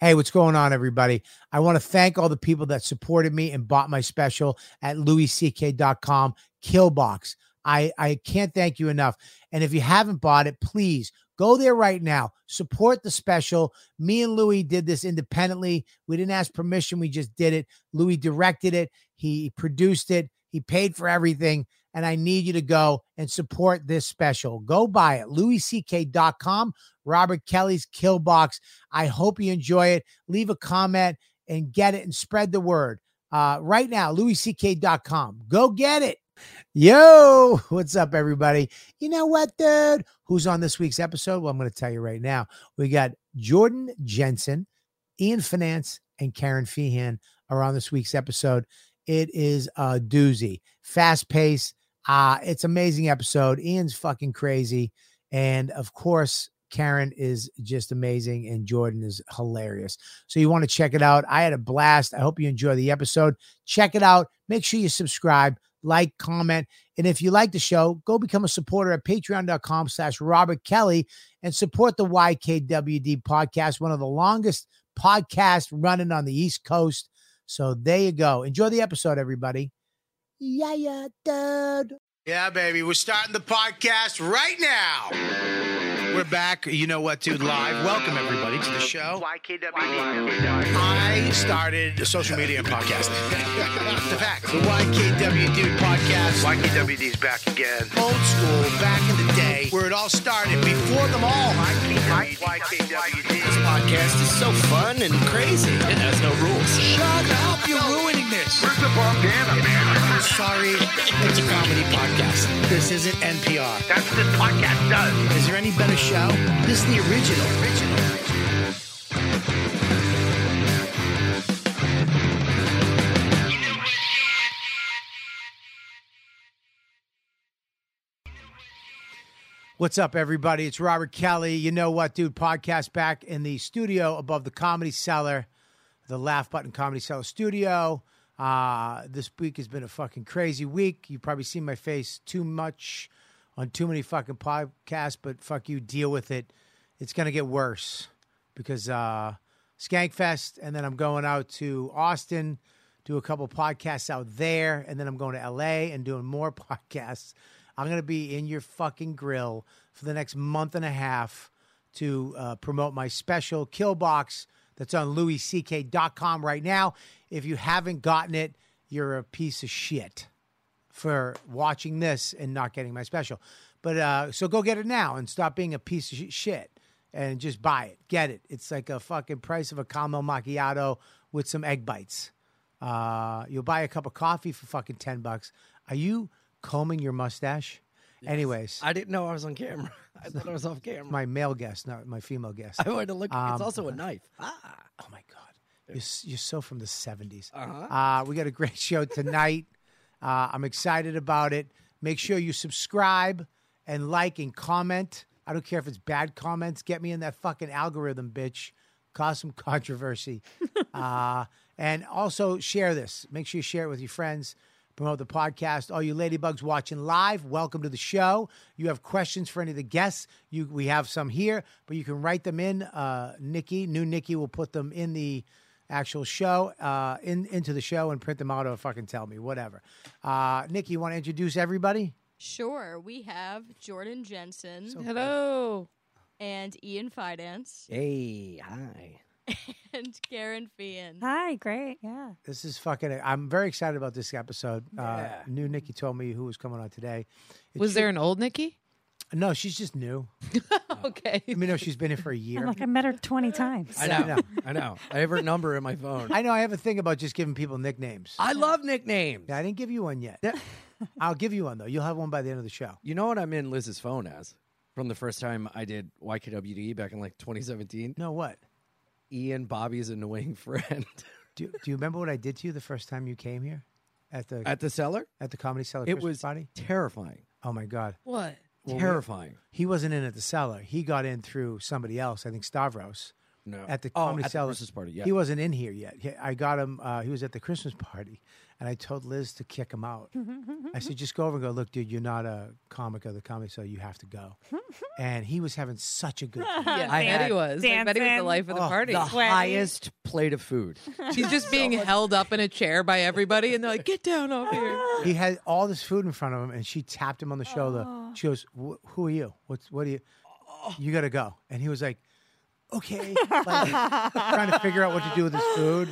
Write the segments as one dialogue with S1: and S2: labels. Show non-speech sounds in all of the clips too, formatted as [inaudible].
S1: Hey, what's going on, everybody? I want to thank all the people that supported me and bought my special at louisck.com, Killbox. I, I can't thank you enough. And if you haven't bought it, please go there right now. Support the special. Me and Louis did this independently. We didn't ask permission. We just did it. Louis directed it. He produced it. He paid for everything. And I need you to go and support this special. Go buy it. LouisCK.com, Robert Kelly's Killbox. I hope you enjoy it. Leave a comment and get it and spread the word. Uh, right now, LouisCK.com. Go get it. Yo, what's up, everybody? You know what, dude? Who's on this week's episode? Well, I'm going to tell you right now. We got Jordan Jensen, Ian Finance, and Karen Feehan are on this week's episode. It is a doozy, fast paced. Uh, it's amazing episode. Ian's fucking crazy. And of course, Karen is just amazing and Jordan is hilarious. So you want to check it out. I had a blast. I hope you enjoy the episode. Check it out. Make sure you subscribe, like, comment. And if you like the show, go become a supporter at patreon.com slash Robert Kelly and support the YKWD podcast, one of the longest podcasts running on the East Coast. So there you go. Enjoy the episode, everybody. Yeah, yeah, dude. Yeah, baby. We're starting the podcast right now. We're back. You know what, dude? Live. Welcome, everybody, to the show. I started social media and podcasting. the fact, the YKWD podcast.
S2: YKWD's back again.
S1: Old school, back in the day, where it all started, before them all.
S2: YKWD.
S3: This podcast is so fun and crazy. It has no rules.
S1: Shut up. You're ruining this.
S2: Where's the Bandana man?
S1: Sorry.
S3: It's a comedy podcast.
S1: This isn't NPR.
S2: That's what this podcast does.
S3: Is there any better show?
S1: This is the original. What's up, everybody? It's Robert Kelly. You know what, dude? Podcast back in the studio above the Comedy Cellar, the Laugh Button Comedy Cellar studio. Uh, this week has been a fucking crazy week. You've probably seen my face too much on too many fucking podcasts, but fuck you, deal with it. It's going to get worse because uh, Skankfest, and then I'm going out to Austin, do a couple podcasts out there, and then I'm going to LA and doing more [laughs] podcasts. I'm going to be in your fucking grill for the next month and a half to uh, promote my special Kill Box that's on louisck.com right now. If you haven't gotten it, you're a piece of shit for watching this and not getting my special. But uh, so go get it now and stop being a piece of sh- shit and just buy it. Get it. It's like a fucking price of a caramel macchiato with some egg bites. Uh, you'll buy a cup of coffee for fucking 10 bucks. Are you combing your mustache? Anyways,
S3: I didn't know I was on camera. [laughs] I thought I was off camera.
S1: my male guest, not my female guest.
S3: [laughs] I wanted to look.
S1: Um,
S3: it's also a knife. [laughs] Ah,
S1: Oh my God. You're, s- you're so from the 70s.
S3: Uh-huh.
S1: Uh, we got a great [laughs] show tonight. uh, I'm excited about it. Make sure you subscribe and like and comment. I don't care if it's bad comments. Get me in that fucking algorithm, bitch. Cause some controversy. uh, and also share this. Make sure you share it with your friends. Promote the podcast. All you ladybugs watching live, welcome to the show. You have questions for any of the guests. You, we have some here, but you can write them in. Uh, Nikki, new Nikki, will put them in the actual show uh, in into the show and print them out or fucking tell me whatever. Uh, Nikki, you want to introduce everybody?
S4: Sure, we have Jordan Jensen
S5: Hello.
S4: and Ian Finance
S3: hey, hi.
S4: and Karen Fian.
S5: Hi, great. Yeah.
S1: This is fucking. I'm very excited about this episode.
S3: Yeah.
S1: Uh, new Nikki told me who was coming on today. It
S5: Was there
S1: should-
S5: an old Nikki? [laughs]
S1: No, she's just new.
S5: Okay.
S1: I mean, no, she's been here for a year.
S6: I'm like, I met her 20 times.
S3: I know. I know. I have her number in my [laughs] phone. I,
S1: I know. I have a thing about just giving people nicknames.
S3: love nicknames.
S1: Yeah, I didn't give you one yet.
S3: That-
S1: [laughs] I'll give you one though. You'll have one by the end of the show.
S3: you know what I'm in Liz's phone as from the first time I did YKWD back in like E 2017.
S1: No, what?
S3: Ian Bobby's annoying [laughs] friend
S1: Do, do you remember what I did to you the first time you came here at the at,
S3: at the cellar.
S1: the comedy cellar?
S3: It
S1: Christmas
S3: was
S1: party.
S3: terrifying.
S1: Oh my god.
S5: What?
S1: Well, we-
S3: terrifying.
S1: He wasn't in at the cellar. He got in through somebody else. I think Stavros.
S3: No.
S1: at the
S3: oh,
S1: comedy
S3: at the
S1: cellar.
S3: Christmas party. Yeah.
S1: He wasn't in here yet. He- I got him. Uh, he was at the Christmas party, and I told Liz to kick him
S3: [laughs]
S1: out. I said, just go over and go. Look, dude, you're not a comic of the comedy, so you have to
S3: [laughs]
S1: go. and he was having such a good time.
S5: Yeah,
S3: I
S5: Betty
S3: had-
S5: was. Like, Betty was the
S6: Dancing.
S5: life of the
S1: Oh,
S5: party.
S3: the
S6: sweaty.
S3: highest plate of [laughs] food.
S5: She's just being held up in a chair by everybody, and they're like, "Get down over here."
S3: [laughs]
S1: He had all this food in front of him, and she tapped him on the shoulder. She goes, "Wh- "Who are you? What's what are you? You gotta go." And he was like, "Okay," like, trying to figure out what to do with his food.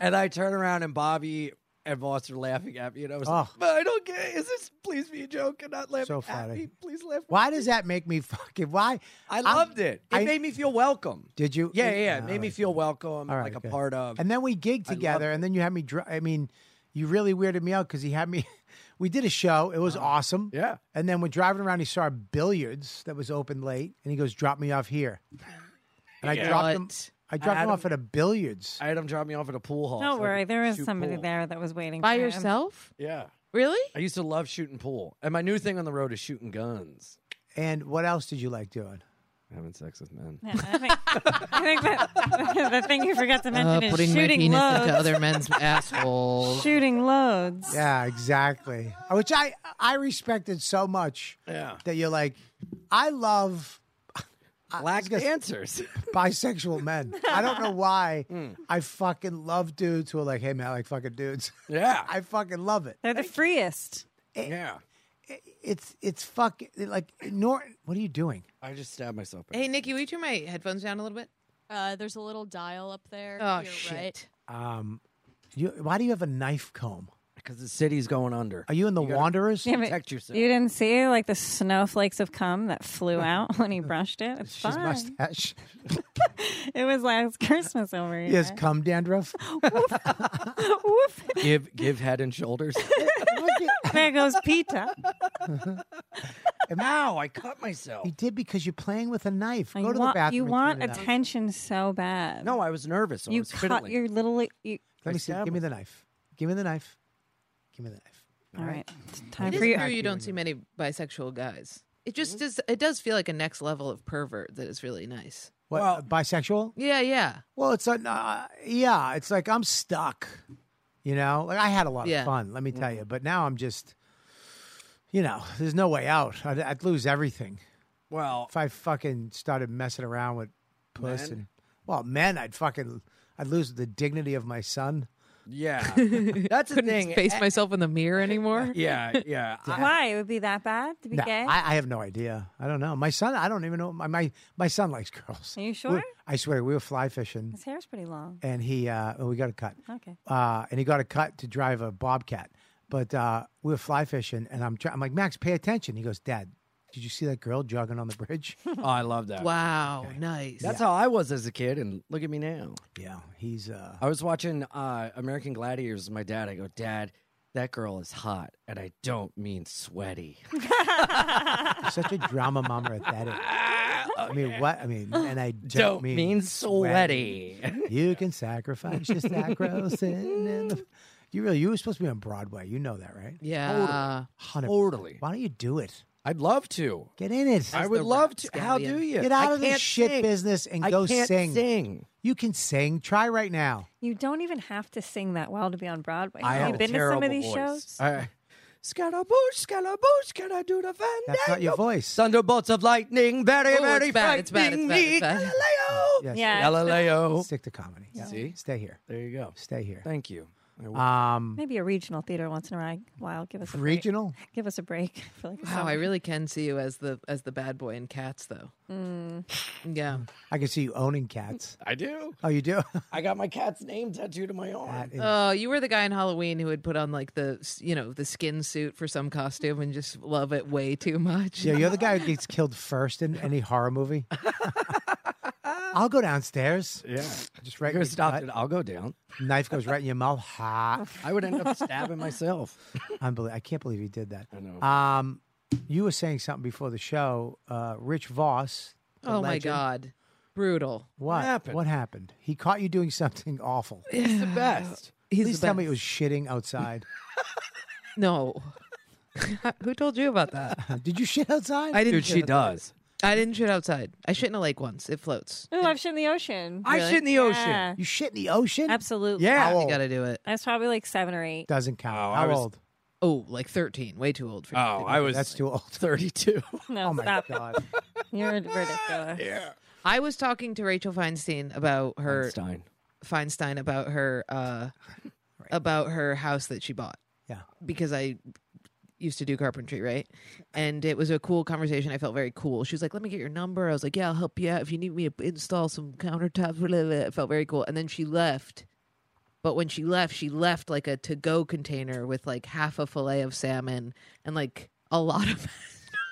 S3: And I turn around and Bobby and Voss are laughing at me, and I was like,
S1: Oh.
S3: "But I don't get. It. Is this please be a joke and not laugh
S1: So
S3: at
S1: funny.
S3: me? Please laugh." with
S1: Why
S3: me."
S1: does that make me fucking? Why
S3: I
S1: I'm-
S3: loved it? It
S1: I-
S3: made me feel welcome.
S1: did you?
S3: Yeah, yeah, yeah. It
S1: All
S3: made me
S1: right,
S3: feel
S1: good.
S3: welcome,
S1: All right,
S3: like a
S1: good.
S3: part of.
S1: And then we gigged
S3: I loved
S1: together, and then you had me. Dr- I mean, you really weirded me out because he had me. [laughs] We did a show. It was awesome.
S3: Uh-huh. yeah,
S1: And then when driving around, he saw a billiards that was open late, and he goes, "Drop me off here." And I
S3: Yeah.
S1: dropped him. I dropped
S3: had
S1: him off
S3: him-
S1: at a billiards.
S3: I had him drop me off at a pool hall. so I
S6: Don't
S3: could
S6: worry, there was
S3: shoot
S6: somebody
S3: pool.
S6: there that was waiting
S5: By
S6: for him.
S5: yourself?
S3: Yeah,
S5: Really?
S3: I used to love shooting pool, and my new thing on the road is shooting guns.
S1: and what else did you like doing?
S3: Having sex with men.
S6: [laughs] Yeah, I think, I think that [laughs] the thing you forgot to
S5: Uh,
S6: mention is shooting
S5: into
S6: loads.
S3: [laughs]
S5: other men's assholes.
S6: Shooting loads.
S1: Yeah, exactly. Which I I respected so much
S3: Yeah,
S1: that you're like, I love
S3: black
S1: gonna-
S3: [laughs] dancers.
S1: bisexual men. I don't know
S6: [laughs]
S1: why.
S6: Hmm.
S1: I fucking love dudes who are like, hey man, I like fucking dudes. [laughs]
S3: yeah,
S1: I fucking love it.
S6: They're the freest.
S3: yeah.
S1: It's it's fucking like Norton. What are you doing?
S3: I just stabbed myself.
S5: Hey, Nikki, will you turn my headphones down a little bit?
S4: Uh, there's a little dial up there.
S5: Oh,
S4: to your
S5: shit.
S4: Right.
S1: Um, you why do you have a knife comb?
S3: because the city's going under.
S1: Are you in the
S3: gotta-
S1: Wanderers?
S6: Yeah, but
S3: Protect yourself.
S6: You didn't see like the snowflakes of cum that flew out when he brushed it. It's
S1: She's
S6: fine. [laughs]
S1: mustache.
S6: It was last [laughs] Christmas over here.
S1: He has cum dandruff.
S6: [laughs] Woof.
S3: [laughs] give give head and [laughs] shoulders.
S6: There goes Peter.
S3: Ow! I cut myself.
S1: You did because you're playing with a knife.
S6: You
S1: Go to the
S6: want,
S1: bathroom.
S6: you
S1: and
S6: want
S1: clean it out.
S6: attention so bad.
S3: No, I was nervous. So I
S6: you
S3: was
S6: cut
S3: fiddling.
S6: your little. You,
S1: Let me
S3: I
S1: see.
S3: stabbed
S1: Give me the knife. Give me the knife. Give me the knife.
S6: all right, it's time
S5: It
S6: for
S5: is
S6: you.
S5: true you don't see many bisexual guys. It
S3: Mm-hmm.
S5: just does. It does feel like a next level of pervert that is really nice.
S1: What?
S3: Well-
S1: uh, bisexual?
S5: Yeah, yeah.
S1: Well, it's a, uh, yeah. It's like I'm stuck. You know, like I had a lot
S5: Yeah.
S1: of fun. Let me tell you, but now I'm just, you know, there's no way out. I'd, I'd lose everything
S3: well.
S1: if I fucking started messing around with puss
S3: Men?
S1: and well, men. I'd fucking I'd lose the dignity of my son.
S3: Yeah,
S6: [laughs]
S3: that's the
S5: Couldn't
S3: thing. Eh,
S5: face myself in the mirror anymore.
S3: Yeah, yeah. I-
S6: Uh, Why it would be that bad to be
S1: No,
S6: gay?
S1: I, I have no idea. I don't know. My son. I don't even know. My my, my son likes girls.
S6: Are you
S1: We-
S6: sure?
S1: I swear, we were fly fishing,
S6: His hair's pretty long.
S1: and he uh, oh, we got a cut.
S6: Okay.
S1: uh, and he got a cut to drive a bobcat. But uh, we were fly fishing, and I'm, try- I'm like, Max, pay attention. He goes, Dad, did you see that girl jogging on the
S3: [laughs]
S1: bridge?
S3: oh, I love that.
S5: Wow, nice.
S3: That's how I was as a kid, and look at me now.
S1: yeah, he's. Uh,
S3: I was watching uh, American Gladiators with my dad. I go, Dad, that girl is hot, and I don't mean sweaty.
S1: Such a drama mama at that
S3: [laughs]
S1: age. I mean, what? I mean, and I don't,
S3: don't mean, sweaty.
S1: You can sacrifice your
S3: [laughs]
S1: sacros. and the- you really, you were supposed to be on Broadway. You know that, right?
S5: yeah.
S1: 100.
S3: totally.
S1: Why don't you do it?
S3: I'd love to.
S1: Get in it.
S3: I would
S5: the
S3: love to. How
S5: rapscallion.
S3: do you
S1: Get out
S3: I
S1: of this
S3: can't
S1: shit
S3: sing.
S1: business and
S3: I
S1: go
S3: can't
S1: sing.
S3: sing.
S1: You can sing. Try right now.
S6: You don't even have to sing that well to be on Broadway.
S3: I
S6: have
S3: have
S6: you been
S3: a
S6: to some
S3: terrible
S6: of these
S3: voice. Uh,
S6: shows?
S3: I, Scaramouche, Scaramouche, can I do the fandango?
S1: That's not your voice.
S3: Thunderbolts of lightning, very,
S5: Oh,
S3: very
S5: it's bad, it's bad, it's
S3: frightening
S5: bad,
S3: me,
S5: it's bad.
S3: Galileo.
S1: Yes.
S6: Yeah.
S3: Galileo.
S1: Stick to comedy. Yeah.
S3: See?
S1: Stay here.
S3: There you go.
S1: Stay here.
S3: Thank you. I
S5: Uh,
S3: will.
S1: Um,
S6: Maybe a regional theater once in a while. Give us a break.
S1: regional.
S6: [laughs] Give us a break for like a
S5: Wow, I
S6: summer.
S5: really can see you as the as the bad boy in Cats, though. Yeah.
S1: I can see you owning cats.
S3: I do.
S1: Oh, you
S5: [laughs]
S1: do.
S3: I got my cat's name tattooed on my arm.
S1: That is-
S5: Oh, you were the guy in Halloween who would put on like the you know the skin suit for some costume and just love it way too much.
S1: yeah, you're the guy who gets killed first in any horror
S5: [laughs]
S1: movie. I'll go downstairs.
S3: Yeah.
S1: Just
S3: Right
S1: right. in
S3: here,
S1: your
S3: stop
S1: gut.
S3: it. I'll go down.
S1: Knife goes right in your mouth.
S5: [laughs]
S1: Ha!
S3: I would end up stabbing myself.
S1: Unbelievable. I can't believe you did that.
S3: I know.
S1: Um, you were saying something before the show. Uh, Rich Voss. the
S5: oh my
S1: legend.
S5: god, brutal.
S1: What
S3: happened?
S1: What happened? He caught you doing something [laughs] awful.
S3: He's the best.
S5: He's
S1: Please
S5: the
S1: tell me it
S5: best.
S1: was shitting outside. [laughs]
S5: no. who told you about that?
S1: Did you shit outside?
S5: I didn't.
S3: Dude,
S5: do
S3: she
S5: that.
S3: does.
S5: I didn't shoot outside. I shit in a lake once. It floats.
S6: Ooh, I've shit in the ocean.
S3: I
S5: Really?
S3: shit in the ocean.
S6: Yeah.
S1: You shit in the ocean?
S6: Absolutely.
S3: Yeah.
S1: How
S5: You
S1: old?
S5: gotta do it.
S6: I was probably like seven or eight.
S1: Doesn't count.
S3: Oh, I
S1: How
S3: was-
S1: old?
S5: Oh, like thirteen. Way too old for.
S3: Oh, I was
S1: That's too old.
S3: [laughs] 32.
S6: No,
S1: Oh my
S6: stop.
S1: god.
S6: [laughs] You're ridiculous.
S3: yeah.
S5: I was talking to Rachel Feinstein about her
S3: Einstein.
S5: Feinstein about her
S3: [laughs]
S5: uh about her house that she bought.
S1: Yeah.
S5: Because I used to do carpentry, right? And it was a cool conversation. I felt very cool. She was like, "Let me get your number." I was like, "Yeah, I'll help you out if you need me to install some countertops." Blah, blah, blah." It felt very cool. And then she left. But when she left, she left like a to-go container with like half a fillet of salmon and like a lot of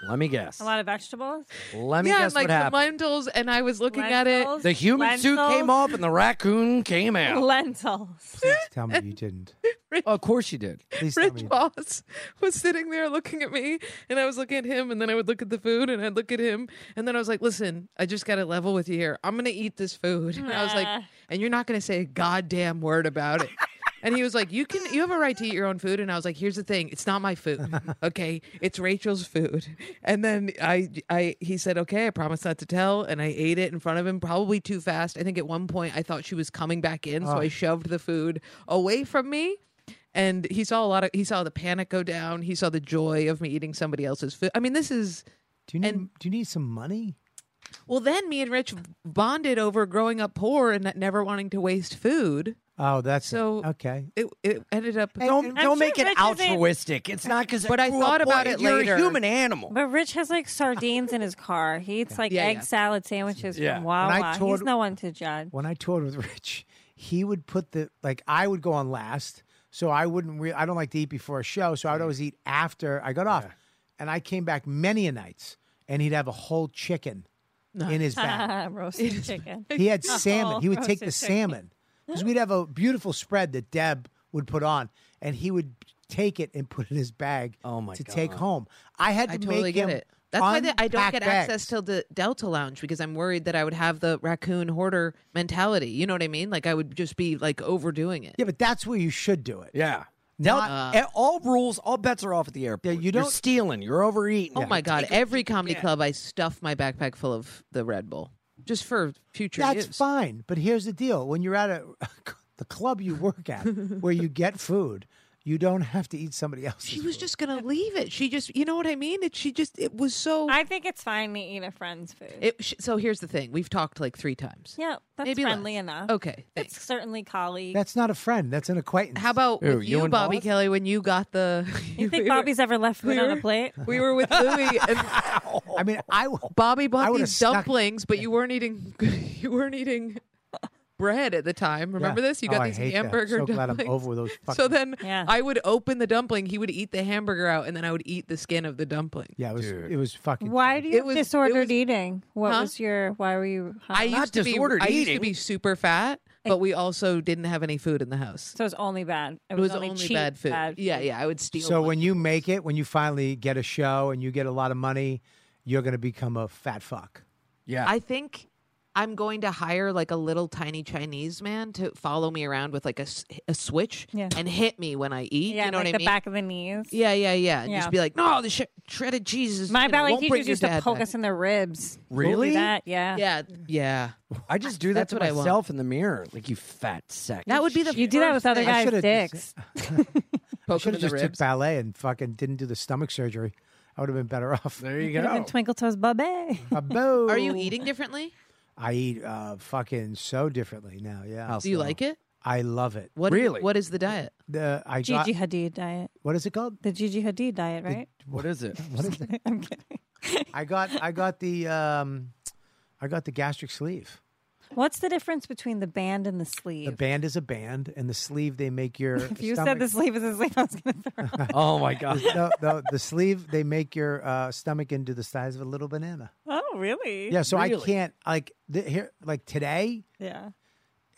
S3: Let me guess.
S6: A lot of vegetables.
S3: Let me
S5: [laughs] yeah,
S3: guess
S5: and, like
S3: what happened.
S5: lentils. And I was looking at it.
S6: Lentils,
S3: the human suit came
S6: lentils,
S3: up and the raccoon
S5: [laughs]
S3: came out.
S6: Lentils.
S1: Please tell me you
S3: [laughs]
S1: didn't.
S3: of course you did.
S1: Please tell me.
S5: Rich
S1: you didn't.
S5: Voss was sitting there looking at me, and I was looking at him, and then I would look at the food, and I'd look at him, and then I was like, "Listen, I just got to level with you here. I'm gonna eat this food." And I was like,
S6: Nah.
S5: "And you're not gonna say a goddamn word about it." and he was like, "You can. You have a right to eat your own food." And I was like, "Here's the thing. It's not
S1: [laughs]
S5: my food. Okay, it's Rachel's food." And then I, I, he said, "Okay, I promise not to tell." And I ate it in front of him, probably too fast. I think at one point I thought she was coming back in, so I shoved the food away from me and he saw a lot of he saw the panic go down he saw the joy of me eating somebody else's food i mean this is
S1: Do you need
S5: and-
S1: do you need some money?
S5: well then me and rich bonded over growing up poor and not- never wanting to waste food
S1: Oh, that's it.
S5: So-
S1: okay.
S5: it, it ended up
S3: Don't,
S6: I'm
S3: don't
S6: sure
S3: make it
S6: Rich is in-
S3: altruistic. It's not because
S5: But I thought about it
S3: You're
S5: later.
S3: a human animal.
S6: But Rich has like sardines in his car. He eats like
S5: Yeah,
S6: egg
S5: yeah.
S6: salad sandwiches
S3: Yeah.
S6: from
S3: When
S1: I
S6: Wawa.
S1: toured-
S6: He's no one to judge.
S1: When I toured with Rich, he would put the like I would go on last, so I wouldn't. Re- I don't like to eat before a show, so I would always eat after I got off, and I came back many a nights, and he'd have a whole
S3: [laughs]
S1: chicken in his bag.
S6: Uh, [laughs] Roasted
S5: [laughs]
S6: chicken. [laughs]
S1: He had salmon.
S6: Oh,
S1: He would take the
S6: roasted chicken.
S1: salmon because we'd have a beautiful spread that Deb would put on, and he would take it and put it in his bag
S3: Oh, my
S1: to take
S3: God.
S1: home. I had to
S5: i totally
S1: make
S5: get
S1: him
S5: it that's why they, i don't
S1: unpack
S5: get
S1: bags.
S5: access to the delta lounge because i'm worried that i would have the raccoon hoarder mentality you know what i mean like i would just be like overdoing it
S1: Yeah, but that's where you should do it.
S3: Yeah. Now,
S5: Not- uh,
S3: eh, all rules, all bets are off at the airport.
S1: Yeah, you
S3: are
S1: don't-
S3: stealing. You're overeating.
S5: oh my god every comedy club i stuff my backpack full of the red bull just for future
S1: That's
S5: use.
S1: fine. But here's the deal: when you're at a [laughs] the club you work
S6: [laughs]
S1: at, where you get food, you don't have to eat somebody else's.
S5: She was
S1: food.
S5: just gonna leave it. She just, you know what I mean? It, she just, it was so.
S6: I think it's fine to eat a friend's food.
S5: it, sh so here's the thing: we've talked like three times.
S6: yeah, that's
S5: Maybe
S6: friendly
S5: less.
S6: enough.
S5: Okay,
S6: It's
S5: thanks.
S6: certainly colleague.
S1: That's not a friend. That's an acquaintance.
S5: How about
S3: Who,
S5: with
S3: you
S5: you,
S3: and
S5: Bobby
S3: Boss?
S5: Kelly, when you got the? [laughs]
S6: you think
S5: we were-
S6: Bobby's ever left food
S5: we
S6: on
S5: were-
S6: a plate?
S5: We
S6: [laughs]
S5: were with Louie and
S1: I mean, I
S5: [laughs]
S1: w-
S5: Bobby
S1: I
S5: bought
S1: would've
S5: these
S1: snuck-
S5: dumplings, but you weren't eating. [laughs] You weren't eating bread at the time. Remember
S1: Yeah.
S5: this? You got
S1: Oh, I
S5: these
S1: hate that.
S5: hamburger
S1: So glad I'm
S5: dumplings.
S1: over with those fucking-
S5: so then
S6: Yeah.
S5: I would open the dumpling. He would eat the hamburger out, and then I would eat the skin of the dumpling.
S1: yeah, it was it was fucking.
S6: Why do you
S5: It
S6: have
S5: was- it
S6: disordered
S5: was-
S6: eating? What
S5: Huh?
S6: was your? Why were you?
S5: I
S6: hungry?
S3: Not
S5: used to be
S3: disordered
S5: I used to
S3: eating.
S5: be super fat, but we also didn't have any food in the house.
S6: so it was only bad.
S5: It was only,
S6: cheap,
S5: bad food. Yeah, yeah. I would steal.
S1: So
S5: one.
S1: when you make it, when you finally get a show and you get a lot of money, you're going to become a fat fuck.
S3: Yeah.
S5: I think I'm going to hire like a little tiny Chinese man to follow me around with like a, s- a switch
S6: Yeah.
S5: and hit me when I eat.
S6: Yeah,
S5: you know
S6: like
S5: what I
S6: the
S5: mean?
S6: back of the knees.
S5: yeah, yeah, yeah. And
S6: Yeah.
S5: Just be like, no, the sh- shredded cheese is
S6: My
S5: you know,
S6: ballet
S5: won't bring
S6: teachers
S5: your
S6: used to
S5: dad
S6: poke
S5: back."
S6: us in the ribs.
S3: Really?
S6: That, yeah.
S5: Yeah, yeah.
S3: I just do that
S5: That's
S3: to
S5: what I want.
S3: myself in the mirror. Like, you fat sack.
S5: That would be the
S6: You do that with other
S5: first thing.
S1: I should've
S6: guys'
S1: just-
S6: dicks.
S1: I
S5: Poke
S1: should
S5: him in
S1: have
S5: the
S1: just took
S5: ribs.
S1: ballet and fucking didn't do the stomach surgery. I would have been better [laughs] off.
S3: There
S5: [laughs]
S3: you
S6: Could have been
S3: go.
S6: Twinkle Toes Bubbe.
S5: Are
S1: Are
S5: you eating differently?
S1: I eat uh, fucking so differently now. Yeah,
S5: Do you like it?
S1: I love it.
S5: What
S3: Really?
S5: What is the diet?
S1: The I got
S6: Gigi Hadid diet.
S1: what is it called?
S6: The Gigi Hadid diet, right?
S3: What is it?
S1: [laughs] What is it?
S6: I'm kidding.
S1: I got I got the um, I got the gastric sleeve.
S6: What's the difference between the band and the sleeve?
S1: The band is a band, and the sleeve they make your.
S6: if you
S1: stomach-
S6: said the sleeve is a sleeve, I was going to
S3: [laughs]
S6: throw up.
S3: Oh, my God.
S1: [laughs] no, no, the sleeve they make your uh, stomach into the size of a little banana.
S6: Oh, really?
S1: Yeah, so I
S3: Really?
S1: can't like th- here like today
S6: Yeah.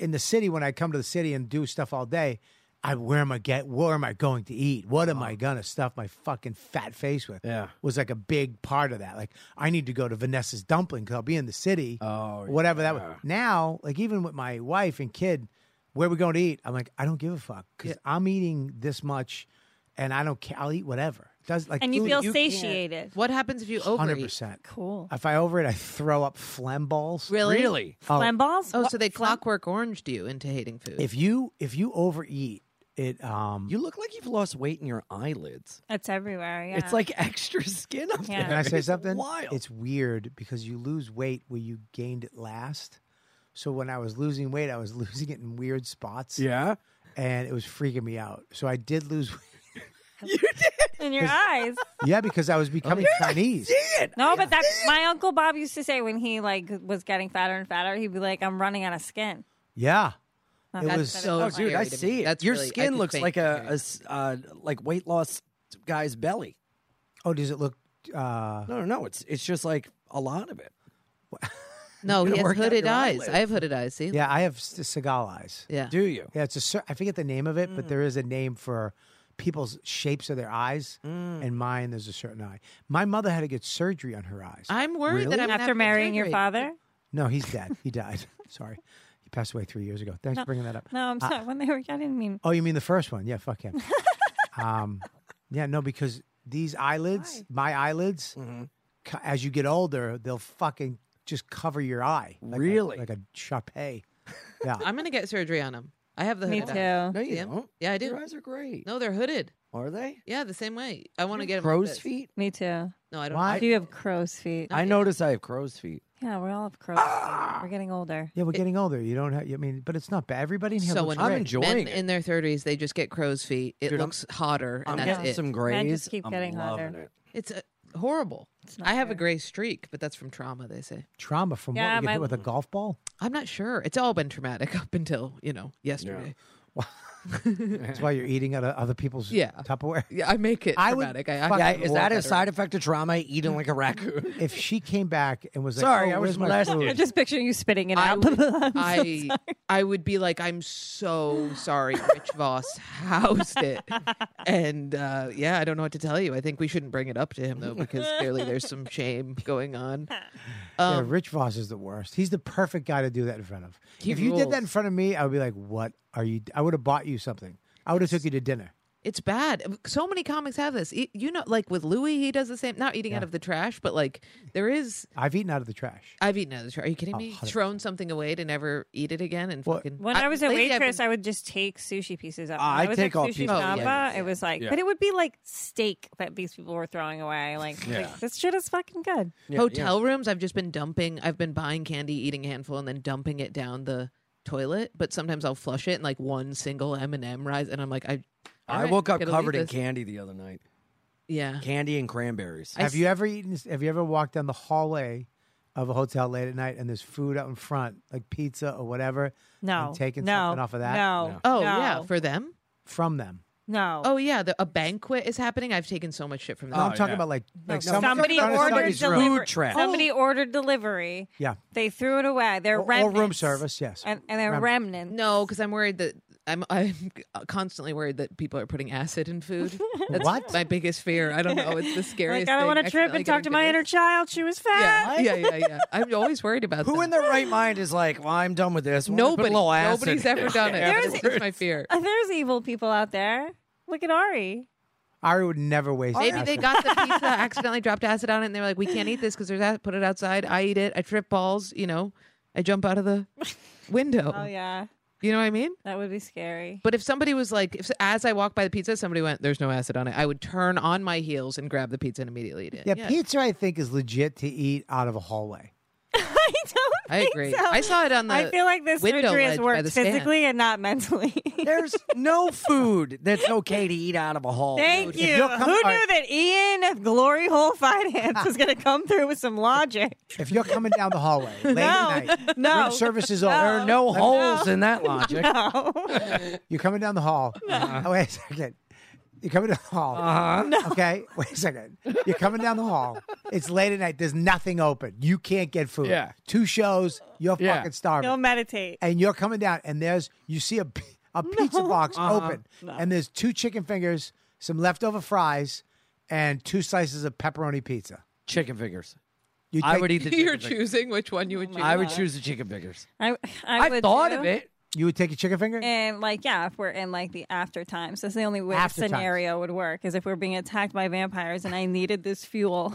S1: in the city when I come to the city and do stuff all day. I where am I get where am I going to eat? What am I gonna stuff my fucking fat face with?
S3: Yeah.
S1: was like a big part of that. Like I need to go to Vanessa's Dumpling because I'll be in the city.
S3: Oh,
S1: whatever that was. Now, like even with my wife and kid, where we going to eat? I'm like, I don't give a fuck because I'm eating this much, and I don't care. I'll eat whatever. does like
S6: and you
S1: ooh,
S6: feel
S1: can't-
S6: satiated.
S5: What happens if you overeat?
S1: 100%.
S6: Cool.
S1: If I over it, I throw up phlegm balls.
S5: Really?
S3: Really?
S1: Oh,
S6: Phlegm balls?
S5: Oh,
S6: What-
S5: so they
S6: phlegm-
S5: clockwork oranged you into hating food.
S1: if you if you overeat, it um
S3: You look like you've lost weight in your eyelids.
S6: It's everywhere. Yeah.
S3: It's like extra skin up
S6: Yeah.
S3: there.
S1: Can I say
S3: It's
S1: something?
S3: Wild.
S1: It's weird because you lose weight where you gained it last. So when I was losing weight, I was [laughs] losing it in weird spots,
S3: [laughs] yeah.
S1: and it was freaking me out. So I did lose, [laughs] weight.
S6: in your eyes.
S1: yeah, because
S3: [laughs] Oh,
S1: I was becoming Chinese.
S6: No, but that's my uncle Bob used to say when he like was getting fatter and fatter, he'd be like, "I'm running out of skin."
S1: Yeah,
S6: Not
S1: It
S6: that
S1: was
S6: that
S5: so
S3: Oh,
S6: it's
S3: dude, I
S6: like-
S5: Scary to me.
S3: see it.
S5: That's
S3: Your
S5: really- I
S3: skin
S5: could
S3: looks
S5: faint
S3: like
S5: from
S3: a,
S5: hearing
S3: a s- uh, like weight loss guy's belly.
S1: Oh, does it look? Uh,
S3: No, no, no. It's it's just like a lot of it.
S5: no, he
S3: gonna
S5: has
S3: work out
S5: hooded
S3: your
S5: eyes.
S3: eyelids.
S5: I have hooded eyes. See?
S1: yeah, I have s- Seagal eyes.
S5: Yeah.
S3: Do you?
S1: Yeah, it's a. cer- I forget the name of it,
S3: Mm.
S1: but there is a name for people's shapes of their eyes.
S3: Mm.
S1: And mine, there's a certain eye. My mother had to get surgery on her eyes.
S5: I'm worried
S1: Really?
S5: that I'm gonna have
S6: after
S5: to
S6: marrying your
S5: surgery.
S6: father.
S1: no, he's dead. He died. [laughs] Sorry, he passed away three years ago. Thanks for bringing that up.
S6: No, I'm
S1: Uh,
S6: sorry. When they were, I didn't mean.
S1: Oh, you mean the first one? Yeah, fuck
S6: [laughs]
S1: him. um, yeah, no, because these eyelids, my eyelids,
S3: Mm-hmm.
S1: co- as you get older, they'll fucking just cover your eye. like a-
S3: Really?
S1: like a Sharpay. Yeah.
S5: I'm gonna get surgery on them. I have the
S6: Me
S5: hooded eyes.
S6: too.
S3: No, you
S5: Yeah.
S3: don't.
S5: Yeah, I do.
S3: Your eyes are great.
S5: No, they're hooded.
S3: Are they?
S5: Yeah, the same way. I want to get 'em like
S3: crow's
S5: this.
S3: feet.
S6: Me too.
S5: No, I don't.
S1: Why?
S5: I,
S1: I-
S6: Do you have crow's feet?
S3: I notice I have crow's feet.
S6: Yeah, we all have crow's feet. We're getting older.
S1: Yeah, we're getting older. You don't have. I mean, but it's not bad. Everybody in here.
S5: so
S1: looks
S5: when
S1: great.
S3: I'm enjoying
S5: men
S3: it.
S5: in their 30s, they just get crow's feet. It
S3: Dude, I'm-
S5: looks hotter, and
S3: I'm
S5: that's
S3: getting
S5: it.
S3: some grays.
S6: Men just keep
S3: I'm
S6: getting
S3: loving
S6: hotter.
S3: it.
S5: It's uh, horrible.
S6: not
S5: I have a
S6: fair.
S5: gray streak, but that's from trauma. They say.
S1: trauma from
S6: Yeah,
S1: what we get
S6: my-
S1: hit with a golf ball.
S5: I'm not sure. It's all been traumatic [laughs] up until you know yesterday.
S1: That's why
S6: [laughs]
S1: you're eating out of other people's
S5: Yeah.
S1: Tupperware.
S5: Yeah, I make it
S1: I would
S5: traumatic. I,
S1: fuck-
S5: I,
S3: Yeah,
S5: I
S3: is that a side effect of trauma? Eating like a raccoon.
S1: If she came back and was like,
S3: Sorry,
S1: oh,
S3: I was
S1: where's my
S3: molested."
S1: food?
S6: I'm just picturing you spitting it
S5: I
S6: out. [laughs]
S5: would-
S6: I'm so
S5: I, I would be like, I'm so sorry, Rich Voss housed it,
S6: [laughs]
S5: and uh, yeah, I don't know what to tell you. I think we shouldn't bring it up to him though, because clearly
S6: [laughs]
S5: there's some shame going on.
S1: Yeah,
S5: Um,
S1: Rich Voss is the worst. He's the perfect guy to do that in front of.
S5: He
S1: if you did that in
S5: rules.
S1: front of me, I would be like, "What are you?" I would have bought you something. I would have took you to dinner.
S5: It's bad. Uh, So many comics have this. E- You know, like with Louis, he does the same. Not eating out of the trash, but like there is.
S1: I've eaten out of the trash.
S5: I've eaten out of the trash. Are you kidding me?
S1: 100%.
S5: Thrown something away to never eat it again and
S1: Well,
S5: fucking.
S6: When I, was a
S5: lately I've
S6: waitress,
S5: been-
S6: I would just take sushi pieces up.
S3: Ah,
S6: When
S3: I
S6: was
S3: take
S6: at
S3: all
S6: sushi
S3: pieces,
S6: Napa,
S5: yeah, yeah,
S6: It was like,
S3: yeah.
S6: but it would be like steak that these people were throwing away. Like, like, this shit is fucking good.
S3: Yeah,
S5: hotel rooms, I've just been dumping. I've been buying candy, eating a handful, and then dumping it down the toilet. But sometimes I'll flush it and like one single M and M rise, and I'm like, I.
S3: I
S5: all right,
S3: woke up
S5: gotta leave
S3: covered in
S5: this.
S3: candy the other night.
S5: Yeah.
S3: Candy and cranberries.
S1: have you ever eaten? Have you ever walked down the hallway of a hotel late at night and there's food out in front, like pizza or whatever,
S6: No,
S1: taking
S6: no,
S1: something off of that?
S6: No,
S5: Oh
S6: no,
S5: yeah, for them.
S1: from them?
S6: no.
S5: Oh yeah, the, a banquet is happening. I've taken so much shit from them.
S3: Oh.
S1: No, I'm talking about like like
S6: No,
S1: someone-
S6: somebody
S1: someone-
S6: ordered
S1: somebody's room.
S6: delivery.
S3: trash.
S6: Somebody ordered delivery.
S1: Yeah,
S6: They threw it away. They're
S1: or, or
S6: remnants.
S1: room service. Yes,
S6: and, and they're
S1: Rem-
S6: remnants.
S5: No, because I'm worried that I'm [laughs] I'm constantly worried that people are putting acid
S6: [laughs]
S5: in food. That's
S1: What?
S5: my biggest fear. I don't know. It's the scariest.
S6: like I don't
S5: want to
S6: trip and talk to my inner child. She was fat. [laughs]
S5: Yeah, yeah, yeah, yeah. I'm always worried about
S3: Who
S5: that.
S3: in their right mind is like, well, I'm done with this. Why don't we put a
S5: Nobody.
S3: little acid
S5: Nobody's
S3: in [laughs]
S5: ever done it.
S6: There's-
S5: That's just my fear.
S6: Uh, There's evil people out there. Look at Ari.
S1: Ari would never
S6: Oh,
S1: waste.
S5: Maybe
S1: acid.
S5: they got the pizza, [laughs] accidentally dropped acid on it, and they were like, "We can't eat this because there's acid. Put it outside. I eat it. I trip balls. You know, I jump out
S6: [laughs]
S5: of the window.
S6: Oh yeah,
S5: You know what I mean?
S6: that would be scary.
S5: But if somebody was like, if as I walked by the pizza, somebody went, "There's no acid on it," I would turn on my heels and grab the pizza and immediately eat it.
S1: Yeah, pizza I think is legit to eat out of a hallway.
S6: [laughs] I don't.
S5: I
S6: think
S5: agree.
S6: so. [laughs]
S5: I saw it on the.
S6: I feel like this
S5: window
S6: surgery
S5: ledge
S6: has
S5: by
S6: worked
S5: the stand.
S6: physically and not mentally.
S3: There's no food that's okay to eat out of a hall.
S6: [laughs] Thank you.
S1: you'll come-
S6: Who knew
S1: all right.
S6: that Ian of Glory Hole Finance was going to come through with some logic?
S5: [laughs]
S1: If you're coming down the hallway late
S6: [laughs]
S1: at night,
S6: No.
S1: room service is over.
S3: There are no
S1: Let me-
S3: holes in that logic.
S6: [laughs] No.
S1: You're coming down the hall. Oh, wait a second. You're coming down the hall.
S3: Uh-huh.
S1: Okay, wait a second. You're coming down the hall. It's late at night. There's nothing open. You can't get food.
S3: Yeah.
S1: Two shows. You're
S3: Yeah.
S1: fucking starving.
S6: You'll meditate.
S1: and you're coming down, and there's you see a p- a pizza box
S3: Uh-huh.
S1: open, and there's two chicken fingers, some leftover fries, and two slices of pepperoni pizza.
S3: Chicken fingers.
S1: You
S3: I
S1: take-
S3: would eat the
S5: [laughs] you're
S3: chicken fingers.
S5: choosing which one you would choose.
S3: I would choose the chicken fingers.
S6: I, I,
S3: I
S6: would
S3: thought
S6: too.
S3: of it.
S1: You would take a chicken finger?
S6: And like, yeah, if we're in like the after times, that's the only way
S1: After times.
S6: scenario would work is if we're being attacked by vampires and I needed this fuel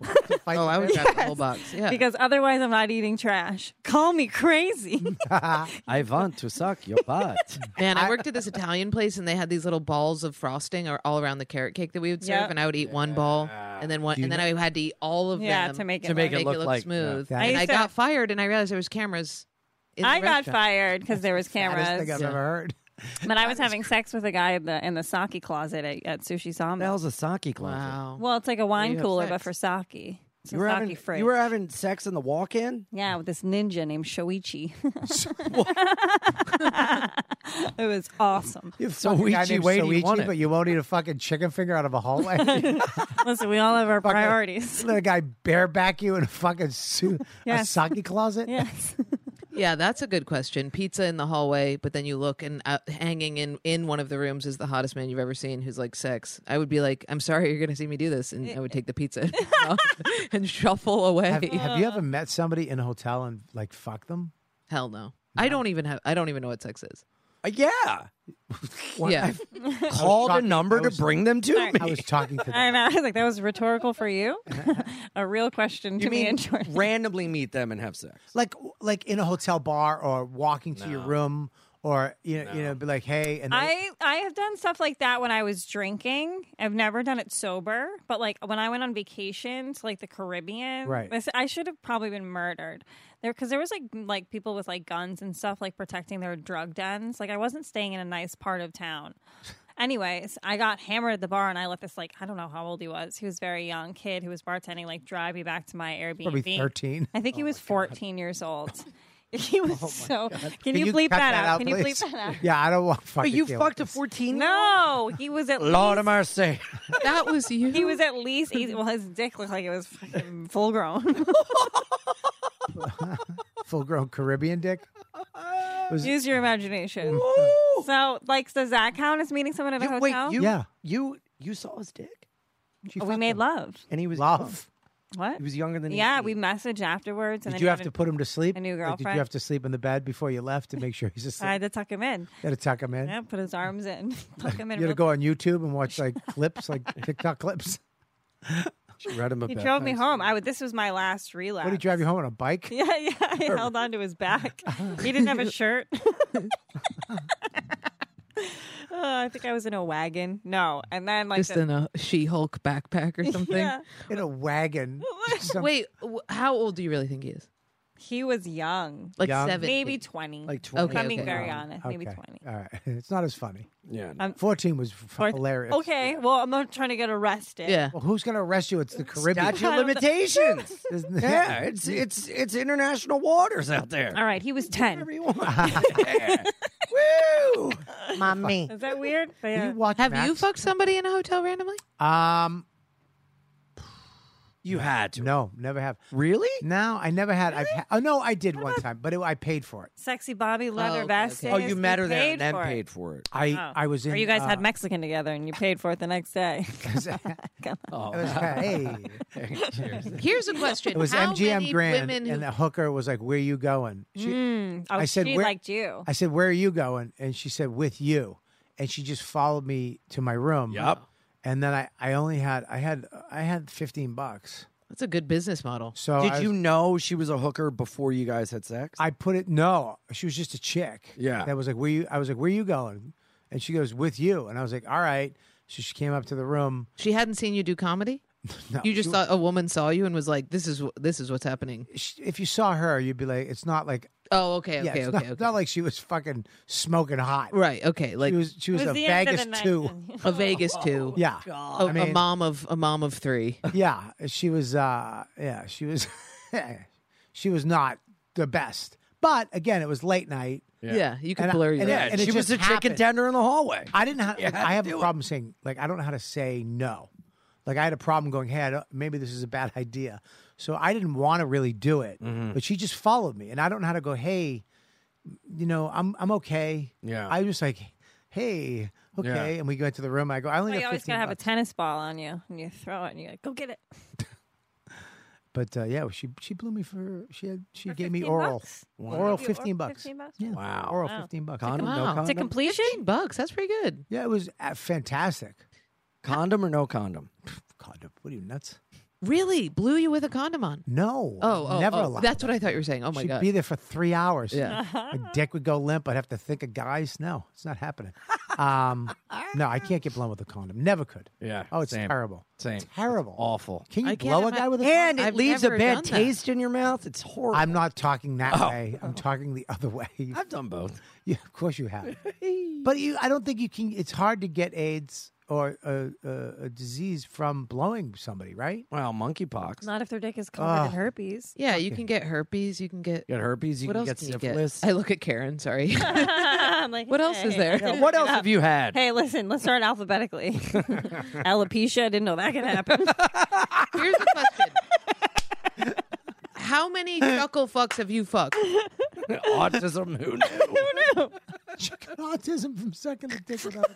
S5: [laughs]
S1: Fight
S5: Oh, I would
S1: the
S5: grab the
S6: [laughs]
S5: whole box. Yeah.
S6: because otherwise I'm not eating trash. Call me crazy.
S5: [laughs]
S1: vampire.
S3: I want to suck your butt. [laughs]
S5: Man, I
S1: I-
S5: worked at this Italian place and they had these little balls of frosting or all around the carrot cake that we would serve,
S6: Yep.
S5: and I would eat one ball and then one,
S1: Do you
S5: and then I had to eat all of
S6: Yeah,
S5: them
S6: to make it To
S5: to make
S6: make
S5: it look,
S3: like-
S5: smooth.
S1: yeah.
S6: I
S5: And I
S6: used to-
S5: got fired, and I realized there was cameras. In the
S6: I got
S5: restaurant.
S6: fired because there was
S1: Saddest thing I've
S6: cameras.
S5: Yeah.
S1: ever heard. [laughs]
S6: But I was having sex with a guy in the in the sake closet at, at Sushi
S3: that
S6: Samba.
S3: was a sake closet.
S5: Wow.
S6: Well, it's like a
S5: you
S6: wine
S5: have
S6: cooler,
S5: sex.
S6: but for sake. It's a
S3: You were,
S6: sake
S3: having,
S6: fridge.
S3: you were having sex in the walk-in.
S6: Yeah, with this ninja named Shoichi. [laughs] it was awesome.
S1: You
S3: So
S1: fucking guy
S3: Ouija
S1: named
S3: Wade, you
S1: Soichi,
S3: want it.
S1: but you won't eat a fucking chicken finger out of a
S3: [laughs]
S1: hallway.
S6: Listen, we all have our
S1: Fucking- [laughs]
S6: priorities.
S1: Let a guy bareback you in a fucking suit,
S6: Yes.
S1: a sake closet.
S6: Yes.
S5: yeah, that's a good question. Pizza in the hallway, but then you look and uh, hanging in in one of the rooms is the hottest man you've ever seen who's like sex. I would be like, I'm sorry, you're gonna see me do this, and I would take the pizza
S6: [laughs]
S5: and shuffle away.
S1: Have, have
S6: Uh.
S1: you ever met somebody in a hotel and like fuck them?
S5: Hell no. I don't even have. I don't even know what sex is.
S3: Uh, [laughs] yeah,
S1: One-
S5: Yeah.
S1: I've- I was
S3: called a
S1: talking- I
S3: number to
S1: was-
S3: bring them to me.
S1: I was talking
S6: [laughs]
S1: to
S6: I
S1: them.
S6: know. I was like, that was rhetorical for you. a real question to
S3: you
S6: me
S3: mean
S6: and Jordan.
S3: randomly meet them and have sex?
S1: Like like in a hotel bar or walking to your
S3: No.
S1: room or you know you know be like hey and they-
S6: I, I have done stuff like that when I was drinking. I've never done it sober, but like when I went on vacation to like the Caribbean,
S1: Right.
S6: this- I should have probably been murdered there because there was like m- like people with like guns and stuff like protecting their drug dens. Like I wasn't staying in a nice part
S1: [laughs]
S6: of town. Anyways, I got hammered at the bar and I let this like I don't know how old he was. He was a very young kid who was bartending like drive me back to my Airbnb.
S1: probably thirteen. Oh
S6: I think he was 14 years
S1: [laughs]
S6: old. [laughs] He was so. Can, you,
S1: cut
S6: bleep that, out? Can you
S1: please?
S6: bleep that out?
S1: Yeah, I don't want fucking.
S3: But you
S1: deal
S3: fucked a
S1: with this.
S3: [laughs] fourteen.
S6: No, he was at
S3: Lord of
S6: least,
S3: mercy.
S5: That was you.
S6: he was at least eight, well his dick looked like it was fucking full
S1: [laughs]
S6: grown.
S1: full grown Caribbean
S6: [laughs]
S1: dick. Was-
S6: Use your imagination.
S3: Ooh.
S6: So like does that count as meeting someone at a
S3: You- wait,
S6: hotel?
S3: you,
S1: Yeah.
S3: you, you saw his dick,
S1: She
S6: Oh, we
S1: fucked
S6: made
S1: him.
S6: love.
S3: and he was
S1: Love.
S6: What?
S3: He was younger than
S6: Yeah,
S3: 18.
S6: we messaged afterwards and
S1: Did
S6: then
S1: you have
S6: even-
S1: to
S6: [laughs]
S1: put him to sleep?
S6: a new
S1: Like, Did
S6: girlfriend.
S1: you have to sleep in the bed before you left to make sure he's asleep?
S6: I had to tuck him in.
S1: You had to tuck him in.
S6: Yeah, put his arms in. [laughs] tuck him in.
S1: You had to
S6: real-
S1: go on YouTube and watch
S6: [laughs]
S1: like clips, like TikTok clips.
S3: [laughs] She read him a
S6: he
S3: bit.
S6: drove me home. I would this was my last relapse.
S1: What did you drive you home on a bike?
S6: [laughs] Yeah, yeah. I held on to
S1: [laughs]
S6: his back. He didn't have a shirt. [laughs] Oh, I think I was in a wagon. No, and then like
S5: just
S6: the-
S5: in a She-Hulk backpack [laughs] or something.
S6: yeah.
S1: In a
S6: [laughs]
S1: wagon. Some-
S5: Wait, w- how old do you really think he is?
S6: he was young,
S5: Like
S1: Young.
S5: seven,
S6: maybe twenty.
S1: Like 20.
S5: Okay,
S6: if I'm being
S5: okay.
S6: very
S1: [laughs]
S5: Um,
S6: honest, maybe
S1: Okay.
S6: twenty.
S1: All right. It's not as funny.
S3: Yeah.
S6: Um,
S1: 14 was f-
S6: Fourth-
S1: hilarious.
S6: Okay, well, I'm not trying to get arrested.
S5: Yeah.
S1: Well, who's going to arrest you? It's the Caribbean.
S3: Statute of limitations.
S1: Isn't it?
S3: yeah, it's it's it's international waters out there.
S6: All right, he was ten.
S1: [laughs]
S3: Everyone. Yeah. Woo!
S1: Oh,
S5: Mommy.
S6: Is that weird?
S1: [laughs]
S6: But
S1: Did
S6: yeah.
S1: you watch
S5: Have you
S1: Max?
S5: fucked somebody in a hotel randomly?
S1: Um,
S3: You had to.
S1: no, never have.
S3: Really?
S1: No, I never had. I've ha- oh, no, I did one time, but it, I paid for it.
S6: Sexy Bobby leather
S5: Oh, okay,
S6: vest.
S5: okay.
S3: Oh, you met her there
S6: paid
S3: and then
S6: for it.
S3: paid for it.
S1: I,
S6: Oh.
S1: [laughs] I was in.
S6: Or you guys had
S1: uh,
S6: Mexican together and you paid for it the
S1: [laughs]
S6: next day.
S3: Oh,
S1: It was, hey,
S3: [laughs] cheers.
S5: Here's a question.
S1: it was
S5: How
S1: MGM
S5: many
S1: Grand,
S5: women
S1: and
S5: who,
S1: the hooker was like, "Where you going?" She,
S6: Mm. Oh,
S1: I said,
S6: she
S1: "Where-"
S6: liked you.
S1: I said, "Where are you going?" And she said, "With you." And she just followed me to my room.
S3: Yup.
S1: And then I, I only had I had I had fifteen bucks.
S5: that's a good business model.
S1: So
S3: Did
S1: Oh, I was-
S3: you know she was a hooker before you guys had sex?
S1: I put it. No, she was just a chick.
S3: Yeah.
S1: That was like, "Where you?" I was like, "Where you going?" And she goes, "With you." And I was like, "All right." So she came up to the room.
S5: She hadn't seen you do comedy.
S1: No,
S5: You just
S1: she-
S5: thought a woman saw you and was like, "This is wh- this is what's happening."
S1: she- if you saw her, you'd be like, "It's not like
S5: Oh, okay, okay,
S1: yeah, it's
S5: okay,
S1: not,
S5: okay.
S1: not like she was fucking smoking hot.
S5: right, okay, like
S1: She was she was,
S6: It
S1: a
S6: the end of
S1: Vegas
S6: the night [laughs]
S1: two. [laughs]
S6: then.
S5: a [laughs] Vegas too.
S1: Yeah,
S5: a,
S1: I mean,
S5: a mom of a mom of three.
S1: yeah, she was. uh Yeah, she was. [laughs] she was not the best. But again, it was late night.
S5: Yeah, you could
S1: And I-
S5: blur your.
S1: and
S3: yeah,
S1: it- and it
S3: she was
S1: just
S3: a chicken
S1: happened.
S3: tender in the hallway.
S1: I didn't. Ha-
S3: You had
S1: I
S3: to
S1: have a
S3: do it.
S1: problem saying like I don't know how to say no. Like I had a problem going, hey, I don't, maybe this is a bad [laughs] idea. So I didn't want to really do it.
S3: Mm-hmm.
S1: But she just followed me, and I don't know how to go. Hey, you know, I'm I'm okay.
S3: Yeah.
S1: I was like, hey, okay, and we go into the room. I go, I only
S6: Well, you
S1: got
S6: always
S1: fifteen.
S6: gotta have a
S1: bucks."
S6: tennis ball on you and you throw it and you go, go get it.
S1: But uh, yeah, she she blew me for she had she
S6: For
S1: gave me
S6: 15
S1: oral
S6: bucks?
S3: Wow.
S1: oral
S6: Give you
S1: fifteen bucks.
S6: Fifteen bucks.
S1: Yeah,
S3: Wow.
S1: oral
S6: Wow.
S1: fifteen bucks.
S3: Condom,
S5: Wow.
S3: no
S1: Oh,
S5: It's
S6: To
S3: condom.
S6: completion. [laughs]
S5: bucks. That's pretty good.
S1: Yeah, it was uh, fantastic.
S3: condom or no condom?
S1: Condom? What are you nuts?
S5: Really blew you with a condom on.
S1: No.
S5: Oh, oh,
S1: never
S5: oh,
S1: allowed.
S5: That's what I thought you were saying. Oh my
S1: She'd
S5: god.
S1: be there for three hours.
S5: yeah.
S1: My dick would go limp. I'd have to think of guys. No, it's not happening. Um, no, I can't get blown with a condom. Never could.
S3: Yeah.
S1: Oh, it's
S3: same.
S1: terrible.
S3: Same.
S1: Terrible.
S3: Awful.
S1: Can you
S5: I can't
S1: blow a
S5: ima-
S1: guy with a
S3: And it
S5: I've
S3: leaves a
S5: never
S3: bad
S5: done that.
S3: taste in your mouth. It's horrible.
S1: I'm not talking that
S3: Oh.
S1: way. I'm talking the other way.
S6: Oh,
S3: I've done both.
S1: [laughs] Yeah, of course you
S6: [laughs]
S1: have. but you, I don't think you can. It's hard to get AIDS or a, a, a disease from blowing somebody,
S6: [laughs]
S1: right? [laughs]
S3: Well, monkeypox.
S6: Not if their dick is covered
S1: Ugh.
S6: in herpes.
S5: Yeah, you can get herpes. You can get.
S3: You got herpes. You
S5: what
S3: can
S5: else
S3: get
S5: can
S3: syphilis.
S5: you get? I look at
S6: [laughs]
S5: Karen. Sorry. [laughs]
S6: I'm like,
S5: What else is
S6: hey,
S5: there?
S6: I didn't
S3: what
S6: look
S3: else
S6: it up.
S3: have you had?
S6: Hey, listen, let's start alphabetically. Alopecia, I didn't know that could happen.
S5: [laughs] Here's the question. How
S1: [laughs]
S5: many chuckle fucks have you fucked?
S3: [laughs] Autism? Who knew?
S1: She got autism from sucking a dick without
S6: [laughs]
S1: a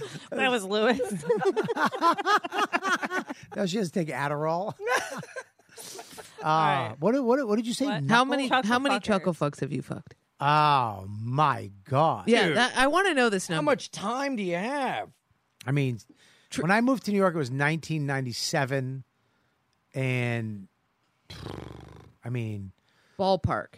S1: condom.
S6: that was Lewis.
S1: Now she has to take [laughs]
S6: [laughs]
S1: Adderall. uh,
S6: right.
S1: what, did- what, did- what did you say?
S6: What?
S1: No-
S5: How many?
S6: Chuckle
S5: how many
S6: fuckers.
S5: chuckle fucks have you fucked?
S1: Oh my god!
S5: Yeah, that, I want to know this number.
S3: How much time do you have?
S1: I mean, when I moved to New York, it was 1997, and [sighs] I mean,
S5: ballpark?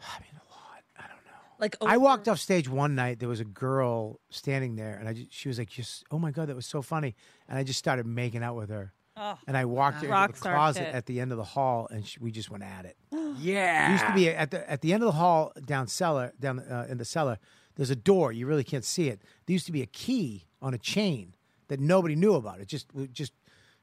S1: I mean a lot. I don't know.
S6: Like
S1: I walked off stage one night. There was a girl standing there, and I just, she was like, "Just oh my god, that was so funny!" And I just started making out with her.
S6: Oh,
S1: And I walked her
S6: Rock
S1: into the
S6: star
S1: closet
S6: shit.
S1: at the end of the hall, and she, we just went at it.
S3: Yeah.
S1: It used to be
S5: Ah.
S1: at the at the end of the hall down cellar down uh, in the cellar. There's a door. You really can't see it. There used to be a key on a chain that nobody knew about. It just it just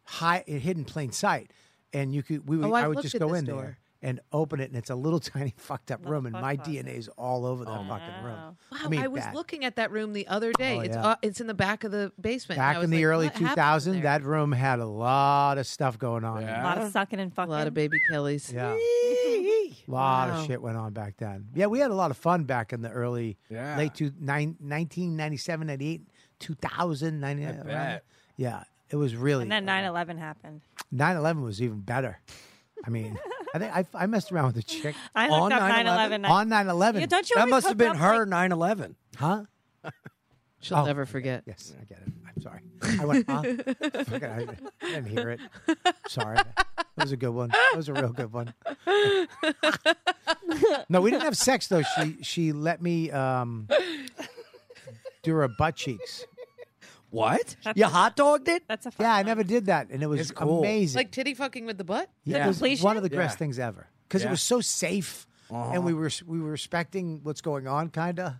S1: high it hid in plain sight, and you could we would,
S5: Oh, I've
S1: I would
S5: looked
S1: just
S5: at
S1: go
S5: this
S1: in there
S5: door.
S1: and open it, and it's a little [laughs] tiny fucked up
S6: Little
S1: room, and
S6: fuck
S1: my
S6: closet.
S1: DNA is all over that fucking room.
S6: wow.
S5: Oh, Wow,
S1: I mean,
S5: was
S1: bad.
S5: looking at that room the other day.
S1: Oh,
S5: it's
S1: yeah.
S5: uh, it's in the back of the basement.
S1: Back
S5: I
S1: in
S5: was
S1: the
S5: like,
S1: early
S5: what happened in
S1: 2000,
S5: there?
S1: that room had a lot of stuff going on. in it.
S6: A
S3: Yeah.
S6: lot of sucking and
S5: a
S6: fucking.
S5: lot of baby Kellys.
S1: Yeah. A lot
S5: Wow.
S1: of shit went on back then. Yeah, we had a lot of fun back in the early,
S3: Yeah.
S1: late two, nine, 1997, 98, 2000, 99. around there.
S3: bet.
S1: Yeah, it was really.
S6: and then 9 11 happened.
S1: 9 11 was even better. I mean, [laughs] I think I, I messed around with a
S6: [laughs]
S1: chick
S6: I
S3: On
S6: looked up 9
S3: 9/11?
S6: 11.
S1: on 9 11.
S6: don't you
S3: That
S6: always
S3: must have
S6: hook
S3: been
S6: up,
S3: her
S6: like-
S3: 9 11.
S1: Huh?
S5: She'll
S1: Oh.
S5: never forget.
S1: Yes, I get it. I'm sorry. I went, huh? Fuck it, I I didn't hear it. Sorry. That was a good one. That was a real good one. no, we didn't have sex though. She she let me um do her butt cheeks.
S3: What?
S6: That's-
S3: you hot dogged it?
S6: That's a fun
S1: Yeah, I
S6: one.
S1: never did that, and it was
S3: It's cool.
S1: amazing.
S5: Like titty fucking with the butt.
S1: yeah, it was
S6: completion?
S1: one of the best
S3: Yeah.
S1: things ever because
S3: Yeah.
S1: it was so safe,
S3: Uh-huh.
S1: and we were we were respecting what's going on, kinda,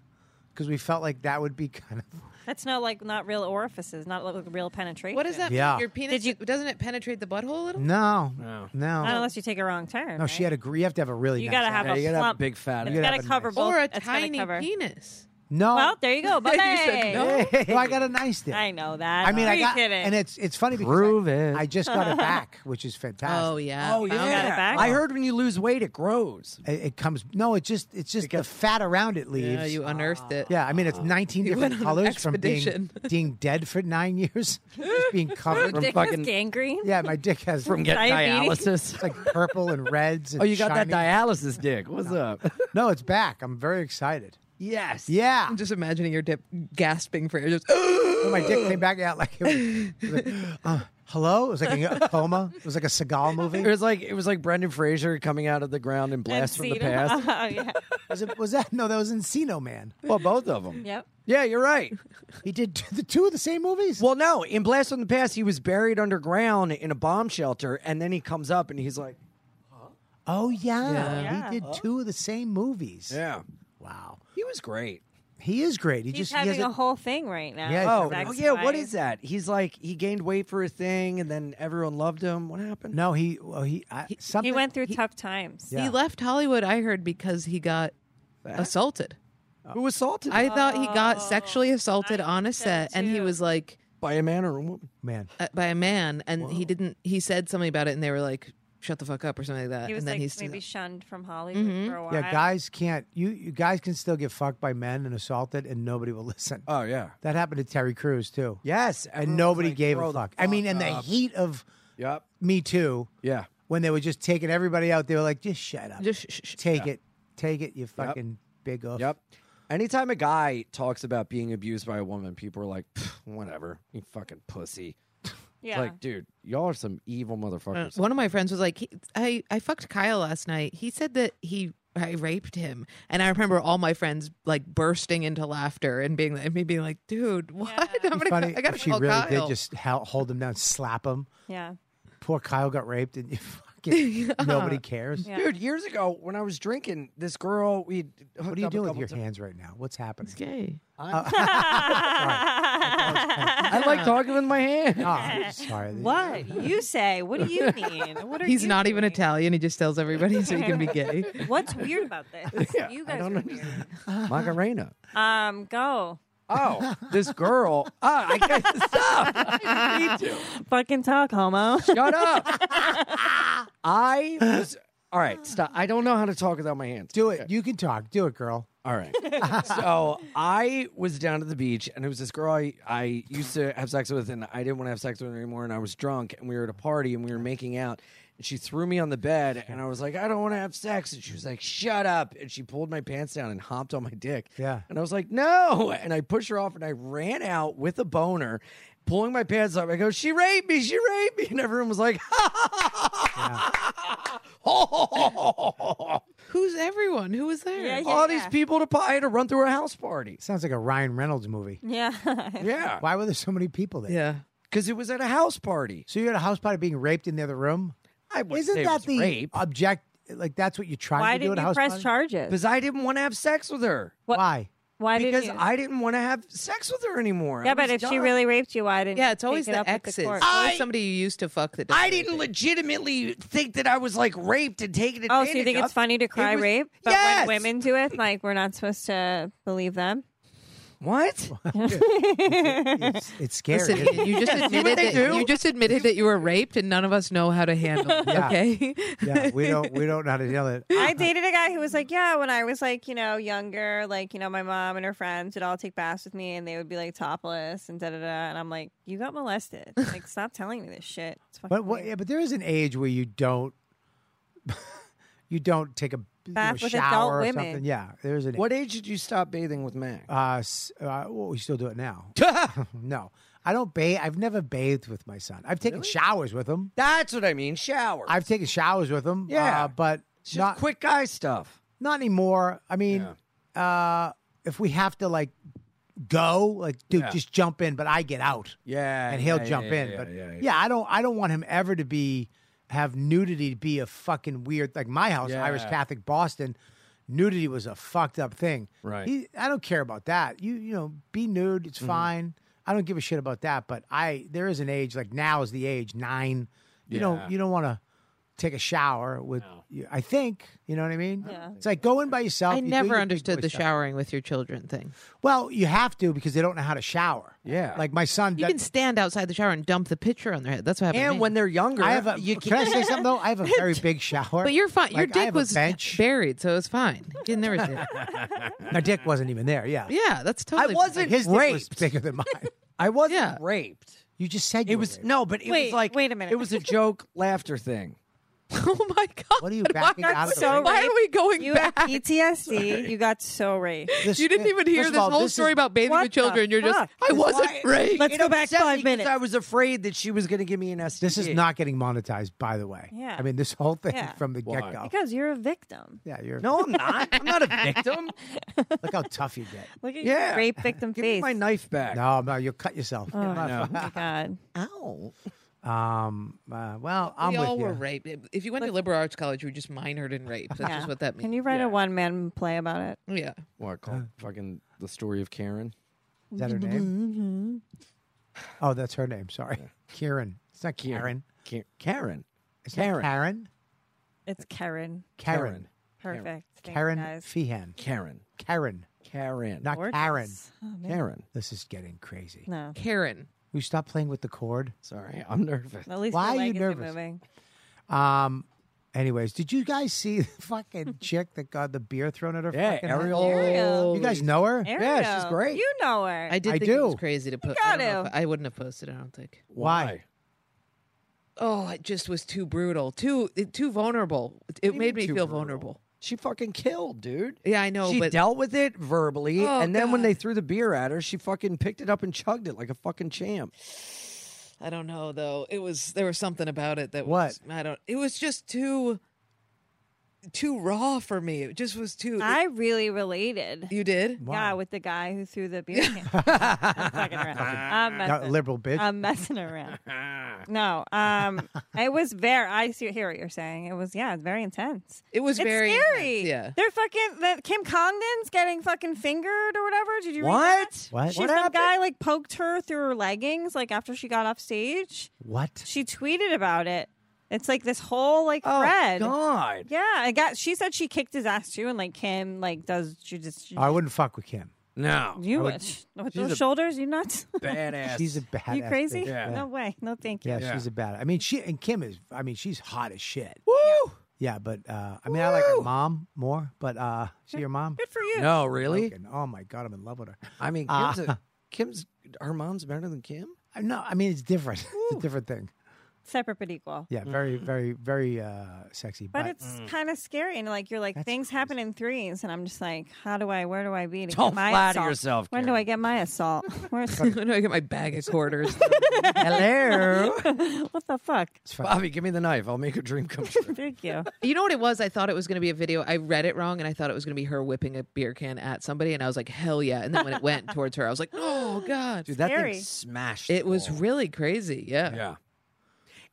S1: because we felt like that would be kind of
S6: That's no, like, not real orifices, not like real penetration.
S5: What does that?
S1: Yeah.
S5: mean? Your penis
S6: Did you-
S5: doesn't it penetrate the butthole a little?
S1: no,
S3: No.
S1: no,
S6: Not unless you take a wrong turn.
S1: no. She had a gr- you have to have a really
S6: You
S1: nice
S6: gotta
S1: ass.
S6: have
S3: Yeah,
S6: a
S3: you gotta have
S6: plump.
S3: big fat
S6: It's
S1: gotta
S6: got
S1: have
S6: to
S1: a
S6: cover
S1: nice-
S6: both.
S5: Or a
S6: It's gotta
S5: tiny
S6: cover.
S5: penis.
S1: no.
S6: Well,
S1: [laughs]
S6: there you go. Bye
S5: said no.
S1: Well, I got a nice dick.
S6: I know that.
S1: I mean,
S6: Are
S1: I
S6: you
S1: got,
S6: kidding?
S1: and it's it's funny because
S3: Prove
S1: I,
S3: it.
S1: I just
S5: [laughs]
S1: got it back, which is fantastic.
S5: Oh yeah.
S3: oh,
S5: Found
S6: got it
S3: yeah.
S6: back?
S3: I heard when you lose weight, it grows.
S1: It, it comes. No, it just it's just the fat around it
S5: it.
S1: leaves.
S5: Yeah, you unearthed it.
S1: Yeah, I mean it's 19
S5: went
S1: different
S5: on an
S1: colors from being,
S5: expedition. [laughs]
S1: being dead for nine years, just being covered.
S6: Dick
S3: fucking-
S6: was gangrene.
S1: yeah, my dick has
S3: From getting
S6: Diabetes.
S3: dialysis.
S1: it's [laughs] like purple and reds. And
S3: [laughs] oh, you got that
S1: shiny.
S3: dialysis dick. What's up?
S1: No, it's back. I'm very excited.
S3: yes.
S1: Yeah,
S5: I'm just imagining your dip gasping for air. Just
S1: When my dick came back out like it was, it was like, uh, hello. It was like a coma. It was like a Seagal movie.
S3: It was like it was like Brendan Fraser coming out of the ground and blast from the past.
S6: [laughs] Oh, yeah.
S1: Was it? Was that? No, that was Encino Man.
S3: Well, both of them.
S6: Yep.
S3: Yeah, you're right.
S1: He did t- the two of the same movies.
S3: Well, no, in Blast from the Past, he was buried underground in a bomb shelter, and then he comes up and he's like,
S1: Oh yeah.
S5: Yeah.
S1: he
S6: Yeah.
S1: did two of the same movies.
S3: Oh. "Yeah,
S1: Wow,
S3: he was great."
S1: he is great. He
S6: He's
S1: just he
S6: having
S1: has
S6: a whole thing right now.
S1: Yeah,
S3: Oh,
S1: he's
S6: Sex
S3: oh yeah, what
S6: life.
S3: is that? He's like he gained weight for a thing, and then everyone loved him. What happened?
S1: no, he well, he I, something.
S6: He went through tough times.
S1: Yeah.
S5: he left Hollywood. I heard because he got assaulted.
S3: Who assaulted him?
S5: I thought he got sexually assaulted
S6: Oh, I
S5: on a
S6: think so,
S5: set, and he
S6: too.
S5: was like
S3: by a man or a woman?
S1: man.
S5: uh, by a man, and he didn't. He said something about it, and they were like, "Shut the fuck up" or something like that.
S6: He was
S5: and then
S6: like
S5: he's
S6: maybe shunned from Hollywood for a while.
S1: Yeah, guys can't. You, you guys can still get fucked by men and assaulted, and nobody will [laughs] listen.
S3: Oh yeah,
S1: that happened to Terry Crews too.
S3: yes,
S1: and
S3: everyone was
S1: nobody
S3: like,
S1: gave
S3: "Grow
S1: a
S3: the
S1: fuck. I mean, in the
S3: up."
S1: heat of
S3: yep,
S1: Me Too,
S3: yeah,
S1: when when they were just taking everybody out. They were like, just shut up,
S5: Just sh- sh- sh-
S1: take it, take it, you fucking big oaf.
S3: [laughs] Yep. Anytime a guy talks about being abused by a woman, people are like, "Pff, whatever, you fucking pussy. It's
S6: Yeah.
S3: Like, dude, y'all are some evil
S5: Uh,
S3: motherfuckers.
S5: One of my friends was like, he, I, I fucked Kyle last night. He said that he I raped him. And I remember all my friends like bursting into laughter and being and me being like, dude, what?
S6: Yeah.
S5: [laughs] I'm
S1: It'd be
S5: gonna,
S1: funny
S5: I gotta
S1: if she
S5: call
S1: really did
S5: Kyle.
S1: just hel- hold him down, slap him.
S6: yeah.
S1: Poor Kyle got raped, and you [laughs] fucking nobody cares.
S6: Yeah.
S3: [laughs] Dude, years ago when I was drinking, this girl we
S1: What are you doing with your hands right now? What's happening?
S5: It's gay.
S3: [laughs] I like talking with my hand.
S1: Oh, I'm sorry.
S6: what you say? What do you mean? What are
S5: He's
S6: you
S5: not even
S6: doing?
S5: Italian. He just tells everybody so he can be
S6: [laughs]
S5: gay. [laughs]
S6: What's weird about this?
S3: Yeah,
S6: you
S3: I
S6: guys
S3: don't
S6: are weird.
S1: Ah,
S3: Macarena.
S6: Um, go.
S3: [laughs] Oh, this girl. Oh, I can't stop. I need to.
S6: Fucking talk, homo.
S3: [laughs] Shut up. I was. All right, stop. I don't know how to talk without my hands.
S1: Do it. You can talk. Do it, girl.
S3: All right. so I was down to the beach, and it was this girl I, I used to have sex with, and I didn't want to have sex with her anymore. And I was drunk, and we were at a party, and we were making out. And she threw me on the bed, and I was like, I don't want to have sex. And she was like, Shut up. And she pulled my pants down and hopped on my dick.
S1: Yeah.
S3: And I was like, No. And I pushed her off, and I ran out with a boner. Pulling my pants up, I go, "She raped me! She raped me!" And everyone was like, [laughs]
S5: Who's everyone? Who was there?
S6: Yeah,
S3: "All these people to pie to run through a house party."
S1: Sounds like a Ryan Reynolds movie.
S6: [laughs] Yeah.
S3: Yeah,
S1: Why were there so many people there?
S5: Yeah.
S3: because it was at a house party.
S1: So you're at a house party being raped in the other room?
S3: I wouldn't
S1: Isn't
S3: say it
S1: that
S3: was
S1: the
S3: rape
S1: object? Like that's what you're trying
S6: Why
S1: to do
S6: did
S1: at a
S6: you
S1: house
S6: press
S1: party?
S6: charges?
S3: because I didn't want to have sex with her
S6: What-
S1: Why?
S6: Why did
S3: because
S6: you?
S3: I didn't want to have sex with her anymore. I
S6: yeah, but
S3: was
S6: if she
S3: done.
S6: really raped you, why didn't?
S5: Yeah,
S6: you
S5: it's always
S6: take it
S5: the
S6: up with
S5: exes. Ah,
S6: court?
S5: It's always
S3: I-
S5: somebody you used to fuck that. does
S3: I
S5: rape
S3: didn't
S5: you.
S3: legitimately think that I was like raped and taken
S6: Oh,
S3: advantage.
S6: so you think
S3: of.
S6: it's funny to cry
S3: was-
S6: rape? But
S3: Yes!
S6: when women do it, like we're not supposed to believe them.
S1: [laughs]
S3: What?
S1: It's, it's scary.
S5: Listen,
S1: isn't it? [laughs]
S5: you just admitted
S3: they
S5: that
S3: do?
S5: you just admitted that you were raped, and none of us know how to handle. it,
S1: Yeah.
S5: Okay,
S1: yeah, we don't we don't know how to deal with it.
S6: I dated a guy who was like, yeah, when I was like, you know, younger, like, you know, my mom and her friends would all take baths with me and they would be like topless and da da da. And I'm like, you got
S5: [laughs]
S6: molested. Like, stop telling me this shit. It's fucking
S1: But what,
S6: weird.
S1: yeah, but there is an age where you don't [laughs] you don't take a you know,
S6: Bath with
S1: shower
S6: adult
S1: or
S6: women.
S1: something. Yeah, there's an
S3: What age did you stop bathing with Mac?
S1: Uh, s- uh, well, we still do it now. [laughs] no, I don't bathe. I've never bathed with my son. I've taken showers with him.
S3: That's what I mean. Shower.
S1: I've taken showers with him.
S3: Yeah.
S1: uh, but
S3: It's just
S1: not
S3: quick guy stuff.
S1: not anymore. I mean, uh, if we have to like go, like dude,
S3: Yeah.
S1: just jump in. But I get out.
S3: Yeah,
S1: and he'll
S3: yeah,
S1: jump
S3: yeah,
S1: in.
S3: yeah,
S1: but yeah,
S3: yeah, yeah.
S1: I don't I don't want him ever to be have nudity be a fucking weird like my house, Irish
S3: Yeah.
S1: Catholic Boston, nudity was a fucked up thing.
S3: Right. Mm-hmm.
S1: He, I don't care about that. You you know, be nude, it's fine. I don't give a shit about that. But I there is an age, like now is the age, nine. You
S3: Yeah.
S1: don't you don't wanna take a shower with you I think. You know what I mean?
S6: Yeah.
S1: It's like go in by yourself.
S5: I
S1: you do
S5: never
S1: your big
S5: understood
S1: boy
S5: the
S1: stuff.
S5: showering with your children thing.
S1: Well, you have to because they don't know how to shower.
S3: Yeah.
S1: Like my son
S5: You
S1: does-
S5: can stand outside the shower and dump the pitcher on their head. That's what happened. to
S3: And
S5: me.
S3: when they're younger,
S1: I have a.
S3: you
S1: can I say something though? I have a
S5: [laughs]
S1: very big shower.
S5: but you're fine. Your
S1: Like, I
S5: dick
S1: have a
S5: was
S1: bench.
S5: buried, so it
S1: [laughs]
S5: was fine. You never did.
S1: My dick wasn't even there. Yeah,
S5: yeah, that's
S3: I
S5: totally.
S1: Like,
S3: wasn't
S1: his dick was
S3: raped.
S1: bigger than mine.
S3: I wasn't
S5: Yeah.
S3: raped.
S1: You just said you
S3: It
S1: were
S3: was
S1: raped.
S3: no, but it was
S6: Wait,
S3: like
S6: wait a minute.
S3: It was a joke, laughter thing.
S5: Oh [laughs] my god!
S1: [laughs] What are you
S5: Why-
S1: backing out of the
S6: so
S1: rape?
S5: Why are we going
S6: you have
S5: back?
S6: PTSD. You got so raped.
S1: This-
S5: You didn't even hear
S1: first of
S5: this
S1: all,
S5: whole
S1: this is-
S5: story about bathing
S6: What
S5: with children.
S6: the
S5: You're just,
S6: fuck?
S5: I wasn't
S3: Why-
S5: raped.
S6: Let's
S3: It
S6: go back
S3: upset me
S6: five
S3: 'cause
S6: minutes.
S3: I was afraid that she was going to give me an STD.
S1: This is not getting monetized, by the way.
S6: Yeah.
S1: I mean, this whole thing
S6: Yeah.
S1: from the
S3: Why?
S1: get go.
S6: Because you're a victim.
S1: Yeah, you're.
S3: No, I'm not. I'm [laughs] not a victim.
S1: Look how tough you
S5: [laughs]
S1: get.
S6: Look at
S3: Yeah.
S6: your rape victim
S3: Give me
S6: face.
S3: my knife back.
S1: No, no, you'll cut yourself.
S6: oh my god.
S3: Ow.
S1: Um. uh, well, I'm
S5: we
S1: with
S5: all
S1: you.
S5: were raped. If you went to liberal arts college, you just minored in rape. That's just what that means.
S6: Can you write
S3: Yeah.
S6: a one man play about it?
S5: yeah.
S3: What called fucking the story of Karen?
S1: Is that her name?
S5: Mm-hmm.
S1: Oh, that's her name. Sorry, Kieran. It's not Karen.
S3: Ki- Karen.
S1: It's
S3: Karen.
S1: not Karen.
S6: It's Karen.
S1: Karen.
S6: Perfect. Thank you,
S1: Karen.
S6: guys.
S1: Feehan.
S3: Karen.
S1: Karen.
S3: Karen.
S1: Not
S6: Gorgeous.
S1: Karen.
S6: Oh, man.
S3: Karen.
S1: This is getting crazy.
S6: No.
S5: Karen.
S1: Will you stop playing with the cord?
S3: Sorry, I'm nervous.
S6: At least
S1: Why
S6: your
S1: are you
S6: leg isn't
S1: nervous?
S6: moving.
S1: Um. Anyways, did you guys see [laughs] the
S6: [laughs]
S1: fucking chick that got the beer thrown at her?
S3: Yeah,
S1: fucking head?
S3: Ariel.
S6: Ariel.
S1: You guys know her?
S6: Ariel,
S3: Yeah, she's great.
S6: You know her.
S5: I did
S1: I
S5: think it was
S1: do.
S5: crazy to put.
S6: got
S5: I, don't know
S6: him.
S5: if- I wouldn't have posted. I don't think.
S1: Why?
S5: oh, it just was too brutal, too too vulnerable.
S3: you
S5: It made
S3: mean
S5: me
S3: too
S5: feel
S3: brutal?
S5: vulnerable.
S3: She fucking killed, dude.
S5: Yeah, I know,
S3: she
S5: but
S3: dealt with it verbally,
S5: Oh,
S3: and then when
S5: God.
S3: they threw the beer at her, she fucking picked it up and chugged it like a fucking champ.
S5: I don't know though. It was there was something about it that
S1: What?
S5: was I don't. It was just too too raw for me. It just was too.
S6: I really related.
S5: you did?
S6: Yeah,
S1: Wow.
S6: with the guy who threw the beer can. I'm fucking around. I'm
S1: Not a
S6: messing,
S1: liberal bitch.
S6: I'm messing around. No, um, it was very. I see, hear what you're saying. It was yeah, very intense.
S5: It was
S6: It's
S5: very
S6: scary.
S3: [laughs]
S5: intense, yeah.
S6: they're fucking. That Kim Congdon's getting fucking fingered or whatever. Did you read that?
S3: What?
S1: what?
S6: She, some guy like poked her through her leggings, like after she got off stage.
S1: What?
S6: She tweeted about it. It's like this whole like
S3: Oh
S6: thread.
S3: God!
S6: Yeah, I got. She said she kicked his ass too, and like Kim, like does she just?
S1: Oh, I wouldn't fuck with Kim.
S3: No,
S6: you
S1: I would-
S6: wish with
S3: she's
S6: those
S3: a-
S6: shoulders, you [laughs] nuts?
S3: badass.
S1: She's a bad.
S6: you crazy?
S3: Yeah.
S6: No way. No, thank you.
S1: Yeah,
S3: Yeah.
S1: she's a bad. I mean, she and Kim is. I mean, she's hot as shit.
S3: woo.
S1: Yeah, but uh, I mean, I like her
S3: Woo!
S1: mom more. But uh,
S6: [laughs]
S1: she your mom?
S6: Good for you.
S3: No, really?
S1: Fucking- Oh my god, I'm in love with her.
S3: I mean,
S1: Ah.
S3: Kim's, a, Kim's her mom's better than Kim.
S1: I- No, I mean it's different. [laughs] it's a different thing.
S6: Separate but equal.
S1: Yeah, very, very, very uh, sexy. But,
S6: Mm. But it's
S3: Mm.
S6: kind of scary, and like you're like things happen in threes, and I'm just like, how do I? Where do I be to
S3: Don't
S6: get my
S3: flatter
S6: assault?
S3: yourself,
S6: When do
S3: Karen.
S6: I get
S1: [laughs]
S6: my assault? Where's
S5: I know I got my bag of quarters.
S3: [laughs] Hello,
S6: [laughs] what the fuck?
S1: it's fun.
S3: Bobby. Give me the knife. I'll make a dream come
S6: [laughs]
S3: true.
S6: Thank you.
S5: [laughs]
S6: Oh
S5: you know what it was? I thought it was going to be a video. I read it wrong, and I thought it was going to be her whipping a beer can at somebody, and I was like, hell yeah! And then when
S3: [laughs]
S5: it went towards her, I was like,
S3: [gasps]
S5: oh god,
S3: Dude, that
S6: Scary.
S3: thing smashed.
S5: it was
S3: real.
S5: really crazy. Yeah.
S3: Oh. yeah.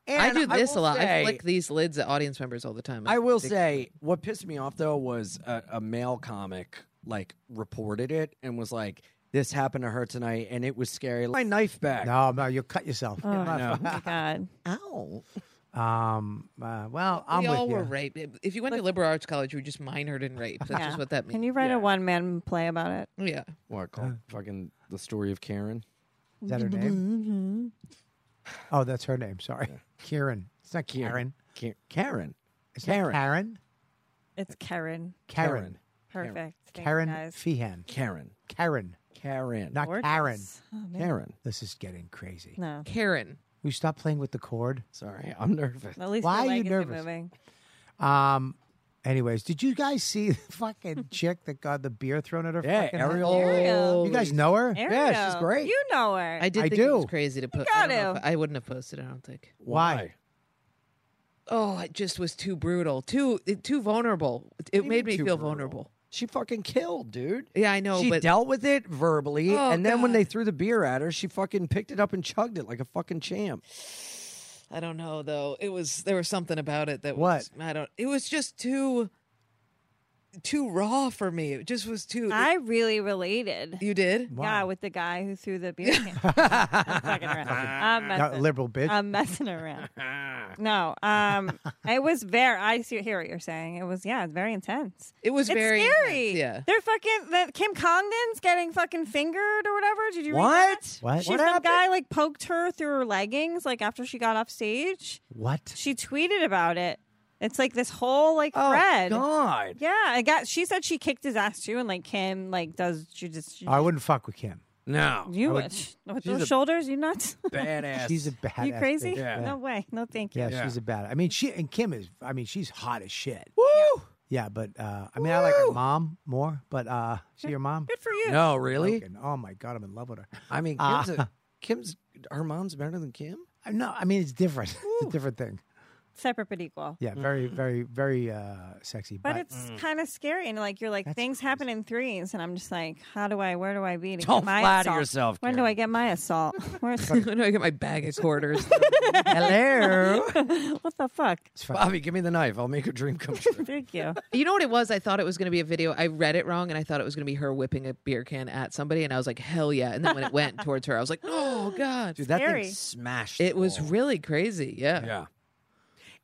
S5: I
S3: And
S5: do this a
S3: will
S5: lot. I
S3: say-
S5: flick these lids at audience members all the time.
S3: I
S5: It's
S3: will
S5: ridiculous.
S3: say what pissed me off though was a, a male comic like reported it and was like, "This happened to her tonight, and it was scary." Like, My knife back.
S1: No, no, you'll cut yourself.
S6: Oh
S3: know.
S1: [laughs]
S6: my god.
S3: Ow.
S1: Um. Uh, well, I'm
S5: we
S1: with
S5: all
S1: you.
S5: were raped. If you went to liberal arts college, you were just minored in rape. That's
S6: Yeah.
S5: just what that means.
S6: Can you write
S3: Yeah.
S6: a one man play about it?
S5: Yeah.
S3: What called fucking the story of Karen?
S1: Is that her name?
S6: Mm-hmm.
S1: oh, that's her name. Sorry, Kieran. It's not Karen.
S3: Ka- Karen.
S1: It's not
S3: Karen.
S1: Karen.
S6: It's Karen.
S1: Karen.
S6: Perfect. Thanks,
S1: Karen.
S6: guys.
S1: Feehan.
S3: Karen.
S1: Karen.
S3: Karen.
S1: Not
S6: Gorgeous.
S1: Karen.
S6: Oh, man.
S3: Karen.
S1: This is getting crazy.
S6: No.
S5: Karen.
S1: Will you stop playing with the cord?
S3: Sorry, I'm nervous.
S6: At least
S1: Why
S6: your
S1: are you
S6: leg isn't
S1: nervous?
S6: moving.
S1: Um. Anyways, did you guys see the [laughs]
S6: [laughs]
S1: fucking chick that got the beer thrown at her?
S3: Yeah,
S1: fucking head?
S3: Ariel. Oh,
S6: Ariel.
S1: You guys know her?
S6: Ariel,
S3: Yeah, she's great.
S6: You know her.
S5: I did
S1: I
S5: think it was
S1: do.
S5: crazy to put. I,
S6: got
S5: don't know
S6: to.
S5: if- I wouldn't have posted. I don't think.
S1: Why?
S5: Oh, it just was too brutal. Too it, too vulnerable. It- It
S3: What do you
S5: made me
S3: mean too
S5: feel
S3: brutal?
S5: vulnerable.
S3: She fucking killed, dude.
S5: Yeah, I know.
S3: she
S5: but
S3: dealt with it verbally,
S5: Oh,
S3: and then when
S5: God.
S3: they threw the beer at her, she fucking picked it up and chugged it like a fucking champ.
S5: I don't know though. It was there was something about it that
S1: What?
S5: was I don't. It was just too too raw for me. It just was too.
S6: I really related.
S5: you did.
S6: Yeah,
S1: Wow.
S6: with the guy who threw the beer can. I'm fucking around. I'm
S1: Not
S6: messing,
S1: liberal bitch.
S6: I'm messing around. No, um, it was very. I see, hear what you're saying. It was yeah, very intense.
S5: It was
S6: It's
S5: very
S6: scary.
S5: intense, Yeah. [laughs]
S6: they're fucking. That Kim Congdon's getting fucking fingered or whatever. Did you read that?
S3: What?
S1: What?
S6: She, some guy like poked her through her leggings, like after she got off stage.
S1: what?
S6: She tweeted about it. It's like this whole like
S3: Oh [laughs]
S6: thread.
S3: God.
S6: Yeah, I got. She said she kicked his ass too, and like Kim, like does she just?
S1: Oh, I wouldn't fuck with Kim.
S3: No.
S6: you
S1: I would-
S6: wish with
S3: She's
S6: those
S3: a-
S6: shoulders, you nuts? [laughs]
S3: Badass.
S1: She's a badass.
S6: you crazy?
S1: bitch.
S3: Yeah.
S6: No way. No, thank you.
S1: Yeah,
S3: Yeah.
S1: she's a bad. I mean, she and Kim is. I mean, she's hot as shit.
S3: Woo.
S1: Yeah, but uh, I mean, I like her
S3: Woo!
S1: mom more. But uh, she your mom?
S6: Good for you.
S3: No, really?
S1: Fucking- Oh my god, I'm in love with her.
S3: I mean,
S1: Ah.
S3: Kim's, a, Kim's her mom's better than Kim.
S1: I- No, I mean it's different. [laughs] it's a different thing.
S6: Separate but equal.
S1: Yeah, very, very, very uh, sexy.
S6: But
S3: Mm.
S6: it's kind of scary, and like you're like
S1: That's
S6: things happen in threes, and I'm just like, how do I? Where do I be to
S3: Don't
S6: get my
S3: flatter
S6: assault?
S3: yourself,
S6: When do
S3: Karen.
S6: I get my assault? [laughs] Where's
S5: I know I got my bag of quarters.
S3: [laughs] Hello.
S6: what the fuck?
S1: it's fun.
S3: Bobby, give me the knife. I'll make a dream [laughs] come true.
S6: Thank you.
S5: You know what it was? I thought it was going to be a video. I read it wrong, and I thought it was going to be her whipping a beer can at somebody, and I was like, "Hell yeah!" And then when
S6: [laughs]
S5: it went towards her, I was like, "Oh god!"
S3: Dude, that
S6: Scary.
S3: thing smashed.
S5: it was
S3: the wall.
S5: really crazy. Yeah,
S3: Yeah.
S5: I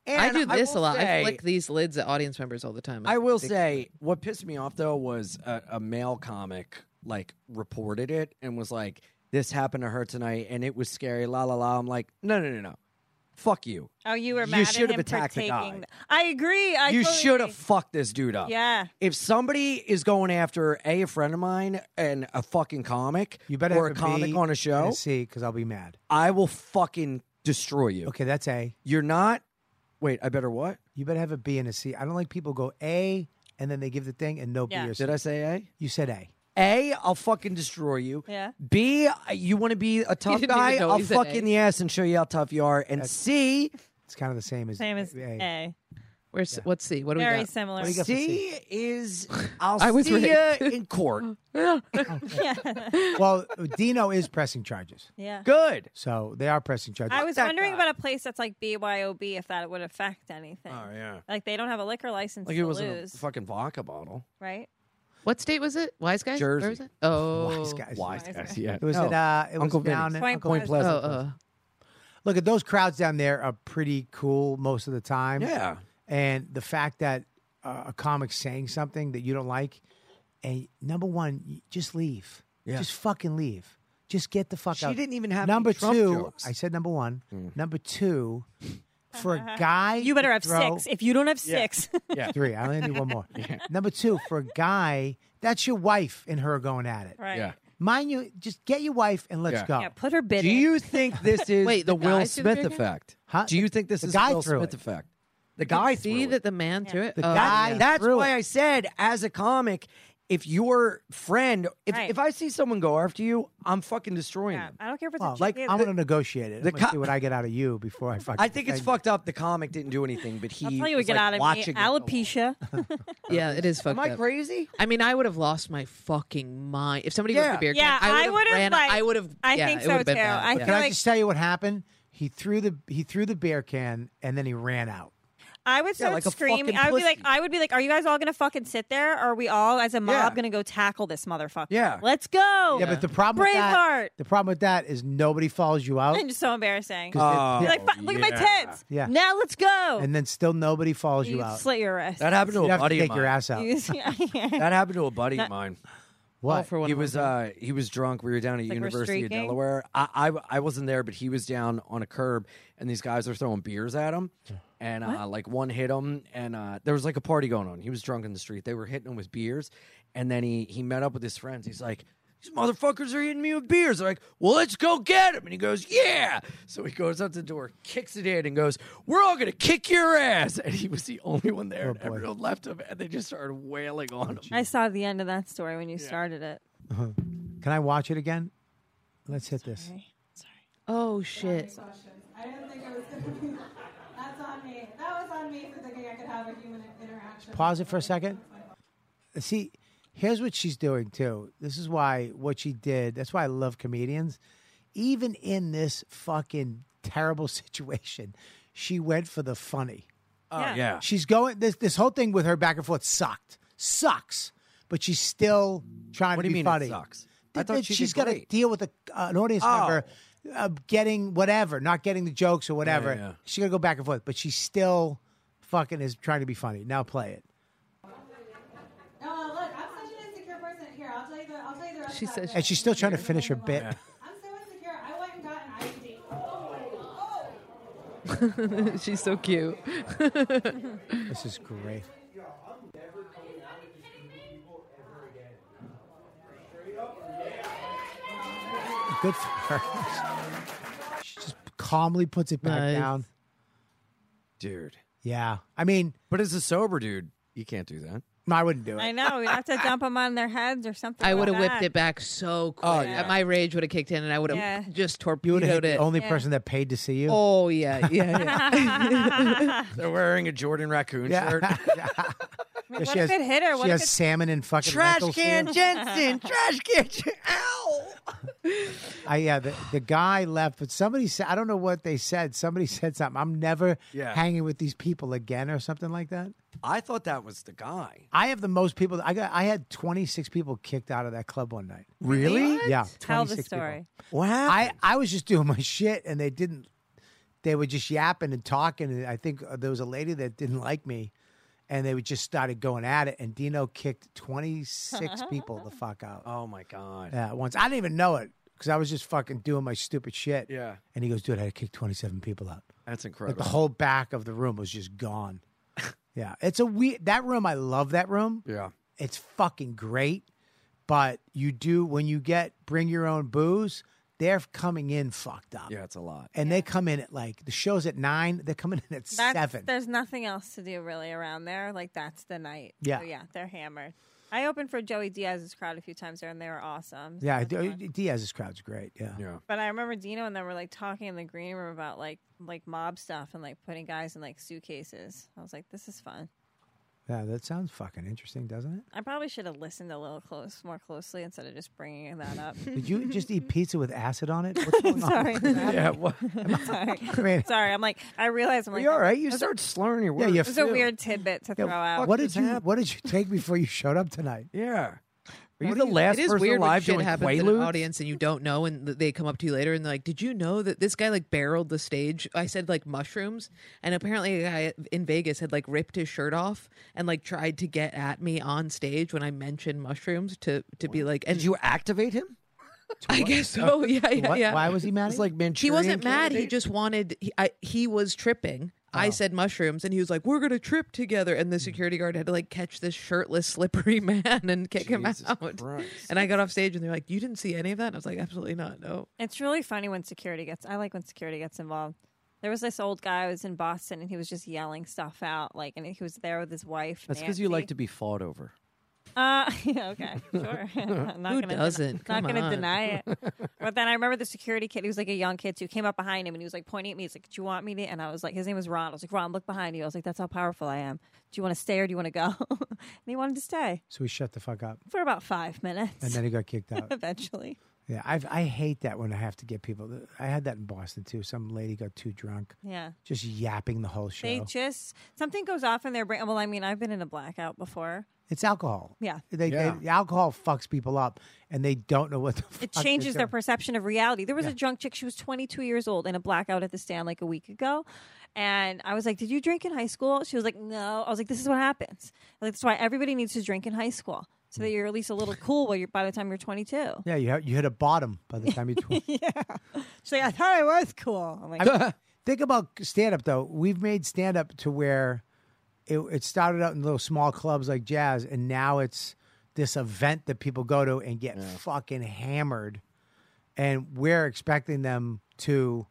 S3: And
S5: do this a
S3: will
S5: lot. I
S3: say-
S5: flick these lids at audience members all the time.
S3: I
S5: It's
S3: will
S5: ridiculous.
S3: say what pissed me off though was a, a male comic like reported it and was like, "This happened to her tonight, and it was scary." La la la. I'm like, no, no, no, no. Fuck you.
S6: Oh, you were
S3: You
S6: mad at
S3: should have
S6: him for
S3: attacked the
S6: taking.
S3: guy.
S6: the- I agree. I
S3: you
S6: totally
S3: should have
S6: agree.
S3: fucked this dude up.
S6: Yeah.
S3: If somebody is going after a a friend of mine and a fucking comic,
S1: You better
S3: or a
S1: have
S3: comic
S1: B
S3: on a
S1: and
S3: show,
S1: See, because I'll be mad.
S3: I will fucking destroy you.
S1: Okay, that's A.
S3: You're not. Wait, I better what?
S1: You better have a B and a C. I don't like people go A and then they give the thing and no B
S6: Yeah.
S1: or C.
S3: Did I say
S1: you said A.
S3: A? A, I'll fucking destroy you.
S6: Yeah.
S3: B, you want to be a tough
S5: didn't even
S3: guy?
S5: know
S3: I'll
S5: he said
S3: fuck
S5: A.
S3: you in the ass and show you how tough you are. And C,
S1: It's kind of the same as
S6: Same as A.
S5: Where's what's C? What do we
S6: Very
S5: got?
S6: similar.
S1: What do you got? for
S3: C is I'll
S5: I was
S3: see
S5: right.
S3: you in court.
S6: [laughs] yeah.
S1: Well, Dino is pressing charges,
S6: yeah.
S3: Good.
S1: so they are pressing charges.
S6: I was
S3: that
S6: wondering
S3: guy.
S6: about a place that's like BYOB if that would affect anything.
S3: yeah.
S6: Like they don't have a liquor license
S3: Like it
S6: to
S3: wasn't
S6: lose,
S3: a fucking vodka bottle.
S6: right?
S5: What state was it? Wise guys?
S3: Jersey.
S5: Where was it? Oh,
S1: Wise guys.
S3: Wise
S6: Wise
S3: guys.
S6: guys.
S3: Yeah.
S1: It was
S3: No.
S1: at, uh, it was
S3: Oh, Uncle
S1: down
S3: Vinny's.
S1: at
S6: Point
S1: Uncle
S6: Pleasant.
S5: Oh,
S3: Pleasant.
S5: uh,
S1: Look at those crowds down there are pretty cool most of the time.
S3: yeah.
S1: And the fact that uh, a comic's saying something that you don't like, and number one, y- just leave.
S3: Yeah.
S1: Just fucking leave. Just get the fuck
S3: She
S1: out.
S3: didn't even have any
S1: number
S3: Trump
S1: two.
S3: jokes. Hmm.
S1: I said number one. Number two, for
S6: [laughs]
S1: a guy,
S6: You better
S1: to
S6: have
S1: throw-
S6: six. [laughs] If you don't have
S3: Yeah.
S6: six,
S1: Three. I only need one
S3: [laughs]
S1: more. Number two, for a guy, that's your wife and her going at it.
S6: right?
S3: Yeah.
S1: Mind you, just get your wife and let's
S3: Yeah.
S1: go.
S6: Yeah, Put her bid
S3: Do
S6: in.
S3: you think this is
S5: Wait,
S3: the,
S5: the
S3: Will
S5: guy threw the
S3: Smith
S5: drinker?
S3: effect?
S1: Huh?
S3: Do you think this
S1: The
S3: is
S1: guy
S3: Will
S1: threw
S3: Smith
S1: it.
S3: effect? The guy threw
S5: see
S3: it.
S5: that the man threw it.
S1: The
S5: Oh,
S1: guy
S5: yeah.
S3: That's
S1: threw
S3: why
S1: it.
S3: I said, as a comic, if your friend, if,
S6: Right.
S3: if I see someone go after you, I'm fucking destroying
S6: Yeah,
S3: them.
S6: I don't care if it's
S1: Well,
S6: a
S1: Oh, like
S6: like
S1: I'm gonna negotiate it.
S3: the
S1: I'm gonna
S3: co-
S1: see what I get out of you before I fucking.
S3: I think it's
S1: defend
S3: fucked up. The comic didn't do anything, but he
S6: I'll tell you what,
S3: was
S6: get
S3: like
S6: out of me.
S3: watching. it.
S6: Alopecia.
S5: yeah, it is fucked
S3: Am I
S5: up.
S3: crazy?
S5: I mean, I would have lost my fucking mind if somebody
S3: Yeah.
S5: ripped a beer can.
S6: Yeah, I
S5: I would
S6: would've,
S5: have ran.
S6: like-
S5: I would have.
S6: I
S5: yeah,
S6: think
S5: it
S6: so,
S5: would've been
S6: too.
S5: bad.
S6: I
S5: Yeah.
S1: you. Can I
S6: like-
S1: just tell you what happened? He threw the he threw the beer can and then he ran out.
S6: I would
S3: Yeah,
S6: start
S3: like a
S6: screaming.
S3: fucking
S6: I would be like,
S3: pussy.
S6: I would be like, are you guys all gonna fucking sit there? Or are we all as a mob
S3: Yeah.
S6: gonna go tackle this motherfucker?
S3: Yeah.
S6: Let's go.
S1: Yeah, but the problem with that,
S6: Braveheart.
S1: the problem with that is nobody follows you out,
S6: And just so embarrassing.
S1: 'Cause
S3: Oh,
S1: they-
S6: You're like, "Fuck, look at my
S3: yeah.
S6: tits.
S1: Yeah.
S6: Now let's go.
S1: and then still nobody follows you,
S6: you
S1: out.
S6: slit your wrist.
S3: That happened to
S1: You
S3: a
S1: have to
S3: buddy
S1: take
S3: of
S1: your
S3: mine.
S1: ass out.
S6: [laughs] You see-
S3: That happened to a buddy of mine.
S5: All
S1: what?
S5: Oh, for one
S3: he
S5: of
S3: was
S5: them.
S3: uh he was drunk. We were down at
S6: Like we're
S3: University of
S6: streaking?
S3: Delaware. I, I I wasn't there, but he was down on a curb, and these guys were throwing beers at him, and uh, like one hit him, and uh, there was like a party going on. He was drunk in the street. They were hitting him with beers, and then he he met up with his friends. He's like. These motherfuckers are hitting me with beers. They're like, well, let's go get him. And he goes, yeah. So he goes out the door, kicks it in, and goes, we're all going to kick your ass. And he was the only one there. and
S1: boy.
S3: everyone left him, and they just started wailing on him.
S6: I saw the end of that story when you started it.
S1: Can I watch it again? Let's hit this.
S5: Oh shit!
S7: I didn't think it was going to be. That's on me. That was on me for thinking I could have a human interaction.
S1: Pause it for a second. See, here's what she's doing too. This is why what she did. That's why I love comedians. Even in this fucking terrible [laughs] situation, she went for the funny.
S3: Oh,
S6: Yeah.
S3: yeah.
S1: She's going this this whole thing with her back and forth sucked. Sucks. But she's still trying
S3: What
S1: to
S3: do you
S1: be
S3: mean it
S1: funny.
S3: sucks? I
S1: Th-
S3: thought
S1: th-
S3: she
S1: she's
S3: did
S1: got to
S3: great. Oh.
S1: deal with a, uh, an audience member uh, getting whatever, not getting the jokes or whatever.
S3: yeah.
S1: She's gonna go back and forth, but she still fucking is trying to be funny. Now play it.
S7: No, look, I'm such an insecure person. Here, I'll tell you the. I'll tell you the rest.
S5: She
S7: of
S5: said
S7: that
S1: And she's still trying to finish her bit.
S7: I'm so insecure. I went and got an IUD. Oh.
S5: She's so cute.
S1: This is great. Good for her. [laughs] She just calmly puts it back
S5: Nice.
S1: down.
S3: Dude.
S1: Yeah. I mean,
S3: But as a sober dude, you can't do that.
S1: no, I wouldn't do it.
S6: I know. We'd have to dump them on their heads or something.
S5: I
S6: like
S5: would have whipped
S6: that.
S5: it back so quick.
S3: Oh, yeah.
S5: My rage would have kicked in, and I would have
S6: Yeah.
S5: just
S1: You would have
S5: torpedoed
S1: hit the
S5: it.
S1: only person that paid to see you.
S5: oh yeah, yeah,
S3: [laughs]
S5: yeah.
S3: [laughs] They're wearing a Jordan
S1: [laughs]
S3: Raccoon
S1: Yeah.
S3: [laughs] shirt.
S1: Yeah,
S6: What
S1: she has,
S6: if it hit her? What
S1: she
S6: if
S1: has
S6: it
S1: salmon and fucking
S3: Trash
S1: lentils
S3: can
S1: too.
S3: Jensen. Trash can. Jen- Ow.
S1: I, yeah, the, the guy left, but somebody said, I don't know what they said. Somebody said something. I'm never
S3: Yeah.
S1: hanging with these people again or something like that.
S3: I thought that was the guy.
S1: I have the most people. I got. I had 26 people kicked out of that club one night.
S3: Really?
S1: Yeah,
S6: tell the
S1: 26 people.
S6: story?
S3: What
S1: I
S3: happened?
S1: I was just doing my shit, and they didn't. They were just yapping and talking, and I think uh, there was a lady that didn't like me, and they would just started going at it. And Dino kicked 26 people the fuck out.
S3: oh my god.
S1: Yeah, once I didn't even know it because I was just fucking doing my stupid shit.
S3: Yeah.
S1: And he goes, dude, I had to kick 27 people out.
S3: That's
S1: Like
S3: incredible.
S1: the whole back of the room was just gone. yeah, it's a weird that room. I love that room.
S3: yeah.
S1: It's fucking great. But you do when you get bring your own booze, They're coming in fucked up.
S3: Yeah, it's a lot.
S1: And they come in at like the show's at nine. They're coming in at
S6: [laughs] That's,
S1: seven.
S6: There's nothing else to do really around there. Like that's the night.
S1: Yeah.
S6: So, yeah, they're hammered. I opened for Joey Diaz's crowd a few times there, and they were awesome. So
S1: Yeah,
S6: that's
S1: D-
S6: fun.
S1: Diaz's crowd's great. Yeah.
S3: Yeah.
S6: But I remember Dino and them were like talking in the green room about like like mob stuff and like putting guys in like suitcases. I was like, this is fun.
S1: Yeah, that sounds fucking interesting, doesn't
S6: I probably should have listened a little close more closely instead of just bringing that up. [laughs]
S1: it? Did you just eat pizza with acid on it? What's going
S6: sorry,
S1: on?
S3: Yeah. What?
S6: sorry,
S1: [laughs] I mean,
S6: sorry. I'm like, I realized I'm like,
S3: You're all right. You
S6: That's
S3: start slurring your
S1: Yeah,
S3: words.
S1: you
S6: It was a
S1: Ew.
S6: weird tidbit to
S1: yeah,
S6: [laughs] throw out.
S1: what
S3: Fuck
S1: did
S3: just
S1: you
S3: happened.
S1: What did you take before you showed up
S3: [laughs]
S1: tonight?
S3: yeah. Are you
S1: What
S3: the
S1: do you-
S3: last
S5: It is
S3: person
S5: weird when
S3: alive
S5: shit
S3: doing
S5: happens in
S3: Quaaludes?
S5: an audience and you don't know, and th- they come up to you later and they're like, "Did you know that this guy like barreled the stage?" I said like mushrooms, and apparently a guy in Vegas had like ripped his shirt off and like tried to get at me on stage when I mentioned mushrooms to to be like, and
S3: Did you activate [laughs] him?
S5: I
S3: [laughs]
S5: guess so, yeah, yeah,
S1: What-
S5: yeah.
S1: Why was he mad?
S3: It's
S1: at you?
S3: like Manchurian.
S5: he wasn't mad. He
S3: Candidate?
S5: just wanted. He, I, he was tripping.
S3: Oh.
S5: I said mushrooms, and he was like, "We're gonna trip together." And
S3: Hmm.
S5: the security guard had to like catch this shirtless, slippery [laughs] man and kick him
S3: Jesus
S5: out.
S3: Christ.
S5: And I got off stage, and they're like, "You didn't see any of that?" And I was like, "Absolutely not. No."
S6: It's really funny when security gets. I like when security gets involved. There was this old guy who was in Boston, and he was just yelling stuff out, like, and he was there with his wife.
S3: That's because you like
S6: Nancy.
S3: to be fought over.
S6: Uh, [laughs] yeah, okay, sure. [laughs] I'm not
S5: Who
S6: gonna Deny,
S5: doesn't? Come
S6: not going to
S5: on.
S6: deny it. But then I remember the security kid. He was like a young kid too. Came up behind him and he was like pointing at me. He's like, "Do you want me to?" And I was like, "His name was Ron." I was like, "Ron, look behind you." I was like, "That's how powerful I am. Do you want to stay or do you want to go?" [laughs] and he wanted to stay
S1: so he shut the fuck up,
S6: for about five minutes.
S1: and then he got kicked out.
S6: [laughs] eventually,
S1: yeah, I I hate that when I have to get people. to- I had that in Boston too. Some lady got too drunk,
S6: yeah.
S1: just yapping the whole show.
S6: They just something goes off in their brain. Well, I mean, I've been in a blackout before.
S1: it's alcohol.
S6: Yeah.
S1: They,
S3: Yeah.
S1: They, the alcohol fucks people up, and they don't know what the.
S6: It
S1: fuck
S6: changes
S1: they're
S6: their
S1: doing.
S6: perception of reality. There was a drunk chick. She was 22 years old in a blackout at the stand like a week ago. And I was like, Did you drink in high school? She was like, No. I was like, This is what happens. Like, that's why everybody needs to drink in high school so that you're at least a little cool while you're, by the time you're 22.
S1: Yeah, you ha- you hit a bottom by the time you.
S6: [laughs]
S1: Tw-
S6: She's like, I thought I was cool. I'm like,
S1: Think about stand up though. We've made stand up to where it, it started out in little small clubs like jazz, and now it's this event that people go to and get fucking hammered, and we're expecting them to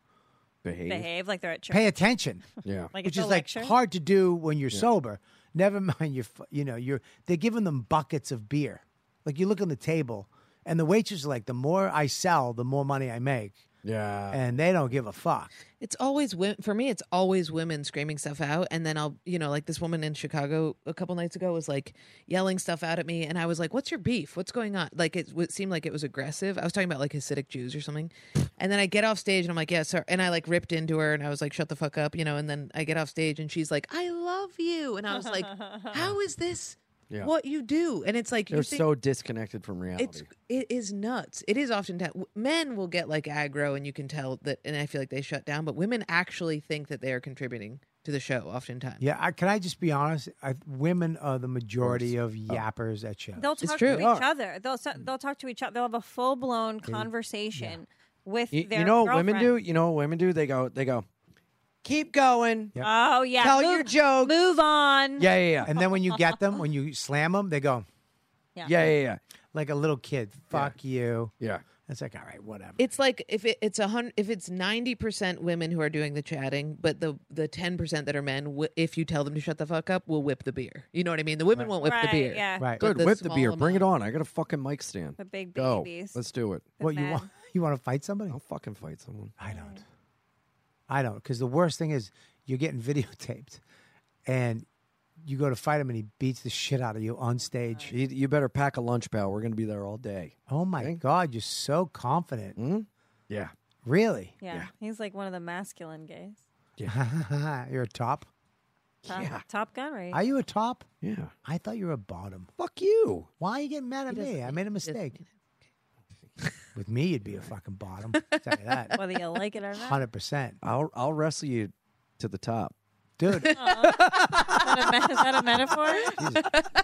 S3: Behave.
S6: Behave like they're at church.
S1: pay attention,
S3: Yeah.
S6: like
S1: which
S6: it's
S1: is
S6: a
S1: like
S6: lecture.
S1: hard to do when you're sober. Never [laughs] mind you. You know you're. They're giving them buckets of beer. Like you look on the table, and the waitress is like, "The more I sell, the more money I make,"
S3: Yeah.
S1: and they don't give a fuck.
S5: It's always wo- for me. It's always women screaming stuff out, and then I'll, you know, like this woman in Chicago a couple nights ago was like yelling stuff out at me, and I was like, "What's your beef? What's going on?" Like it, w- seemed like it was aggressive. I was talking about like Hasidic Jews or something, and then I get off stage and I'm like, "Yeah, sir," and I like ripped into her, and I was like, "Shut the fuck up," you know. And then I get off stage, and she's like, "I love you," and I was like, "How is this?"
S3: Yeah.
S5: What you do, and it's like
S3: They're
S5: you think-
S3: so disconnected from reality.
S5: it's it is nuts. It is often ta- men will get like aggro, and you can tell that. And I feel like they shut down, but women actually think that they are contributing to the show. Oftentimes,
S1: Yeah, I, can I just be honest? I, women are the majority of yappers at shows.
S6: They'll
S5: It's
S6: talk
S5: true.
S6: to each other. They'll, they'll talk to each other. They'll have a full blown conversation with
S3: you,
S6: their
S3: you know what women
S6: girlfriend.
S3: do? You know what women do? They go. They go. Keep going.
S1: Yep.
S6: Oh, yeah.
S3: Tell
S6: move,
S3: your jokes.
S6: Move on.
S3: Yeah, yeah, yeah.
S1: And then when you get them, when
S6: [laughs]
S1: you slam them, they go
S3: yeah, yeah, yeah,
S1: like a little kid. Fuck you.
S3: yeah.
S1: It's like all right, whatever.
S5: it's like if it, it's a hundred, if it's ninety percent women who are doing the chatting, but the the ten percent that are men, wi- if you tell them to shut the fuck up, will whip the beer. You know what I mean? The women won't whip
S6: Right,
S5: the beer.
S6: yeah.
S1: right.
S3: Good.
S5: But the
S3: Whip the
S5: small
S3: beer. Bring it on. I got a fucking mic stand.
S6: The big
S3: Go.
S6: babies.
S3: Let's do it.
S1: What you
S6: man.
S1: want? [laughs] You want to fight somebody?
S3: I'll fucking fight someone.
S1: I don't. I don't. Because the worst thing is you're getting [laughs] videotaped, and you go to fight him, and he beats the shit out of you on stage.
S3: You, you better pack a lunch pail. We're gonna be there all day. Hmm?
S1: Oh my
S3: Okay.
S1: god, you're so
S3: Mm.
S1: confident.
S3: Yeah.
S1: Really?
S6: Yeah. He's like one of the masculine gays.
S1: [laughs] you're a top.
S6: Top, Top Gun, right?
S1: Are you a top?
S3: Yeah.
S1: I thought you were a bottom.
S3: Fuck you.
S1: Why are you getting mad at me? I made a mistake. With me, you'd be a fucking bottom. Tell you
S6: [laughs]
S1: that.
S6: Whether you like it or not.
S1: Hundred percent,
S3: I'll I'll wrestle you to the top.
S1: dude.
S6: Is that a, me- is that
S3: [laughs]
S6: a metaphor?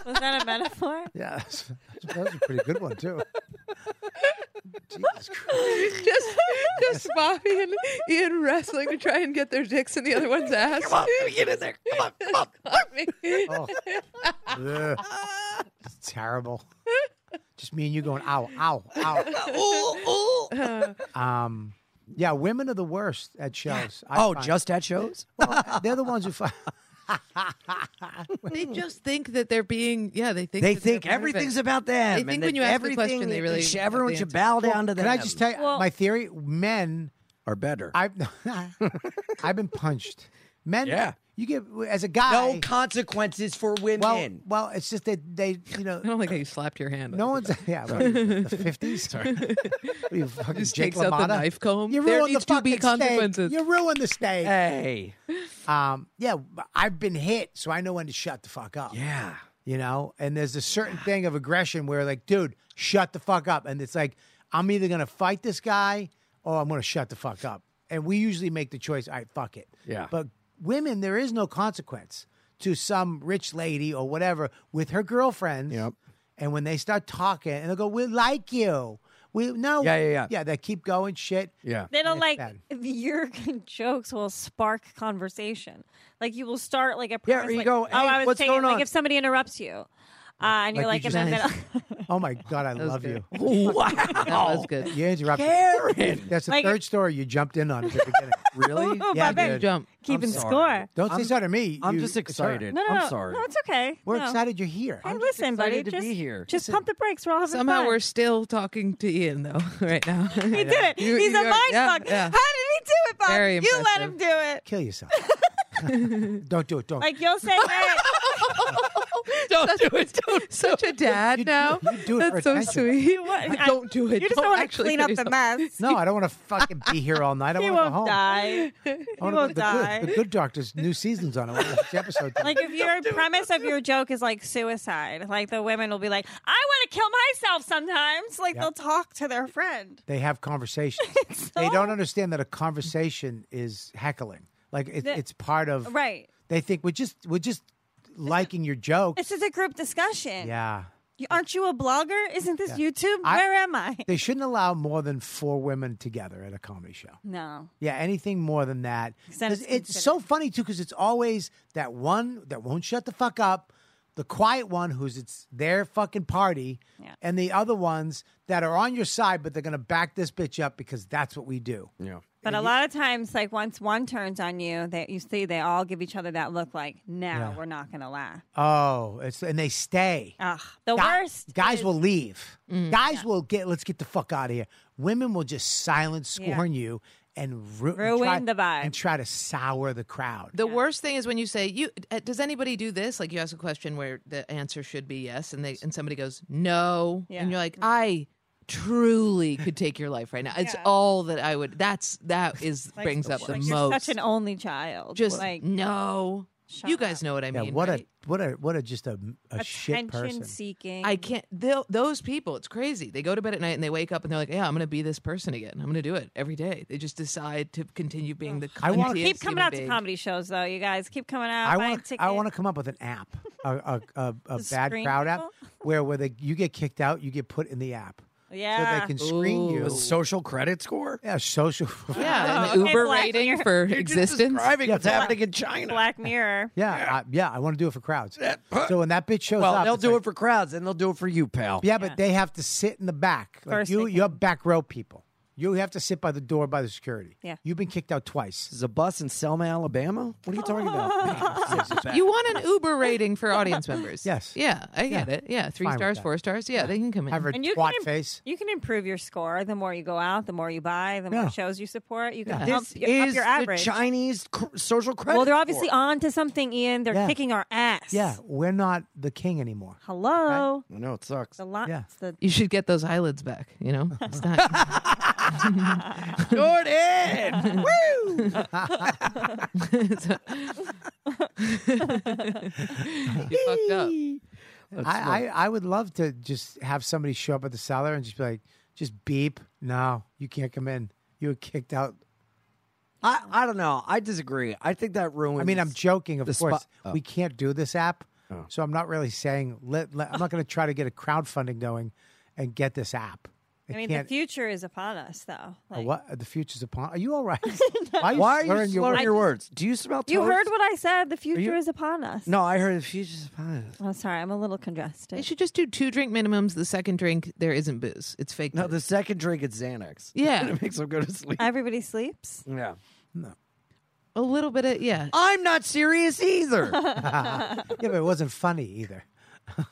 S6: [laughs] Was that a metaphor?
S1: Yeah, that's, that's a pretty good one too. Jesus Christ!
S5: [laughs] just just Bobby and Ian wrestling to try and get their dicks in the other one's ass. Come on, get in there. Come on, [laughs] come
S1: Oh.
S5: on.
S1: Ugh. It's terrible. Just me and you going ow, ow, ow.
S5: Uh.
S1: um, yeah, women are the worst at shows. I
S3: Oh,
S1: find.
S3: just at shows?
S1: Well, they're the ones who
S5: [laughs]
S1: find.
S5: They just think that they're being, yeah, they think
S3: They
S5: that they're
S3: think
S5: perfect.
S3: everything's about them.
S5: They
S3: and
S5: think
S3: that
S5: when you ask the
S3: everything
S5: question,
S3: that
S5: they really
S3: should-
S5: have
S3: everyone
S5: the
S3: should
S5: answer.
S3: bow down to them.
S1: Can I just tell you
S6: Well-
S1: my theory? Men
S3: Are better.
S1: I've [laughs] I've been punched. Men,
S3: Yeah.
S1: You get as a guy.
S3: no consequences for
S1: well,
S3: women.
S1: well, it's just that they, you know,
S5: I don't like how you slapped your hand.
S1: no one's. [laughs] Yeah, what are you, the
S5: [laughs]
S1: fifties. Sorry, What are you fucking
S5: just
S1: Jake
S5: takes out the
S1: LaMotta?
S5: knife comb.
S1: You
S5: There
S1: ruined
S5: needs
S1: the
S5: to be
S1: fucking steak.
S5: consequences. Eh.
S1: You ruined the steak.
S3: [laughs] hey.
S1: Um, yeah, but I've been hit, so I know when to shut the fuck up.
S3: Yeah.
S1: you know. And there's a certain thing of aggression where, like, dude, shut the fuck up. And it's like, I'm either gonna fight this guy or I'm gonna shut the fuck up. And we usually make the choice, all right, fuck it.
S3: Yeah.
S1: But women, there is no consequence to some rich lady or whatever with her girlfriends.
S3: Yep.
S1: And when they start talking, and they'll go, "We like you." We no.
S3: Yeah, yeah, yeah.
S1: Yeah, they keep going shit.
S3: Yeah.
S6: They don't like
S1: bad.
S6: your [laughs] jokes will spark conversation. Like you will start like a
S3: Yeah, or
S6: premise,
S3: you
S6: like,
S3: go,
S6: oh,
S3: "Hey,
S6: I was
S3: what's
S6: thinking,"
S3: going
S6: like
S3: on?
S6: if somebody interrupts you, uh, and you're
S1: Like
S6: like,
S1: you
S6: and
S1: just-
S6: then [laughs]
S1: Oh my god, I love
S5: good.
S1: you.
S3: Wow.
S5: That was good.
S1: [laughs] You interrupted.
S3: Karen.
S1: That's the
S6: Like-
S1: third story you jumped in on at the
S3: [laughs]
S1: beginning.
S3: [laughs]
S6: [laughs]
S3: really?
S6: Ooh,
S1: Yeah,
S6: "Oh, my bad.
S1: dude.
S5: Jump.
S6: keeping
S3: sorry.
S6: score.
S1: Don't
S3: I'm-
S1: say so to me.
S3: I'm
S1: you-
S3: just
S1: it's her.
S3: excited.
S6: No, no,
S3: I'm
S6: no,
S3: sorry.
S6: no, it's okay.
S1: We're
S6: No.
S1: excited you're here.
S6: Hey,
S1: I'm-
S6: listen, buddy,
S3: excited to
S6: just,
S3: be here.
S6: just pump the brakes. We're all having
S5: Somehow
S6: fun.
S5: we're still talking to Ian though [laughs] right
S6: [laughs]
S5: now.
S6: He did it.
S5: You-
S6: He's
S5: you
S6: a
S5: are-
S6: mind
S5: yeah,
S6: fuck. How
S5: yeah.
S6: did he do it, Bob?
S5: Very
S6: you let
S5: impressive.
S6: him do it.
S1: Kill
S6: [laughs]
S1: yourself. don't do it. Don't.
S6: Like
S5: [laughs]
S6: you'll say, hey,
S5: don't
S6: [laughs]
S5: do it. Don't such a dad
S1: you do-
S5: now.
S1: you do it
S5: That's
S1: for
S5: so
S1: attention.
S5: sweet.
S6: What? I-
S5: don't do it.
S6: you just
S5: don't
S6: don't want to
S5: actually
S6: clean
S5: kill
S6: up the
S5: yourself.
S6: mess.
S5: [laughs]
S1: no, I don't want to fucking be here all night. I
S6: [laughs] He
S1: want to go
S6: won't
S1: home.
S6: die. He
S1: I wanna go-
S6: won't
S1: the
S6: die.
S1: Good, the Good Doctor's new season's on. I want to watch the episode.
S6: [laughs] Like if your premise of your joke is like suicide, like the women will be like, "I want to kill myself." Sometimes, like
S1: Yep.
S6: they'll talk to their friend.
S1: they have
S6: [laughs]
S1: conversations. They
S6: so-
S1: don't understand that a conversation is heckling. Like it,
S6: The-
S1: it's part of.
S6: Right.
S1: They think we're just we're just liking your joke.
S6: This is a group discussion.
S1: Yeah.
S6: You- Aren't you a blogger? Isn't this YouTube?
S1: I-
S6: Where am
S5: [laughs]
S6: I?
S1: They shouldn't allow more than four women together at a comedy show.
S6: No.
S1: Yeah, anything more than that.
S6: 'Cause then
S1: 'Cause
S6: it's
S1: it's
S6: considered-
S1: so funny too, because it's always that one that won't shut the fuck up, the quiet one who's it's their fucking party,
S6: Yeah.
S1: and the other ones that are on your side, but they're gonna back this bitch up because that's what we do.
S3: Yeah.
S6: But a lot of times, like once one turns on you, that you see they all give each other that look, like, "No,
S1: Yeah. Uh,
S6: we're not gonna laugh."
S1: Oh, it's and they stay.
S6: Ugh, the
S1: Guy-
S6: worst.
S1: Guys
S6: is- Mm,
S1: will leave. Guys will get. Let's get the fuck out of here. Women will just silence
S6: Yeah.
S1: scorn you and ru- and
S6: Ruin
S1: try-
S6: the vibe.
S1: and try to sour the crowd.
S5: The worst thing is when you say, "You uh, does anybody do this?" Like you ask a question where the answer should be yes, and they and somebody goes no,
S6: Yeah.
S5: and you're like, "I truly could take your life right now." It's
S6: Yeah.
S5: all that I would. That's that is brings up the
S6: like, you're
S5: most.
S6: Such an only child.
S5: Just
S6: like
S5: no.
S6: shut
S5: You guys
S6: up.
S5: know what I
S1: yeah,
S5: mean.
S1: what
S5: right?
S1: a what a what a just a, a shit
S6: attention
S1: person.
S6: seeking.
S5: I can't. they'll- Those people, it's crazy. They go to bed at night and they wake up and they're like, "Yeah, I'm going to be this person again. I'm going to do it every day." They just decide to continue being the.
S1: I wanna-
S5: cuntiest
S6: keep coming
S5: human
S6: out to
S5: being.
S6: comedy shows though. You guys keep coming out.
S1: I
S6: buying
S1: want
S6: tickets.
S1: to. I want to come up with an app, a a,
S6: [laughs]
S1: a, a
S6: To
S1: bad
S6: screen
S1: crowd app,
S6: people? [laughs]
S1: where where they, you get kicked out, you get put in the app, so
S6: Yeah.
S1: they can screen
S5: Ooh.
S1: you.
S5: With
S3: Social credit
S6: [laughs]
S3: score?
S1: yeah, social. [laughs]
S5: Yeah,
S6: Oh,
S5: an
S6: okay,
S5: Uber
S6: Black
S5: rating
S6: Mirror.
S5: for
S3: You're just
S5: existence.
S3: describing
S1: Yeah,
S3: what's
S1: Black-
S3: happening in China.
S6: Black Mirror.
S1: [laughs] yeah, I, yeah. I want to do it for crowds. So when that bitch shows
S3: well,
S1: up,
S3: they'll
S1: it's
S3: do
S1: like,
S3: it for crowds and they'll do it for you, pal.
S1: Yeah, but they have to sit in the back. Like
S6: First
S1: you,
S6: they
S1: you're back row people. You have to sit by the door by the security.
S6: Yeah.
S1: you've been kicked out twice.
S3: This is a bus in Selma, Alabama. What are you talking
S6: [laughs]
S3: about? [laughs]
S5: You want an Uber rating for audience members?
S1: Yes.
S5: Yeah, I get
S1: Yeah.
S5: it. Yeah, three
S1: Fine with
S5: stars,
S1: that.
S5: four stars. Yeah, they can come in.
S1: Have her
S6: And you
S1: twat
S6: can im-
S1: face.
S6: You can improve your score. The more you go out, the more you buy, the more
S1: Yeah.
S6: shows you support. You can
S1: Yeah.
S6: help
S3: this
S6: you up
S3: is
S6: your
S3: the
S6: average.
S3: Chinese cr- social credit.
S6: well, they're obviously
S3: score.
S6: on to something, Ian. They're
S1: Yeah.
S6: kicking our ass.
S1: Yeah, we're not the king anymore.
S6: Hello.
S3: I know it sucks.
S6: The lot.
S1: Yeah.
S6: The
S5: You should get those eyelids back. You know, it's not.
S3: [laughs] Jordan! Woo!
S5: you fucked up.
S1: I, I, I would love to just have somebody show up at the cellar and just be like, just beep. No, you can't come in. You were kicked out.
S3: I, I don't know. I disagree. I think that ruins.
S1: I mean, I'm joking, of
S3: The
S1: course.
S3: spot- oh.
S1: We can't do this app.
S3: Oh.
S1: So I'm not really saying, let, let- I'm not going to try to get a crowdfunding going and get this app.
S6: I mean, the
S1: can't.
S6: future is upon us, though.
S1: Oh,
S6: Like,
S1: what the future's upon? Are you
S6: [laughs]
S1: all right? Why are you
S3: [laughs] Why are you
S1: slurring your
S3: slurring
S1: words?
S3: your words? Do you smell?
S6: You
S3: toast?
S6: heard what I said. The future
S3: you-
S6: is upon us.
S3: No, I heard the future's upon us.
S6: I'm sorry. I'm a little congested.
S5: They should just do two drink minimums. The second drink, there isn't booze. It's fake.
S3: No,
S5: booze.
S3: the second drink it's Xanax.
S5: Yeah.
S3: [laughs] it makes them go to sleep.
S6: Everybody sleeps.
S3: yeah.
S5: a little bit of yeah.
S3: I'm not serious either.
S1: Yeah, but it wasn't funny either. [laughs]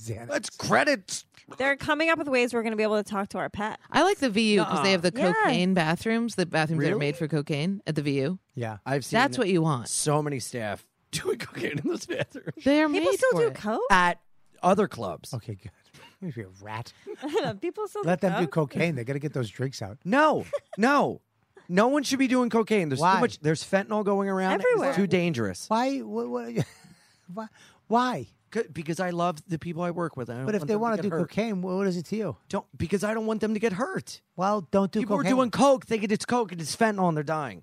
S1: Xanax.
S3: That's credits.
S6: They're coming up with ways we're going to be able to talk to our pet.
S5: I like the VU because they have the
S6: Yeah.
S5: cocaine bathrooms, the bathrooms that are made for cocaine at the VU.
S1: Yeah.
S3: I've seen
S5: That's what you want.
S3: so many staff doing [laughs] cocaine in those bathrooms
S5: They are
S6: People
S5: made
S6: still
S5: for
S6: do
S5: it.
S6: coke.
S3: at other clubs.
S1: Okay, good. [laughs] Maybe a rat.
S6: [laughs] People still
S1: Let
S6: do
S1: them do
S6: coke?
S1: cocaine. They got to get those drinks out.
S3: No, no, no one should be doing cocaine. There's
S1: Why?
S3: too much. There's fentanyl going around.
S6: Everywhere.
S3: It's too dangerous.
S1: Why? What, what, [laughs] why? Why?
S3: C- Because I love the people I work with. I don't
S1: But if
S3: want
S1: they
S3: them
S1: want to
S3: get
S1: do
S3: hurt.
S1: cocaine, what is it to you?
S3: don't because I don't want them to get hurt.
S1: Well, don't do
S3: people
S1: cocaine.
S3: are doing coke thinking it's coke and it's fentanyl and they're dying.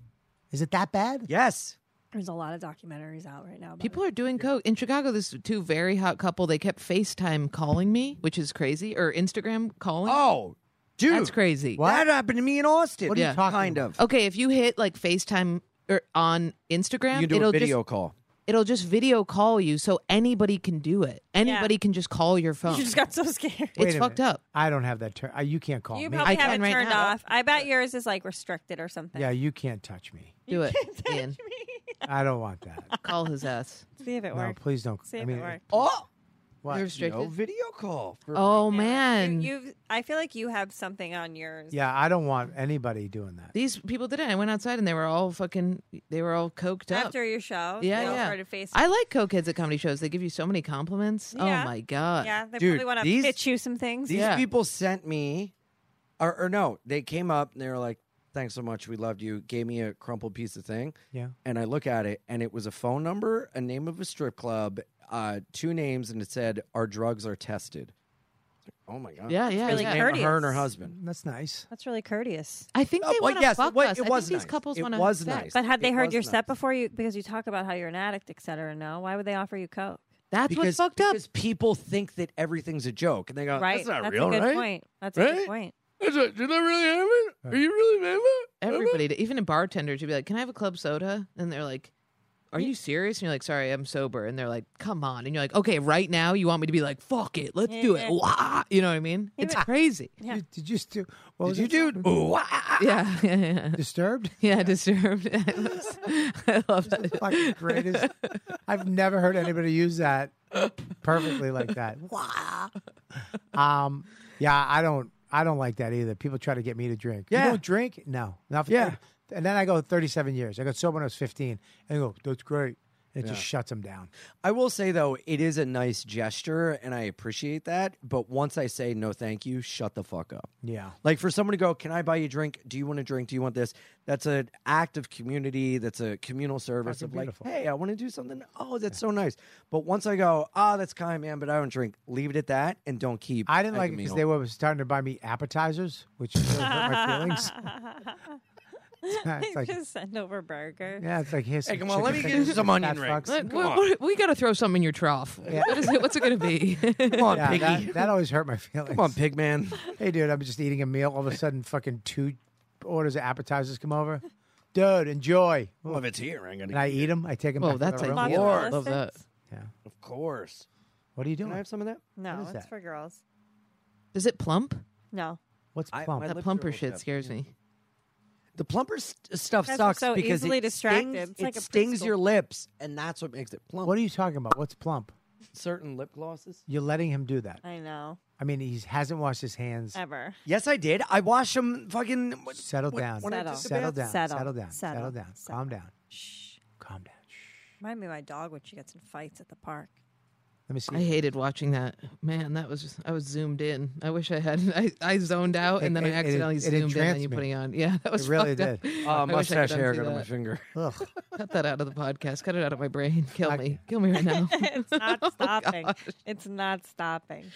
S1: Is it that bad?
S3: Yes.
S6: There's a lot of documentaries out right now. About
S5: People are doing coke in Chicago. This two very hot couple. They kept FaceTime calling me, which is crazy, or Instagram calling.
S3: Oh, dude,
S5: That's crazy.
S3: That happened to me in Austin.
S1: What are you
S5: Yeah.
S1: talking
S3: kind
S1: about?
S3: of.
S5: Okay, if you hit like FaceTime or on Instagram,
S3: You can do
S5: it'll
S3: a video
S5: just
S3: call.
S5: it'll just video call you, so anybody can do it. Anybody can just call your phone.
S6: You just got so scared.
S1: Wait
S5: it's
S1: a
S5: fucked
S1: minute.
S5: up.
S1: I don't have that turn. You can't call
S6: You
S1: me.
S6: probably
S5: I
S6: have
S5: can
S6: it
S5: right
S6: turned
S5: now.
S6: off. I bet yours is like restricted or something. [laughs]
S1: yeah, you can't touch me.
S5: Do it. Ian.
S1: I don't want that.
S5: Call his ass.
S6: See if it
S1: [laughs] no,
S6: works.
S1: please don't.
S6: See
S1: I
S6: if
S1: mean,
S6: it works.
S3: Oh,
S1: what?
S5: You're
S3: no
S5: restricted.
S3: video call. For,
S5: Oh
S6: You-
S5: man.
S6: you've- I feel like you have something on yours.
S1: Yeah, I don't want anybody doing that.
S5: These people did it. I went outside and they were all fucking. They were all coked up.
S6: After your show,
S5: yeah,
S6: they all
S5: yeah.
S6: started Facebook.
S5: I like coke heads at comedy shows. They give you so many compliments.
S6: Yeah.
S5: Oh my god.
S6: yeah, they
S3: Dude,
S6: probably want to
S3: these-
S6: pitch you some things.
S3: These
S5: Yeah.
S3: people sent me, or, or no, they came up and they were like, "Thanks so much, we loved you." Gave me a crumpled piece of thing,
S1: Yeah.
S3: and I look at it, and it was a phone number, a name of a strip club, uh, two names, and it said, "Our drugs are tested." Oh my god!
S5: Yeah, yeah,
S6: really
S5: yeah.
S3: Name of her and her
S6: courteous.
S3: husband.
S1: That's nice.
S6: That's really courteous.
S5: I think
S3: Oh,
S5: they
S3: but
S5: want to
S3: yes, it
S5: fuck
S3: wa-
S5: us.
S3: it
S5: I
S3: was
S5: think these
S3: nice.
S5: couples
S3: It
S5: want to
S3: was
S5: have
S3: nice.
S5: sex.
S6: But had
S3: It
S6: they heard
S3: was
S6: your set
S3: nice.
S6: before you, because you talk about how you're an addict, et cetera, no? Why would they offer you Coke?
S5: That's
S3: because,
S5: what's fucked up.
S3: because people think that everything's a joke, and they go,
S6: right.
S3: "That's not
S6: That's
S3: real,
S6: a good
S3: right?
S6: point. That's a
S3: Right?
S6: good point.
S3: That's not- did that really happen? Are you really mad
S6: Mm-hmm.
S3: about-
S5: Everybody, did- even a bartender, should be like, "Can I have a club soda?" And they're like, "Are you serious?" And you're like, "Sorry, I'm sober." And they're like, "Come on!" And you're like, "Okay, right now, you want me to be like, fuck it, let's do it."
S6: Yeah.
S5: Wah! You know what I mean? It's crazy.
S6: Yeah.
S1: Did, did you do? What was
S3: Did you
S1: it?
S3: do? Ooh, ah, ah.
S5: Yeah, [laughs] yeah, yeah.
S1: Disturbed?
S5: yeah disturbed. [laughs] I love- I
S6: [laughs]
S5: love that.
S1: [laughs] Fucking greatest. I've never heard anybody use that perfectly like
S3: [laughs]
S1: that. Wah. Um. Yeah, I don't. I don't like that either. People try to get me to drink.
S3: Yeah.
S1: You don't drink? No. Not for
S3: Yeah.
S1: 30 and then I go 37 years. I got sober when I was 15. And I go, that's great. And it just shuts them down.
S3: I will say though, it is a nice gesture, and I appreciate that. But once I say no, thank you, shut the fuck up.
S1: Yeah.
S3: Like for someone to go, can I buy you a drink? Do you want a drink? Do you want this? That's an act of community. That's a communal service
S1: Fucking
S3: of like,
S1: beautiful.
S3: hey, I want to do something. Oh, that's so nice. But once I go, ah, that's kind, man, but I don't drink. Leave it at that, and don't keep.
S1: I didn't like it
S3: egging me
S1: because
S3: on.
S1: they were starting to buy me appetizers, which really hurt my
S3: [laughs]
S1: feelings. [laughs] it's like,
S6: [laughs] Just send over burger.
S1: yeah, it's like here's some
S3: Hey, come on, let
S1: chicken
S3: me get you
S1: fingers,
S3: some
S1: fat
S3: onion
S1: fucks.
S3: rings.
S5: Look, what- what- we got to throw something in your trough. What is it? What's it going to
S1: [laughs]
S5: be? [laughs]
S3: Come on,
S1: Yeah,
S3: piggy.
S1: that, that always hurt my feelings.
S3: Come on,
S1: [laughs]
S3: pig man.
S1: Hey, dude, I'm just eating a meal.
S3: [laughs]
S1: All of a sudden, fucking two orders of appetizers come over. Dude, enjoy.
S3: well, if it's here, I'm gonna.
S1: And I eat them. I take them
S5: Well,
S1: back to
S5: that's
S1: the
S5: a
S1: room.
S6: Lots of
S3: Lord.
S5: Love that.
S6: lessons?
S3: Of course.
S1: What are you
S3: Can I
S1: doing?
S3: have some of that?
S6: No,
S1: is
S6: it's
S1: that?
S6: for girls.
S5: Does it plump?
S6: No.
S1: What's
S3: I-
S1: plump?
S3: my
S5: That
S3: lips are
S5: plumper
S3: always
S5: shit
S3: up.
S5: scares me.
S3: The plumper st- stuff
S6: Guys are
S3: sucks
S6: so
S3: because
S6: easily
S3: it
S6: distracted.
S3: stings,
S6: It's like
S3: it
S6: a
S3: stings
S6: pretzel.
S3: your lips, and that's what makes it plump.
S1: What are you talking about? What's plump?
S3: certain lip glosses?
S1: You're letting him do that.
S6: I know.
S1: I mean, he hasn't washed his hands.
S6: Ever.
S3: Yes, I did. I wash them. Fucking uh, what-
S1: Settle
S3: what-
S1: down.
S3: when I
S6: Settle.
S3: took the
S1: Settle
S3: bath.
S1: down.
S6: Settle.
S1: Settle down.
S6: Settle.
S1: Settle down. Calm down.
S6: Shh.
S1: Calm down. Shh.
S6: Remind me of my dog when she gets in fights at the park.
S1: Let me
S5: I
S1: see.
S5: hated watching that. Man, that was just, I was zoomed in. I wish I had. I, I zoned out and
S1: It-
S5: then I
S1: it- it-
S5: accidentally
S1: it
S5: zoomed in. And
S1: entranced
S5: you
S1: me.
S5: putting on. Yeah, that was
S1: really
S5: fucked
S1: did.
S5: Up.
S3: Uh,
S5: I wish I
S3: mustache
S5: done
S3: hair
S5: do
S3: got on my
S5: that.
S3: finger.
S6: [laughs]
S1: Ugh.
S5: Cut that out of the podcast. Cut it out of my brain. Kill
S1: I-
S5: me. Kill me right now.
S6: [laughs]
S1: [laughs]
S3: [laughs]
S6: it's not
S3: Oh,
S6: stopping. It's not stopping.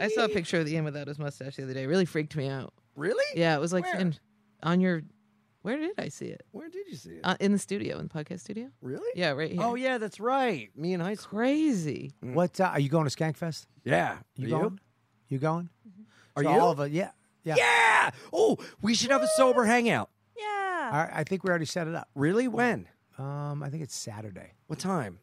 S5: I saw a picture of Ian without his mustache the other day. It really freaked me out.
S3: Really?
S5: Yeah, it was like
S3: Where?
S5: in, on your. Where did I see it?
S3: Where did you see it?
S5: Uh, in the studio, in the podcast studio.
S3: really?
S5: Yeah, right here.
S3: Oh yeah, that's right. Me in high school.
S5: crazy.
S6: Mm.
S1: What uh, are you going to Skankfest?
S3: Yeah.
S1: You
S3: Are
S1: going? You going?
S3: Are
S1: So
S3: you?
S1: All of us. Yeah. Yeah.
S3: yeah. Oh, we should have a sober hangout.
S6: Yeah.
S1: All right, I think we already set it up.
S3: Really? When?
S1: Um, I think it's Saturday
S3: What time?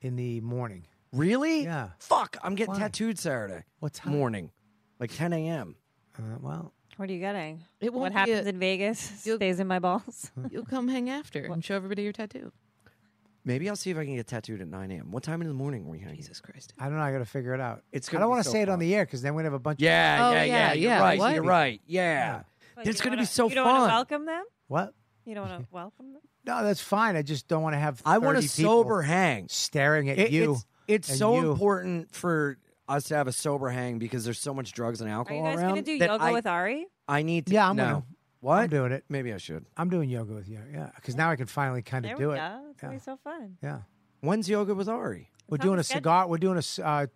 S1: in the morning.
S3: Really?
S1: Yeah.
S3: Fuck, I'm getting
S1: Why?
S3: tattooed Saturday
S1: What time?
S3: morning, like 10 a.m.
S1: Uh, well,
S6: What are you getting?
S5: It won't
S6: What
S5: be
S6: happens
S5: a-
S6: in Vegas
S5: You'll-
S6: stays in my balls.
S5: You'll come hang after and show everybody your tattoo.
S3: Maybe I'll see if I can get tattooed at 9 a.m. What time in the morning are we hanging?
S5: Jesus Christ.
S1: I don't know. I got to figure it out.
S3: It's
S1: I
S3: gonna
S1: don't
S3: be
S1: wanna
S3: so
S1: say it on
S3: fun.
S1: the air because then we'd have a bunch. of,
S3: Yeah,
S5: Oh,
S3: yeah, yeah,
S5: yeah,
S3: You're
S5: yeah.
S3: right.
S5: What?
S3: You're right. Yeah.
S6: Like,
S3: It's
S6: you
S3: gonna be
S6: wanna-
S3: so
S6: You don't wanna
S3: fun.
S6: welcome them.
S1: what?
S6: You
S3: [laughs]
S6: don't want to welcome them.
S1: No, that's fine. I just don't want to have.
S3: I want a
S1: 30 people
S3: sober hang.
S1: staring at
S3: It-
S1: you.
S3: It's, it's
S1: and
S3: so
S1: you.
S3: important for us to have a sober hang because there's so much drugs and
S6: Are you
S3: alcohol
S6: guys
S3: around.
S6: gonna do
S3: that
S6: yoga
S3: I,
S6: with Ari?
S3: I need to.
S1: Yeah, I'm
S3: no.
S1: gonna-
S3: What?
S1: I'm doing it.
S3: Maybe I should.
S1: I'm doing yoga with you. Yeah, because now I can finally kind
S6: There
S1: of
S6: we
S1: do
S6: go.
S1: it.
S6: It's gonna
S1: Yeah.
S6: be so fun.
S1: Yeah,
S3: When's yoga with Ari?
S1: we're
S6: It's on
S1: doing
S6: the
S1: a
S6: schedule.
S1: cigar. We're doing a. c- Uh,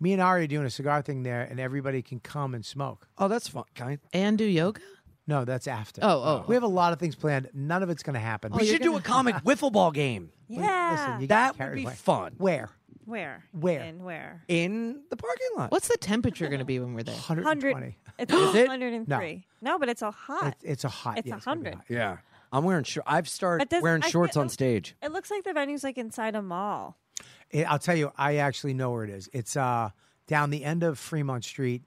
S1: me and Ari are doing a cigar thing there, and everybody can come and smoke.
S3: Oh, that's fun. Kind.
S5: And do yoga?
S1: No, that's after.
S5: Oh, oh.
S1: We have a lot of things planned. None of it's going to happen.
S3: we should do a
S1: [laughs]
S3: comic wiffle ball game.
S6: Yeah.
S1: Listen, you got
S3: That
S1: carried
S3: would be
S1: away.
S3: fun.
S1: Where?
S6: where?
S1: Where?
S6: And where?
S3: In the parking lot.
S5: What's the temperature going to be when we're there?
S1: 120.
S6: Hundred.
S1: It-
S6: It's all
S3: it?
S6: 103. No. but it's all hot. It,
S1: it's a hot.
S6: It's
S1: yeah,
S6: a
S1: gonna be
S6: hundred.
S1: hot.
S3: Yeah. I'm wearing shorts. I've started
S6: But does-
S3: wearing
S6: I
S3: shorts
S6: feel-
S3: on stage.
S6: looks like the venue's like inside a mall.
S1: It- I'll tell you, I actually know where it is. It's uh, down the end of Fremont Street.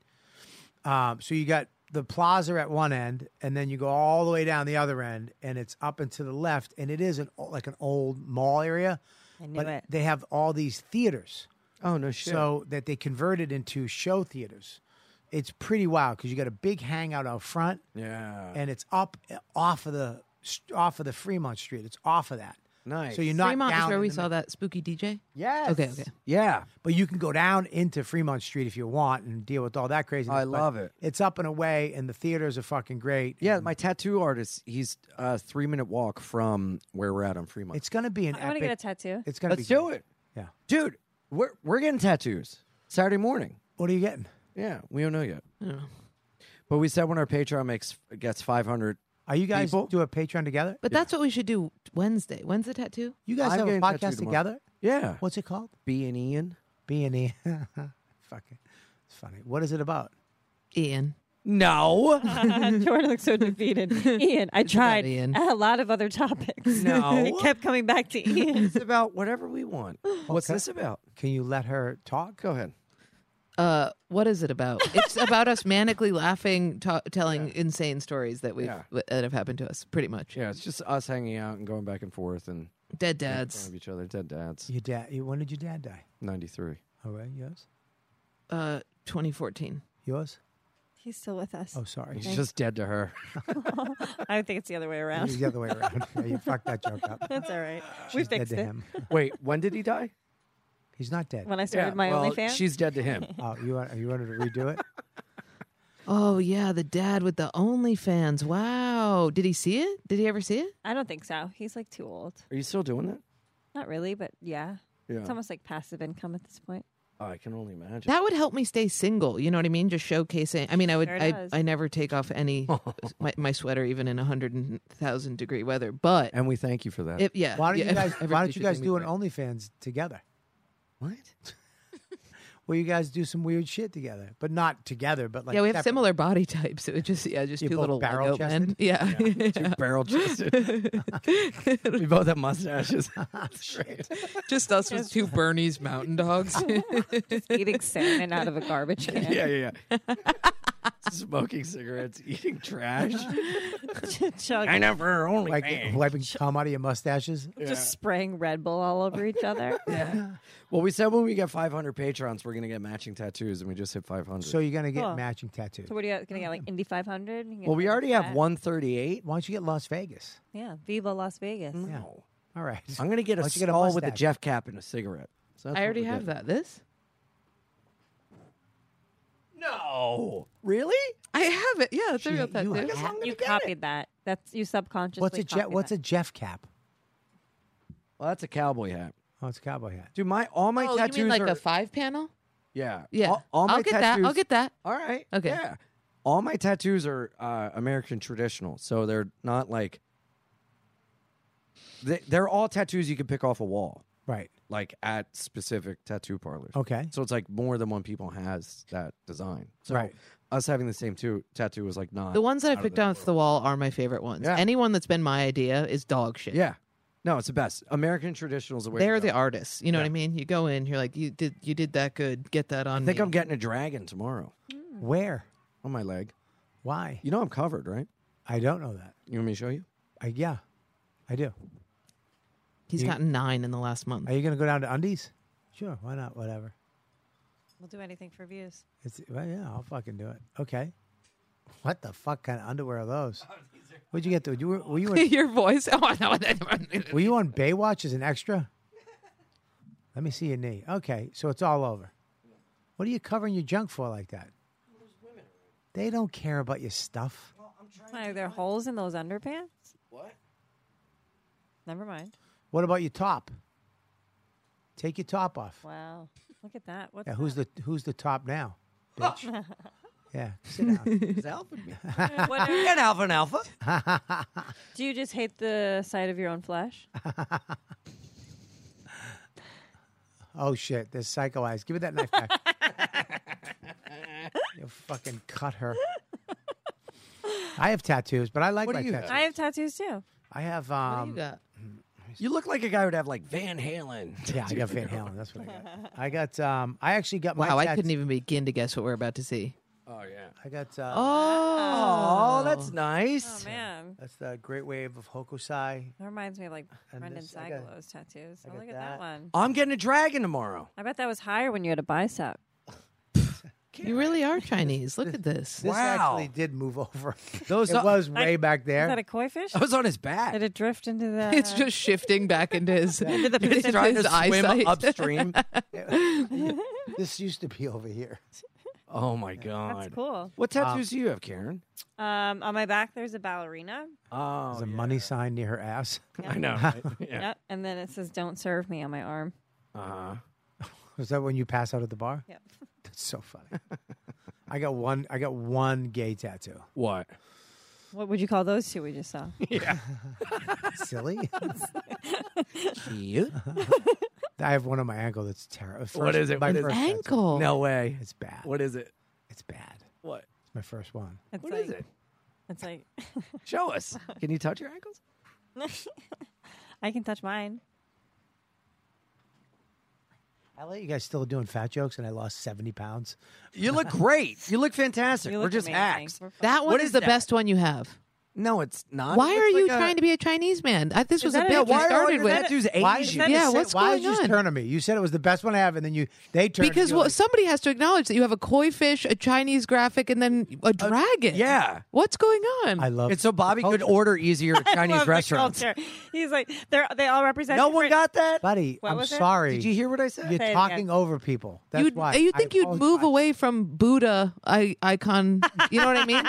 S1: Um, so you got the plaza at one end, and then you go all the way down the other end, and it's up and to the left, and it is an o- like an old mall area.
S6: I knew
S1: But
S6: it.
S1: they have all these theaters.
S3: Oh no shit.
S1: so that they converted into show theaters. It's pretty wild because you got a big hangout out front,
S3: yeah.
S1: and it's up eh, off of the off of the Fremont Street. It's off of that.
S3: Nice.
S1: So you're not
S5: Fremont
S1: down
S5: is where
S1: in
S5: we
S1: the
S5: saw
S1: mid-
S5: that spooky DJ.
S1: Yes.
S5: Okay, okay.
S3: yeah.
S1: But you can go down into Fremont Street if you want and deal with all that craziness.
S3: I
S1: but
S3: love it.
S1: It's up and away, and the theaters are fucking great.
S3: Yeah,
S1: and
S3: my tattoo artist, he's a three minute walk from where we're at on Fremont.
S1: it's gonna be an
S6: I want to
S1: epic.
S6: get a tattoo.
S1: it's gonna
S3: Let's
S1: be.
S3: do it.
S1: Yeah.
S3: Dude, we're we're getting tattoos Saturday morning.
S1: What are you getting?
S3: Yeah, we don't know yet. But we said when our Patreon makes gets 500,
S1: Are you guys
S3: People?
S1: do a Patreon together?
S5: But that's what we should do Wednesday. When's the tattoo?
S1: You guys
S3: I'm
S1: have a
S3: getting tattooed
S1: podcast
S3: tomorrow.
S1: together.
S3: yeah,
S1: What's it called?
S3: B and Ian.
S1: B and E. [laughs] Fucking, it's funny. What is it about?
S5: Ian.
S3: No,
S6: Jordan looks so [laughs] defeated. Ian, I tried
S5: Ian.
S6: a lot of other topics.
S3: No.
S6: it kept coming back to Ian.
S3: it's about whatever we want. What's this about?
S1: Can you let her talk?
S3: Go ahead.
S5: Uh, what is
S3: [laughs]
S5: it about? It's about us manically laughing, ta- telling insane stories that we
S3: Yeah.
S5: have that have happened to us, pretty much.
S3: Yeah, it's just us hanging out and going back and forth and
S5: Dead
S3: making fun
S5: dads.
S3: of each other. Dead dads.
S1: Your dad. When did your dad die?
S3: Ninety three.
S1: All right, yours.
S5: Uh, 2014.
S1: Yours.
S6: He's still with us.
S1: Oh, sorry.
S3: He's just dead to her.
S6: I think it's the other way
S1: It was
S6: around.
S1: the other way around. [laughs] Yeah, you fucked that joke up.
S6: [laughs] That's all right. We
S1: She's dead
S6: [laughs] fixed
S1: to
S6: it.
S1: him.
S3: Wait, when did he die?
S1: He's not dead.
S6: [laughs] When I started my
S3: well,
S6: OnlyFans,
S3: She's dead to him.
S1: Oh, you want you wanted to redo it?
S5: Oh yeah, the dad with the OnlyFans. Wow. Did he see it? Did he ever see it?
S6: I don't think so. He's like too old.
S3: Are you still doing that?
S6: Not really, but yeah. It's almost like passive income at this point.
S3: Oh, I can only imagine.
S5: That would help me stay single. You know what I mean? Just showcasing. I mean, I would.
S6: Sure
S5: I,
S6: does.
S5: I never take
S1: [laughs]
S5: off any my, my sweater even in a hundred thousand degree weather. But
S3: and we thank you for that.
S5: if, yeah.
S1: Why don't
S5: [laughs] yeah,
S1: you guys
S5: everybody
S1: Why don't
S5: should
S1: you guys
S5: think we
S1: do an
S5: can.
S1: OnlyFans together?
S3: what?
S1: Where you guys do some weird shit together, but not together. But like
S5: yeah, we have
S1: separate.
S5: similar body types. It would just yeah, just
S1: You're
S5: two
S1: both
S5: little
S1: barrel
S5: Lego men. [laughs] Yeah.
S3: Two barrel chested. [laughs] we both have mustaches. [laughs]
S5: just us with two Bernese mountain dogs.
S6: Eating salmon out of a garbage
S3: [laughs]
S6: can.
S3: yeah, yeah, yeah. Smoking cigarettes, eating [laughs] trash.
S6: Chug-
S3: I never only
S1: Like
S3: bang.
S1: wiping cum out of your mustaches.
S6: Just spraying Red Bull all over each other.
S3: Well, we said when we get 500 patrons, we're gonna get matching tattoos, and we just hit 500.
S1: So you're gonna get
S6: Cool.
S1: matching tattoos.
S6: So what are you gonna get? Like Indy 500? You
S3: well,
S6: gonna
S3: we
S6: get
S3: already
S6: that?
S3: have 138.
S1: Why don't you get Las Vegas?
S6: Yeah, Viva Las Vegas.
S1: Mm-hmm.
S3: No,
S1: All right.
S5: [laughs]
S3: I'm gonna get
S1: Why
S3: a
S1: don't you get a
S3: skull with a
S1: mustache?
S3: Jeff cap and a cigarette. So that's
S5: I
S3: what
S5: already
S3: we're
S5: have
S3: getting.
S5: that. This
S3: No, really?
S5: I have it. Yeah, it's a
S1: She-
S5: real
S1: you
S5: tattoo.
S1: have-
S5: I
S1: I'm gonna
S6: You
S3: get
S6: copied that. That's you subconsciously.
S1: What's a Jeff?
S6: copied
S1: What's a
S6: that.
S1: Jeff cap?
S3: Well, that's a cowboy hat.
S1: Oh, it's a cowboy hat.
S3: Dude, my all my
S5: oh,
S3: tattoos
S5: you mean like
S3: are
S5: a five panel?
S3: yeah
S5: Yeah,
S3: All, all my
S5: I'll get
S3: tattoos,
S5: that. I'll get that.
S3: All right.
S5: Okay.
S3: Yeah. All my tattoos are uh, American traditional, so they're not like they, they're all tattoos you can pick off a wall,
S1: Right.
S3: like at specific tattoo parlors.
S1: Okay.
S3: So it's like more than one people has that design. So
S1: Right.
S3: us having the same two tattoo was like
S1: Uh,
S3: not
S5: The ones that
S3: out
S5: I
S3: of
S5: picked
S3: this
S5: off the wall are my favorite ones.
S3: Yeah.
S5: Anyone that's been my idea is dog shit.
S3: Yeah. No, it's the best. American traditional is the way. to
S5: They're
S3: go.
S5: the artists. You know
S3: Yeah.
S5: what I mean? You go in, you're like, you did, you did that good. Get that on.
S3: I think
S5: me.
S3: I'm getting a dragon tomorrow
S1: Where?
S3: on my leg.
S1: Why?
S3: You know I'm covered, right?
S1: I don't know that.
S3: You want me to show you?
S1: I, yeah, I do.
S5: He's
S1: You-
S5: gotten nine in the last month.
S1: Are you going to go down to undies? Sure. Why not? Whatever.
S6: We'll do anything for views.
S1: It's well, yeah, I'll fucking do it. Okay. What the fuck kind of underwear are those? What'd you get? Though? You were, were you on,
S5: [laughs] Your voice. Oh, I know. [laughs]
S1: were you on Baywatch as an extra? Let me see your knee. Okay, so it's all over. What are you covering your junk for like that? They don't care about your stuff.
S6: Are there holes in those underpants? What? Never mind.
S1: What about your top? Take your top off.
S6: Wow. Look at that. What's
S1: Yeah, who's the who's the top now, bitch? yeah, sit down.
S3: It's alpha. Get
S6: that? What are-
S3: alpha and alpha.
S6: do you just hate the sight of your own flesh?
S1: Oh shit, there's psycho eyes. Give me that knife back. you fucking cut her. I have tattoos, but I like
S3: What do
S1: my
S3: you have?
S1: tattoos.
S6: I have tattoos too.
S1: I have
S5: What do
S1: um
S5: you got?
S3: You look like a guy who'd have like Van Halen.
S1: Yeah, I got Van Halen. That's what I got. I got um I actually got my
S5: Wow, Oh, I
S1: tat-
S5: couldn't even begin to guess what we're about to see.
S3: Oh yeah.
S1: I got uh
S5: Oh,
S3: Oh, that's
S6: Oh
S3: nice.
S6: man,
S1: that's the great wave of Hokusai.
S6: that reminds me of like
S1: And
S6: Brendan
S1: this- I got-
S6: Sagalow's tattoos.
S1: I
S6: Oh,
S1: got
S6: look at that.
S1: that.
S6: one.
S3: I'm getting a dragon tomorrow.
S6: I bet that was higher when you had a bicep.
S5: you really are Chinese. Look at this.
S1: This
S3: Wow.
S1: actually did move [laughs] over.
S3: Those
S1: it
S3: are- [laughs]
S1: was way back
S6: Is
S1: [laughs]
S6: that
S1: there.
S6: a koi fish?
S3: I was on his back.
S6: Did it drift into the?
S5: It's just shifting back
S3: [laughs]
S5: into his,
S6: the
S5: his,
S6: percentage
S3: Trying
S5: his
S3: to swim
S5: eyesight. [laughs]
S3: upstream.
S1: this used to be over here.
S3: oh my god.
S6: [laughs] that's cool.
S1: [laughs]
S3: What
S1: Um,
S3: tattoos do you have, Karen?
S6: Um, on my back there's a ballerina.
S3: Oh,
S1: There's a
S3: yeah.
S1: money sign near her ass.
S3: I [laughs] know. right? yeah.
S6: Yep. And then it says "Don't serve me" on my arm.
S3: Uh-huh.
S1: Was that when you pass out at the bar?
S6: Yep.
S1: [laughs] That's so funny. [laughs] I got one I got one gay tattoo.
S3: [laughs] What?
S6: What would you call those two we just saw?
S1: Silly. [laughs]
S3: Cute. [laughs]
S1: I have one on my ankle that's terrible.
S3: What is it?
S1: My
S3: What is
S1: first tattoo.
S5: [laughs] Ankle.
S3: No way.
S1: It's bad.
S3: What is it?
S1: It's bad.
S3: What?
S1: It's my first one.
S6: It's
S3: What
S6: like,
S3: is it?
S6: It's like [laughs]
S3: Show us. Can you touch your ankles?
S6: I can touch mine.
S1: I like you guys still doing fat jokes, and I lost seventy pounds.
S3: You look great. You look fantastic.
S6: You
S3: We're
S6: look
S3: just
S6: amazing.
S3: hacks.
S6: We're fine.
S5: That one
S3: What
S5: is
S3: is
S5: the
S3: that?
S5: best one you have.
S3: No, it's not.
S5: Why are you trying to be a Chinese man? I, this was a
S6: that
S5: bit
S6: a-
S5: we
S3: Why are all
S5: started
S3: your
S5: with.
S3: tattoos
S1: Why
S3: Asian?
S1: did you
S5: Yeah,
S1: say-
S5: what's
S1: why did
S5: going
S1: you just
S5: on?
S1: turn on me? You said it was the best one I have, and then you they turned
S5: Because
S1: you
S5: well,
S1: like,
S5: somebody has to acknowledge that you have a koi fish, a Chinese graphic, and then a dragon.
S3: yeah.
S5: What's going on?
S1: Uh, I love
S3: And so Bobby could order
S6: [laughs]
S3: easier at Chinese
S6: Love the
S3: restaurants.
S6: culture. [laughs] He's like they're they all represent.
S3: No one got
S6: different-
S3: that?
S1: buddy.
S6: What
S1: I'm
S6: was it?
S1: sorry.
S3: Did you hear what I said?
S1: You're
S6: Say it
S1: talking
S6: again.
S1: over people. That's
S5: You'd,
S1: why.
S5: you
S1: I
S5: think you'd move
S1: apologize.
S5: away from Buddha I, icon? You know what
S1: [laughs]
S5: I mean?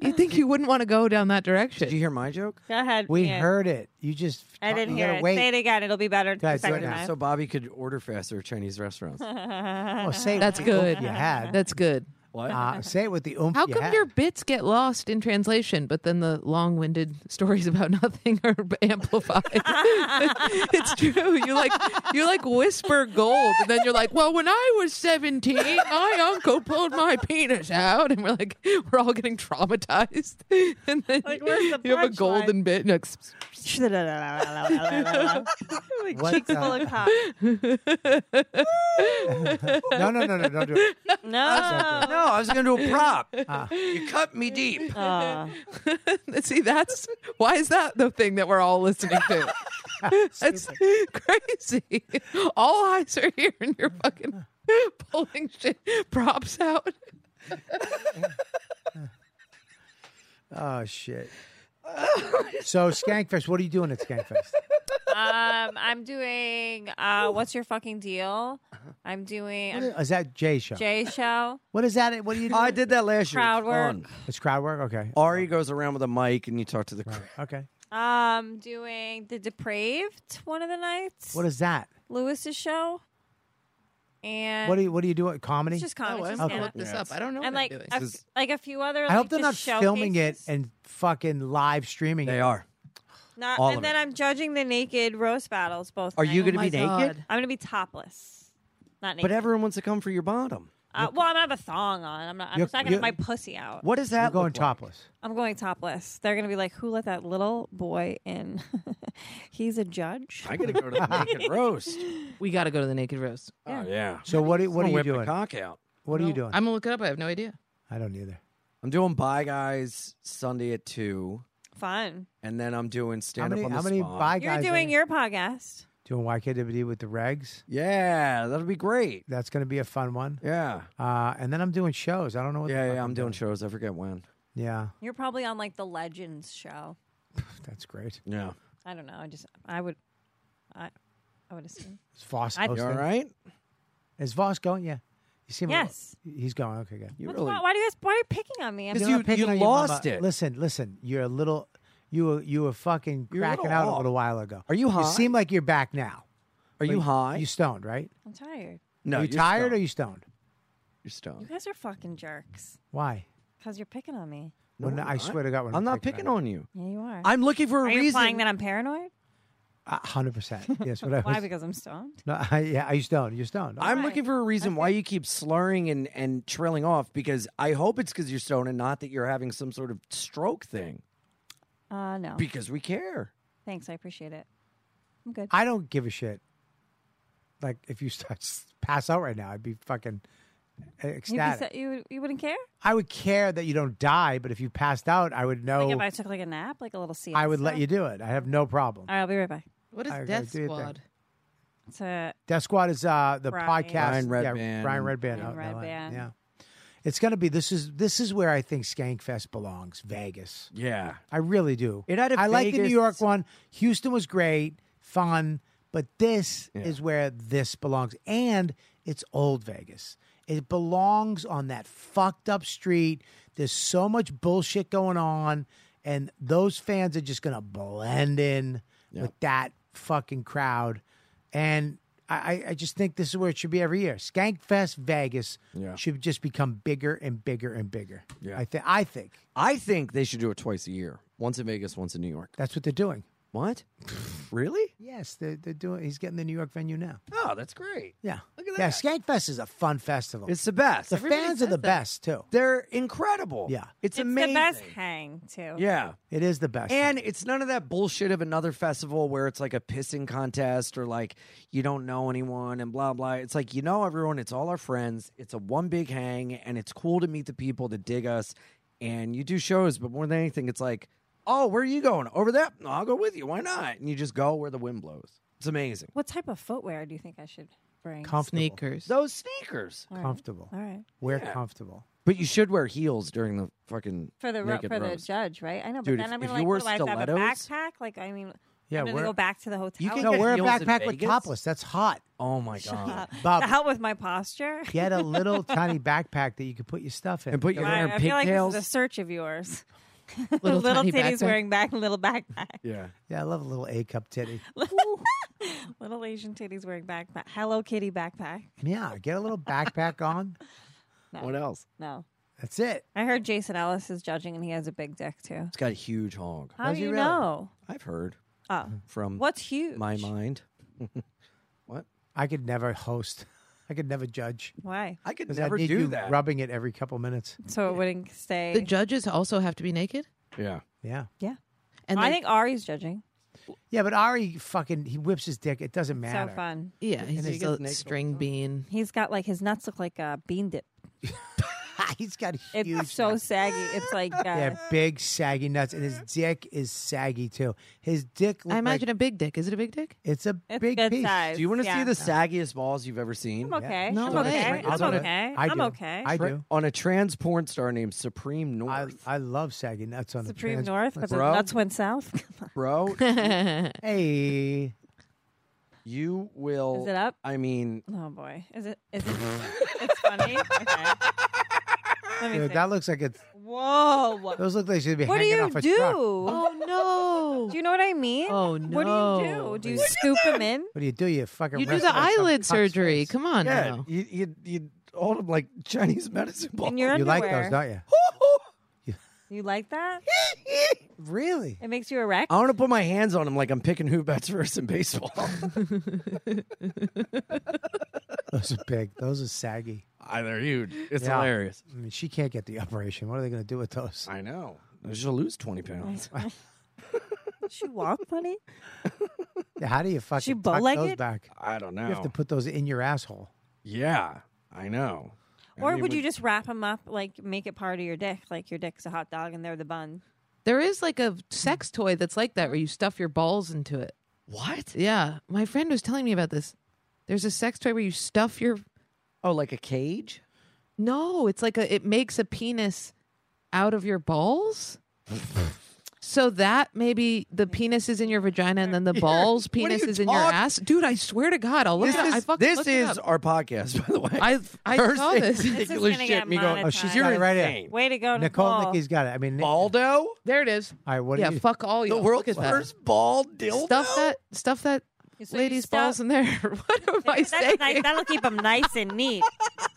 S5: you think you wouldn't want to go down that direction?
S3: Did you hear my joke?
S6: Go ahead.
S1: We
S6: Ian.
S1: heard it. You just.
S6: I didn't
S1: you
S6: hear
S1: gotta
S6: it.
S1: Wait.
S6: Say it again. It'll be better.
S1: Guys,
S6: the
S1: do it
S6: second
S1: now.
S6: time.
S3: So Bobby could order faster at Chinese
S6: [laughs]
S3: restaurants.
S1: Well, Oh, say it
S5: That's
S1: with the oomph
S5: good.
S1: You had.
S5: That's good.
S3: what?
S6: [laughs]
S1: Uh, say it with the oomph.
S5: How
S1: you
S5: come
S1: had.
S5: your bits get lost in translation, but then the long-winded [laughs] stories about nothing are [laughs] amplified? it's true. You like you like whisper gold, and then you're like, "Well, when I was 17, my uncle pulled my penis out," and we're like, [laughs] we're all getting traumatized. [laughs] and then
S6: Like, where's the
S5: [laughs] you have a
S6: punchline?
S5: golden bit. And you're like,
S6: [laughs] like
S1: What
S6: cheeks
S1: the-
S6: full of
S1: [laughs]
S6: cock.
S1: No, no, no, no, don't do it.
S6: No.
S3: no, I was going to do a prop. you cut me
S6: [laughs]
S3: deep.
S6: Aw.
S5: [laughs] See, that's why is that the thing that we're all listening
S1: [laughs]
S5: to? That's crazy. All eyes are here, and you're fucking pulling shit props out.
S1: [laughs] Oh
S6: [laughs]
S1: shit. so Skankfest, what are you doing at Skankfest?
S6: um, I'm doing. Uh, what's your fucking deal? I'm doing I'm
S1: Uh-huh. Is uh, that Jay show?
S6: Jay Uh, show.
S1: What is that? What are you doing?
S3: I did that last year. It's
S6: Crowd work.
S3: fun.
S1: It's crowd work. Okay.
S6: uh,
S3: Ari goes around with a mic and you talk to the crowd.
S1: Okay.
S6: Um, doing the depraved one of the nights.
S1: What is that?
S6: Lewis's show? And
S1: What do you What do you do at comedy?
S6: uh, it's just comedy.
S5: I'm
S6: just
S5: gonna
S6: stand-up.
S5: look this
S3: Yeah.
S5: up. I don't know.
S6: and
S5: what
S6: like
S5: I'm doing.
S6: a,
S3: This
S6: f-
S3: is-
S6: like a few other.
S1: I hope they're not
S6: just
S1: filming it
S6: showcases.
S1: and fucking live streaming
S3: They
S1: it.
S3: are.
S6: Not-
S3: all
S6: and
S3: of
S6: then
S3: it.
S6: I'm judging the naked roast battles. Both.
S3: Are you
S6: nights.
S3: going to
S5: my
S3: be naked?
S5: God.
S6: I'm gonna be topless. Not naked.
S3: But everyone wants to come for your bottom.
S6: Uh, well, I'm gonna have a thong on. I'm not. I'm
S1: You're-
S6: just not gonna have my
S1: you're-
S6: pussy out.
S3: What does
S1: You're
S3: that
S1: going
S3: look like?
S1: topless.
S6: I'm going topless. They're gonna be like, "Who let that little boy in? [laughs] He's a judge."
S3: I gotta go to
S6: [laughs]
S3: the naked roast.
S5: We got to go to the naked roast.
S3: Oh yeah.
S1: So what? Are, what are
S3: I'm gonna
S1: you
S3: whip my
S1: doing?
S3: Cock out.
S1: Uh, What are you
S5: No,
S1: doing?
S5: I'm gonna look it up. I have no idea.
S1: I don't either.
S3: I'm doing Bye Guys Sunday at two,
S6: Fun.
S3: and then I'm doing
S1: How
S3: stand
S1: many?
S3: up on
S1: How
S3: the
S1: many
S3: spot.
S1: bi
S6: You're
S1: guys?
S6: doing
S1: are-
S6: your podcast.
S1: doing YKWd with the regs.
S3: yeah, that'll be great.
S1: That's going to be a fun one.
S3: Yeah,
S1: Uh, and then I'm doing shows. I don't know what. the
S3: yeah,
S1: fuck
S3: yeah. I'm doing shows. I forget when.
S1: Yeah,
S6: You're probably on like the Legends show.
S1: that's great.
S3: Yeah,
S6: I don't know. I just I would, I, I would assume.
S1: Is Voss
S6: I- You
S3: you
S1: hosting?
S3: all right?
S1: Is Voss going? Yeah. You seem. a little-
S6: Yes.
S1: he's going. Okay, good.
S3: You
S6: What's
S3: really?
S6: wrong? Why do you guys? Why are you picking on me? I'm
S3: Because
S1: You're
S3: you-
S1: not picking
S3: you
S1: on your mama.
S3: lost it.
S1: Listen, listen. You're a little. You were you were fucking
S3: You're a
S1: cracking
S3: little
S1: out a
S3: off.
S1: little while ago.
S3: Are you high?
S1: You seem like you're back now.
S3: Are you
S1: Like,
S3: high?
S1: You stoned, right?
S6: I'm tired.
S3: no,
S1: Are you
S3: you're
S1: tired
S3: stoned.
S1: or you stoned?
S3: You're
S6: You
S3: stoned.
S6: guys are fucking jerks.
S1: Why?
S6: Cause you're picking on me.
S1: No,
S3: No,
S1: I
S3: I'm
S1: swear to God, when
S3: I'm not picking on you.
S6: Yeah, you are.
S3: I'm looking for a
S6: are you
S3: reason.
S6: implying that I'm paranoid?
S1: hundred percent. Yes, what I
S6: Why?
S1: was.
S6: Because I'm stoned.
S1: No, [laughs] I, yeah, are you stoned? You're stoned.
S3: I'm
S6: Why?
S3: looking for a reason why you keep slurring and, and trailing off because I hope it's because you're stoned and not that you're having some sort of stroke thing
S6: Uh, no.
S3: because we care.
S6: Thanks, I appreciate it. I'm good.
S1: I don't give a shit. Like if you start pass out right now, I'd be fucking
S6: You'd be
S1: ecstatic.
S6: so- you you wouldn't care?
S1: I would care that you don't die, but if you passed out, I would know.
S6: Like if I took like a nap, like a little siesta.
S1: Oh. I would let you do it. I have no problem.
S6: All right, I'll be right back.
S5: What is
S1: I gotta
S5: Death
S1: do it then.
S5: Squad?
S6: To
S1: Death Squad is uh, the
S6: Brian.
S1: podcast.
S3: Brian
S1: Yeah,
S3: Redband.
S1: Brian Redband.
S6: Brian
S1: out in LA.
S6: Redband.
S1: Oh, Yeah. It's gonna be this is this is where I think Skankfest belongs, Vegas.
S3: Yeah.
S1: I really do.
S3: It had a
S1: I like the New
S3: Vegas-
S1: York one. Houston was great, fun, but this
S3: Yeah.
S1: is where this belongs. And it's old Vegas. It belongs on that fucked up street. There's so much bullshit going on. And those fans are just going to blend in with that fucking crowd. And I, I- I just think this is where it should be every year. Skankfest Vegas
S3: Yeah.
S1: should just become bigger and bigger and bigger.
S3: Yeah.
S1: I, th- I think
S3: I think they should do it twice a year once in Vegas, once in New York.
S1: that's what they're doing.
S3: What? [laughs] really?
S1: Yes, they're, they're doing. He's getting the New York venue now.
S3: Oh, that's great.
S1: Yeah,
S3: Look at
S1: Yeah,
S3: that.
S1: Skankfest is a fun festival.
S3: It's the best.
S1: the
S3: Everybody-
S1: fans are the best too.
S3: They're incredible.
S1: Yeah.
S3: It's,
S6: it's
S3: amazing.
S6: the best hang too.
S3: Yeah.
S1: It is the best.
S3: And it's none of that bullshit of another festival where it's like a pissing contest or like you don't know anyone and blah blah. It's like you know everyone, it's all our friends. It's a one big hang and it's cool to meet the people that dig us and you do shows, but more than anything it's like, "Oh, where are you going? Over there? No, I'll go with you. Why not?" And you just go where the wind blows. It's amazing.
S6: What type of footwear do you think I should bring?
S1: comfortable.
S5: Sneakers.
S3: Those sneakers.
S6: All right.
S1: Comfortable.
S6: All right.
S1: We're
S3: Yeah.
S1: comfortable.
S3: But you should wear heels during the fucking
S6: For the ro-
S3: naked
S6: for the
S3: roast.
S6: judge, right? I know, but
S3: Dude,
S6: then
S3: if-
S6: I'm
S3: if
S6: gonna
S3: you
S6: like,
S3: were
S6: what do I have to have a
S3: stilettos-
S6: backpack? Like, I mean,
S1: Yeah,
S6: I'm gonna
S1: we're-
S6: go back to the hotel.
S3: You can
S1: No,
S3: get
S1: wear a
S3: heels in
S1: backpack with
S3: Vegas?
S1: topless. That's
S3: [laughs]
S1: hot.
S3: Oh my god.
S1: Bob,
S6: to help with my posture.
S1: get a little tiny backpack that you can put your stuff in.
S3: And put your
S6: Right,
S3: hair
S6: I
S3: in
S6: feel like
S3: pigtails.
S6: this is a search of yours. [laughs]
S5: Little
S6: Little,
S5: tiny
S6: titties
S5: backpack.
S6: wearing back, little backpack.
S3: yeah.
S1: yeah, I love a little A cup titty.
S6: [laughs] little Asian titties wearing backpack. Hello Kitty backpack.
S1: yeah, get a little backpack on.
S3: What else?
S6: No.
S1: That's it.
S6: I heard Jason Ellis is judging and he has a big dick too.
S3: It's got a huge hog.
S6: How
S1: Does
S6: do
S1: he
S6: you
S1: really?
S6: know?
S3: I've heard
S6: Oh.
S3: from
S6: What's huge?
S3: my mind.
S1: I could never host. I could never judge.
S6: Why?
S3: I could
S1: 'Cause
S3: never
S1: I need
S3: do
S1: you
S3: that.
S1: rubbing it every couple minutes.
S6: So it wouldn't stay.
S5: The judges also have to be naked.
S3: yeah.
S1: Yeah.
S6: yeah.
S5: And
S6: I
S5: they-
S6: think Ari's judging.
S1: Yeah, but Ari fucking he whips his dick. It doesn't matter.
S6: So fun.
S5: yeah, he's
S3: they
S5: just
S3: get
S5: a
S3: naked all the
S5: string bean.
S6: He's got like his nuts look like a bean dip.
S1: [laughs] He's got
S6: It's
S1: huge
S6: so saggy. It's like uh,
S1: Yeah, big saggy nuts, and his dick is saggy too. His dick. look
S5: I imagine
S1: like,
S5: a big dick. Is it a big
S6: [laughs]
S5: dick? [laughs]
S1: it's a
S6: it's
S1: big
S6: good
S1: piece.
S6: size.
S3: Do you want to
S6: Yeah.
S3: see the saggiest balls you've ever seen?
S6: I'm okay.
S5: No
S6: I'm
S5: way.
S6: okay.
S1: I'll
S6: I'm
S1: do it.
S6: okay.
S1: I
S6: I'm
S1: do.
S6: okay.
S1: I
S3: Tra-
S1: do.
S3: On a trans porn star named Supreme
S1: I,
S3: North,
S1: I love saggy nuts on
S6: Supreme
S1: the trans-
S6: North, but the
S3: Bro.
S6: nuts went south. [laughs] Come
S3: [laughs] bro,
S1: Hey,
S3: you will.
S6: Is it up?
S3: I mean,
S6: on. Oh boy, is it? Is
S1: [laughs]
S6: it? it's funny. Okay. Let me
S1: Dude,
S6: see.
S1: that looks like it's.
S6: Whoa!
S1: Those look like should be
S6: What do
S1: hanging
S6: you
S1: off a
S6: do?
S1: truck.
S5: Oh
S6: Do you know what I mean?
S5: Oh,
S6: What do
S5: no.
S6: you do? Do you scoop them in?
S1: What do you do? You fucking.
S5: no! You do
S1: rest
S5: the
S1: it on some
S5: eyelid
S1: cuck's
S5: surgery.
S1: face.
S5: Come on
S3: yeah,
S5: now.
S3: you you you hold them like Chinese [laughs] medicine balls.
S6: In your
S1: You like those,
S6: underwear.
S1: don't you?
S6: You like that?
S1: Really?
S6: It makes you erect.
S3: I want to put my hands on them like I'm picking who bats first in [laughs] baseball.
S1: Those are big. Those are saggy.
S3: I, they're huge. It's
S1: Yeah.
S3: hilarious.
S1: I mean, she can't get the operation. What are they going to do with those?
S3: I know. She'll lose twenty pounds.
S6: she walk
S3: [laughs]
S6: funny.
S1: Yeah, How do you fucking
S6: She
S1: tuck those
S6: bow-legged?
S1: back?
S3: I don't know.
S1: You have to put those in your asshole.
S3: yeah, I know. I
S6: Or
S3: mean,
S6: would
S3: we-
S6: you just wrap them up, like make it part of your dick, like your dick's a hot dog and they're
S3: [laughs]
S6: the bun?
S5: There is like a sex toy that's like that where you stuff your balls into it.
S3: what?
S5: Yeah, my friend was telling me about this. There's a sex toy where you stuff your
S3: Oh, like a cage?
S5: No, it's like a it makes a penis out of your balls. so that maybe the penis is in your vagina and then
S3: [laughs]
S5: the balls
S3: What are
S5: penis
S3: you
S5: is in your
S3: talk-
S5: ass. Dude, I swear to God, I'll look
S3: This
S5: it up. I
S3: is
S5: fucking
S3: this
S5: looked it
S3: is
S5: up.
S3: our podcast, [laughs] by the way.
S5: I I
S3: First
S5: saw
S3: thing,
S5: this. [laughs]
S6: is
S3: ridiculous
S6: gonna
S3: shit.
S6: get
S3: Me going,
S1: Oh, she's
S6: Monetized.
S1: got
S3: you're
S1: it right
S3: insane.
S1: here.
S6: Way to go,
S1: Nicole
S6: Nicole.
S1: Nicky's got it. I mean, Nick- all
S3: Baldo,
S5: There it is.
S1: right, what
S5: yeah,
S1: do you?
S5: fuck all you.
S3: the world's
S5: that.
S3: first bald dildo.
S5: Stuff that stuff that
S6: So you
S5: lady's
S6: stuff-
S5: balls in there. [laughs] what am
S6: [laughs]
S5: I
S6: That's
S5: saying?
S6: nice. That'll keep them nice and neat.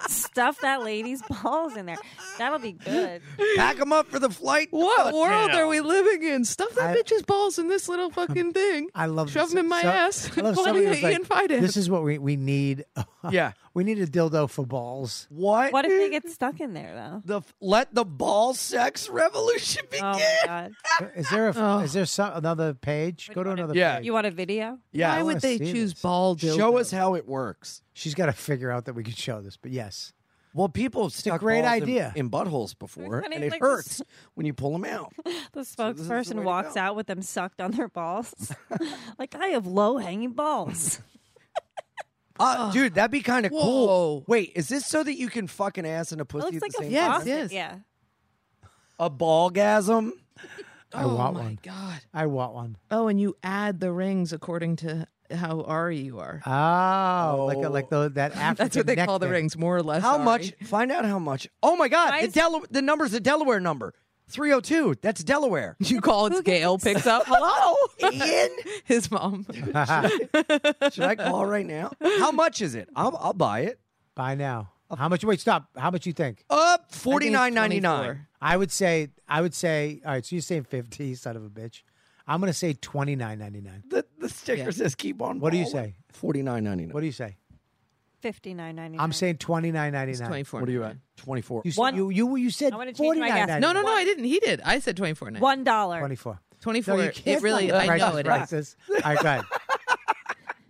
S6: Stuff that lady's [laughs] balls in there. That'll be good.
S3: Pack them up for the flight.
S5: What
S3: Oh,
S5: world
S3: damn.
S5: are we living in? Stuff that
S1: I-
S5: bitch's balls in this little fucking thing.
S1: I love
S5: shove
S1: this.
S5: them in my
S1: So-
S5: ass.
S1: I
S5: [laughs]
S1: love
S5: Call
S1: somebody
S5: me
S1: who's like,
S5: Ian Fidance.
S1: This is what we, we need. [laughs]
S3: [laughs] Yeah.
S1: we need a dildo for balls.
S3: What?
S6: What if they get stuck in there
S3: [laughs]
S6: though?
S3: the f- let the ball sex revolution begin?
S6: Oh my god!
S1: Is there a,
S5: Oh.
S1: is there some another page? Go to another
S3: Yeah.
S1: page.
S6: You want a video?
S3: yeah.
S5: Why
S1: I
S5: would
S1: wanna
S5: they
S1: see
S5: choose
S1: this.
S5: ball dildo?
S3: Show us how it works.
S1: She's got to figure out that we can show this. But yes,
S3: Well, people have stuck
S1: great
S3: balls in-
S1: idea.
S3: in, buttholes before,
S6: funny,
S3: and it
S6: like this-
S3: hurts when you pull them
S6: [laughs]
S3: out.
S6: The
S3: this is the way
S6: spokesperson
S3: to
S6: walks
S3: go.
S6: out with them sucked on
S3: [laughs]
S6: their balls. [laughs] like I have low hanging balls.
S3: Uh, dude, that'd be kind of cool.
S5: Whoa.
S3: Wait, is this so that you can fuck an ass and a
S6: It
S3: pussy
S6: looks
S3: at
S6: like
S3: the
S6: a
S3: same
S5: Yes,
S3: time?
S6: faucet.
S5: yes.
S6: Yeah.
S3: A ballgasm?
S1: I
S5: oh
S1: want
S5: my
S1: one.
S5: god.
S1: I want one.
S5: Oh, and you add the rings according to how Ari you are.
S1: Oh, like a, like the, that African.
S5: Oh. [laughs] That's what they
S1: neck
S5: call the
S1: thing.
S5: rings, more or less.
S3: How
S5: Ari.
S3: much? Find out how much. Oh my God, the,
S6: Mine's-
S3: Dela- the number's a Delaware number. 302. That's Delaware.
S5: [laughs] You call it Gail picks up.
S3: [laughs]
S5: [laughs] Hello,
S3: Ian?
S1: [laughs]
S5: his mom. [laughs]
S3: Should I call right now? How much is it? I'll, I'll buy it.
S1: By now, how much? Wait, stop. How much you think?
S3: Up forty nine ninety nine.
S1: I would say. I would say. All right. So you're saying fifty, son of a bitch. I'm gonna say twenty nine ninety nine.
S3: The the sticker says keep on.
S1: What do you say?
S3: Forty nine ninety nine.
S1: What do you say?
S6: Fifty nine ninety nine.
S1: I'm saying twenty nine ninety
S5: It's
S1: nine.
S5: twenty four.
S3: What are you at? Twenty four.
S1: You, said you you you said
S6: I wanna change
S1: forty
S6: my
S1: nine
S6: guess.
S1: ninety nine.
S5: No, no, no. I didn't. He did. I said twenty four.
S6: one dollar.
S1: Twenty four.
S5: Twenty
S1: No,
S5: four.
S1: you can't.
S5: it really.
S1: find
S5: I
S1: out
S5: know it.
S1: prices,
S5: is.
S1: prices. All right, go ahead.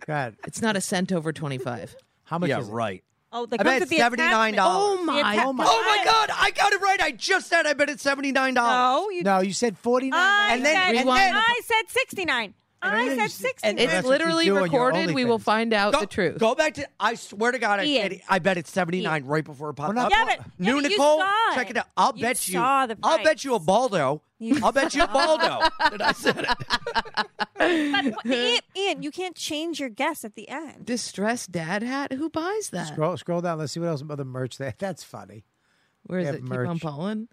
S1: Go ahead.
S5: It's not a cent over twenty five.
S1: How much
S3: yeah,
S1: is it?
S3: right.
S6: Oh, the
S3: I bet it's seventy nine dollars.
S5: Oh my-
S1: oh my-
S3: Oh my God! I got it right. I just said I bet it's seventy nine dollars.
S6: No, you.
S1: No, you said forty
S6: I
S1: nine.
S3: And then-
S6: said,
S3: and
S5: then-
S6: I said sixty nine. I
S1: then you said-
S6: said sixty
S1: Well, that's
S5: It's
S1: what you
S5: literally
S1: do on your
S5: recorded. We will
S1: OnlyFans.
S5: find out
S3: Go,
S5: the truth.
S3: Go back to. I swear to God, I
S6: Ian.
S3: said I bet it's seventy nine
S6: Ian.
S3: right before it popped
S1: not-
S3: up.
S6: Yeah, but- yeah,
S3: New
S6: but you
S3: Nicole,
S6: saw
S3: check
S6: it.
S3: it out. I'll
S6: You
S3: bet you.
S6: saw the
S3: I'll
S6: price.
S3: bet you a Baldo.
S6: You
S3: I'll bet you a
S6: saw- [laughs]
S3: Baldo. that I said it.
S6: But what- Ian, Ian, you can't change your guess at the end.
S5: Distressed dad hat. Who buys that?
S1: Scroll scroll down. Let's see what else about the merch there. [laughs] That's funny.
S5: Where is
S1: They
S5: it?
S1: have
S5: Keep on
S1: merch.
S5: balling.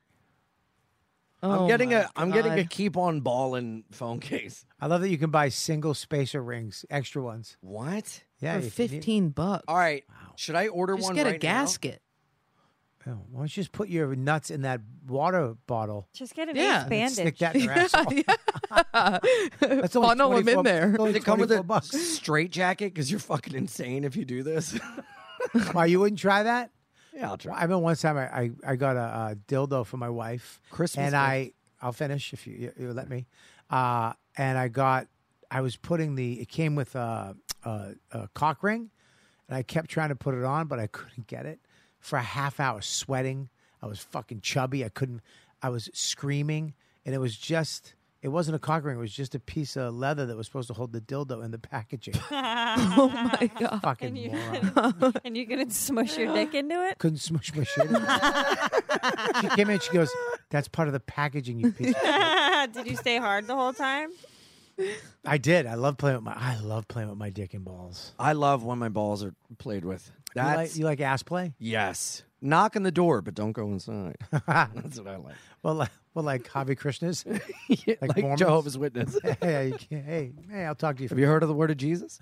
S3: I'm
S5: Oh
S3: getting
S5: my
S3: a. I'm getting a
S5: God.
S3: keep on balling phone case.
S1: I love that you can buy single spacer rings, extra ones.
S3: What?
S1: Yeah,
S5: for
S1: you can-
S5: fifteen bucks.
S3: All right. Should I order
S5: Just
S3: one?
S5: get a
S3: right now?
S5: gasket.
S1: Yeah, why don't you just put your nuts in that water bottle?
S6: Just get an
S5: Yeah.
S6: ace
S5: And
S1: and
S6: bandage.
S1: Stick that in your asshole. That's only
S5: Funnel 'em in
S1: 24
S5: there.
S1: that's Only
S3: Does it come with
S1: 24
S3: a
S1: bucks.
S3: straight jacket? Because you're fucking insane if you do this. [laughs]
S1: Why you wouldn't try that?
S3: yeah, I'll try.
S1: I remember one time I, I, I got a, uh dildo for my wife.
S3: Christmas
S1: And I, I'll finish if you, you, you let me. Uh, and I got, I was putting the, it came with a, a, a cock ring. And I kept trying to put it on, but I [laughs] couldn't get it. For a half hour, sweating. I was fucking chubby. I couldn't, I was screaming. And it was just, it wasn't a cock ring. It was just a piece of leather that was supposed to hold the dildo in the packaging.
S5: oh my [laughs] god.
S1: fucking
S6: and you
S1: moron.
S6: [laughs] and you couldn't smush your dick into [laughs]
S1: [laughs]
S6: it.
S1: couldn't smush my shit in. she came in, she goes, That's part of the packaging, you piece of shit."
S6: Did you stay hard the whole time?
S1: I did. I love playing with my I love playing with my dick and balls.
S3: I love when my balls are played with.
S1: You
S3: That's
S1: like, you like ass play? [laughs]
S3: yes. Knock on the door, but don't go inside. [laughs] That's what I like.
S1: Well like well like Javi Krishna's. [laughs]
S3: like
S1: Mormons?
S3: Jehovah's Witness.
S1: hey, you can't- hey, hey, I'll talk to you.
S3: [laughs] Have you heard of the word of Jesus?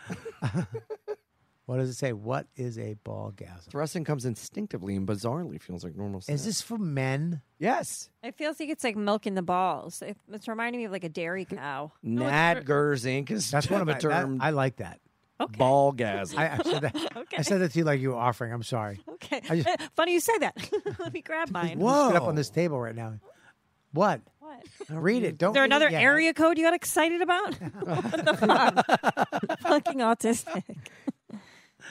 S1: What does it say? What is a ball gasm?
S3: Thrusting comes instinctively and bizarrely feels like normal.
S1: Is
S3: sex.
S1: this for men?
S3: yes?
S6: It feels like it's like milk in the balls. It, it's reminding me of like a dairy cow.
S3: Nadgers Inc. is [laughs]
S1: That's one of my that-
S3: term.
S1: I like that.
S6: Okay.
S3: Ballgasm.
S1: I, I said that.
S6: Okay.
S1: I said that to you like you were offering. I'm sorry.
S6: okay.
S1: I
S6: [laughs] Funny you say that. [laughs] Let me grab mine.
S1: You stood up on this table right now. What?
S6: What? Is
S1: Read it. Don't.
S6: there
S1: read it
S6: another
S1: yet.
S6: area code you got excited about? [laughs] what the
S3: [laughs]
S6: fuck? Fucking autistic.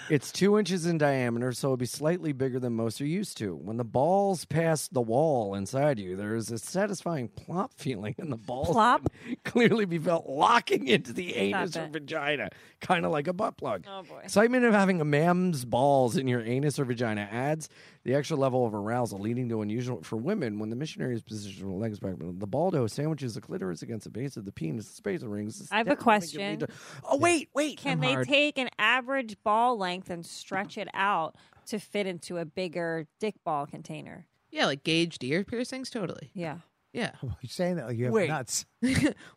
S3: It's two inches in diameter, so it'll be slightly bigger than most are used to. When the balls pass the wall inside you, there is a satisfying plop feeling, and the balls
S6: Plop?
S3: can clearly be felt locking into the anus or
S6: it.
S3: vagina, kind of like a butt plug.
S6: Oh, boy.
S3: Excitement of having a man's balls in your anus or vagina adds the extra level of arousal, leading to unusual for women when the missionary is positioned with legs back. The baldo sandwiches the clitoris against the base of the penis, the space rings.
S6: I have a
S3: That would make it lead
S6: question.
S3: to- Oh wait, wait.
S6: Can
S3: I'm
S6: they
S3: hard.
S6: take an average ball length and stretch it out to fit into a bigger dick ball container?
S5: Yeah, like gauged ear piercings, totally.
S6: Yeah.
S5: Yeah.
S1: You're saying that like you have
S3: Wait.
S1: nuts.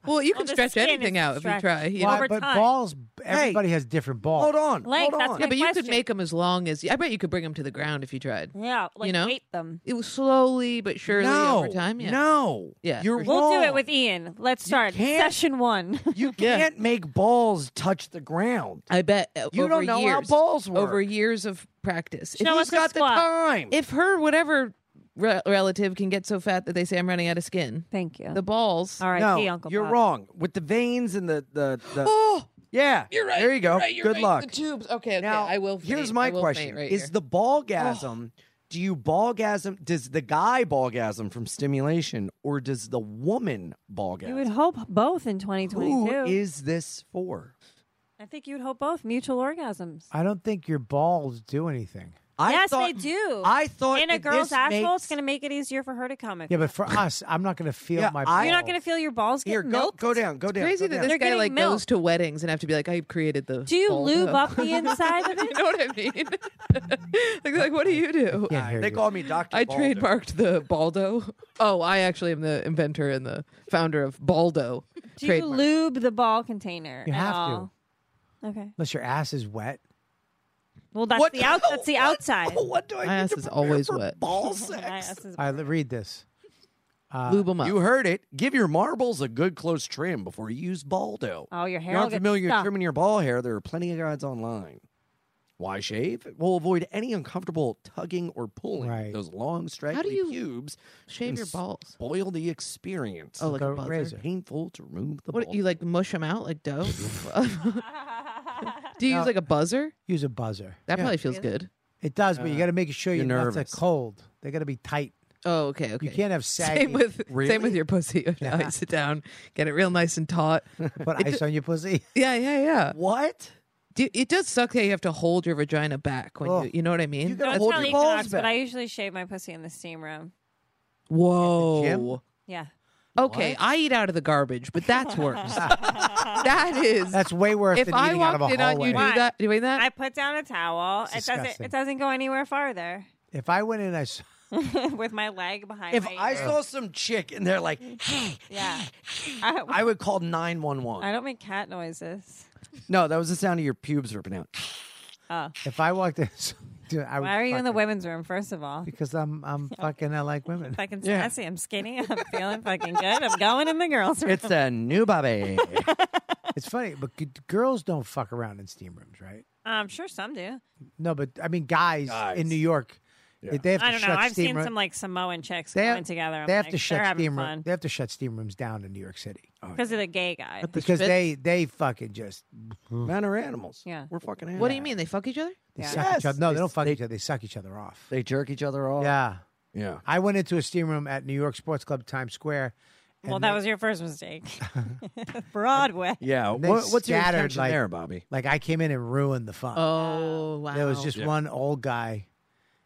S5: Well, you
S6: Oh,
S5: can
S6: the
S5: stretch
S6: skin is
S5: anything out if you
S6: stretched.
S5: try. You
S1: Why-
S5: know?
S6: over
S1: but
S6: time.
S1: balls. Everybody has different balls.
S3: Hold on.
S6: Length,
S3: hold
S6: that's
S3: on.
S5: Yeah, but you could
S6: question.
S5: make them as long as. I bet you could bring them to the ground if you tried.
S6: Yeah. Like,
S5: know?
S6: weight them.
S5: It was slowly but surely over time. Yeah.
S3: No.
S5: Yeah.
S3: You're
S5: We'll
S6: We'll do it
S3: wrong.
S6: with Ian. Let's start.
S3: can't- [laughs]
S6: Session one.
S3: You
S5: Yeah.
S3: can't make balls touch the ground.
S5: I bet uh,
S3: You
S5: over
S3: don't know
S5: years,
S3: how balls work.
S5: over years of practice. If
S6: Show
S5: you-
S6: us
S3: Who's got the
S6: squat.
S3: time?
S5: if her whatever re- relative can get so fat that they say I'm running out of skin,
S6: Thank you.
S5: the balls.
S6: All right.
S3: no,
S6: see, Uncle
S3: you're
S6: Bob.
S3: wrong. With the veins and the the, the
S5: Oh,
S3: yeah.
S5: you're right.
S3: There you go.
S5: you're right, you're
S3: Good
S5: right.
S3: luck.
S5: The tubes. Okay. okay.
S3: Now
S5: I will.
S3: Here's
S5: faint.
S3: my
S5: I will
S3: question:
S5: faint Right
S3: Is
S5: here. Oh.
S3: the ballgasm? Do you ballgasm? Does the guy ballgasm from stimulation, or does the woman
S6: You would
S3: ballgasm?
S6: hope both in 2022.
S3: Who is this for?
S6: I think you'd hope both mutual orgasms.
S1: I don't think your balls do anything.
S3: I
S6: yes,
S3: thought,
S6: they do.
S3: I thought
S6: in a
S3: that
S6: girl's
S3: this
S6: asshole,
S3: makes-
S6: it's going to make it easier for her to come.
S1: Yeah, but for us, I'm not going to feel
S3: Yeah,
S1: my.
S3: I-
S1: Balls.
S6: you're not going to feel your balls get
S3: Here, go,
S6: milked.
S3: go down, go down.
S5: crazy
S3: go
S5: that
S3: down.
S5: this guy
S6: getting
S5: like goes
S6: milked.
S5: to weddings and have to be like, I created the.
S6: Do you
S5: balls [laughs]
S6: lube
S3: [laughs]
S6: up the inside of it?
S5: you know what I mean? [laughs] like, like, what do you do?
S1: Can't hear
S3: They
S1: you.
S3: call me Doctor.
S5: I trademarked the Baldo. Oh, I actually am the inventor and the founder of Baldo.
S6: Do you
S5: trademark.
S6: lube the ball container?
S1: You
S6: at
S1: have to.
S6: all? Okay.
S1: unless your ass is wet.
S6: Well, that's the out. That's the
S3: [laughs]
S6: outside. [laughs]
S3: What do I?
S5: My
S3: need
S5: ass
S3: to
S5: is
S3: prepare
S5: always
S3: for
S5: wet.
S3: Ball
S6: My
S3: sex.
S6: ass is-
S1: I read this.
S5: Lube them up.
S3: You heard it. Give your marbles a good close trim before you use Baldo.
S6: Oh, your
S3: If
S6: hair.
S3: you're
S6: will get
S3: unfamiliar with
S6: stuck.
S3: trimming your ball hair, there are plenty of guides online. Why shave? It will avoid any uncomfortable tugging or pulling.
S1: Right.
S3: Those long, straggly
S5: you
S3: pubes
S5: Shave
S3: can
S5: your balls.
S3: spoil the experience.
S5: Oh, like a
S1: Go
S5: buzzer.
S1: razor.
S3: painful to remove the
S5: What
S3: ball.
S5: you like mush them out like dough? Do you
S1: No.
S5: use like a buzzer?
S1: Use a buzzer.
S5: That
S1: Yeah.
S5: probably feels good.
S1: It does, but you got to make sure
S3: Uh, you're
S1: your nuts are
S3: nervous.
S1: cold. They got to be tight.
S5: Oh, okay, okay.
S1: You can't have saggy.
S5: [laughs] Same with
S3: Really?
S5: same with your pussy. [laughs] You have to ice it down, get it real nice and
S1: [laughs]
S5: taut.
S1: [laughs] put ice on your pussy. [laughs]
S5: yeah, yeah, yeah.
S3: What?
S5: Do, it does suck that you have to hold your vagina back when
S1: Oh.
S5: you you know what I mean.
S1: You
S6: No,
S1: gotta
S6: it's
S1: hold
S6: not
S1: your
S6: equinox,
S1: balls
S6: but
S1: back.
S6: I usually shave my pussy in the steam room.
S5: Whoa.
S6: Yeah.
S5: Okay, I eat out of the garbage, but that's
S1: [laughs]
S5: worse. that is.
S1: That's way worse
S5: if
S1: than
S5: I
S1: eating out
S5: walked
S1: of a
S5: in on you
S1: hallway.
S5: do
S6: Why?
S5: that, doing that,
S6: I put down a towel.
S1: It's
S6: It doesn't.
S1: disgusting.
S6: It doesn't go anywhere farther [laughs]
S1: if I went in, I saw,
S6: with my leg behind.
S3: If
S6: my
S3: I
S6: ear.
S3: saw some chick and they're like, hey, [laughs]
S6: yeah, I,
S3: I would call
S6: I
S3: 911.
S6: don't make cat noises.
S3: No, that was the sound of your pubes ripping out.
S6: Oh,
S1: if I walked in, [laughs] dude,
S3: Oh,
S1: I would
S6: why are you in the
S1: fucking-
S6: women's room? First of all,
S1: Because I'm
S6: [laughs]
S1: I'm fucking. I like women.
S6: fucking
S3: Yeah.
S6: sassy. I'm skinny. I'm feeling fucking good. I'm going in the girls' room.
S3: It's
S5: [laughs]
S3: a new Bobby.
S1: It's funny, but g- girls don't fuck around in steam rooms, right?
S6: I'm Um, sure some do.
S1: No, but I mean, guys,
S3: Guys.
S1: in New York, they have to
S6: I don't
S1: shut
S6: know. I've
S1: steam
S6: seen
S1: room-
S6: some like Samoan chicks
S1: they
S6: going
S1: have,
S6: together. I'm
S1: they have
S6: like,
S1: to
S6: they're
S1: shut Oh,
S6: having
S1: steam
S6: fun
S1: room. They have to shut steam rooms down in New York City
S6: because of the gay guy.
S1: because
S5: spit?
S1: they they fucking just
S3: Men are animals.
S6: Yeah.
S3: We're fucking animals.
S5: what do you mean they fuck each other?
S1: they
S6: Yeah.
S1: suck
S3: Yes.
S1: each other. No, they
S3: They-
S1: don't fuck
S3: they-
S1: each other. They suck each other off.
S3: They jerk each other off.
S1: yeah,
S3: Yeah.
S1: I went into a steam room at New York Sports Club Times Square. and
S6: [laughs] well, that
S1: they-
S6: was your
S1: [laughs]
S6: first mistake. [laughs] Broadway. [laughs]
S3: Yeah.
S1: And they
S3: What, what's your
S1: scattered,
S3: intention
S1: like-
S3: there, Bobby?
S1: like I came in and ruined the fun.
S5: Oh wow.
S1: There was just
S3: Yeah.
S1: one old guy,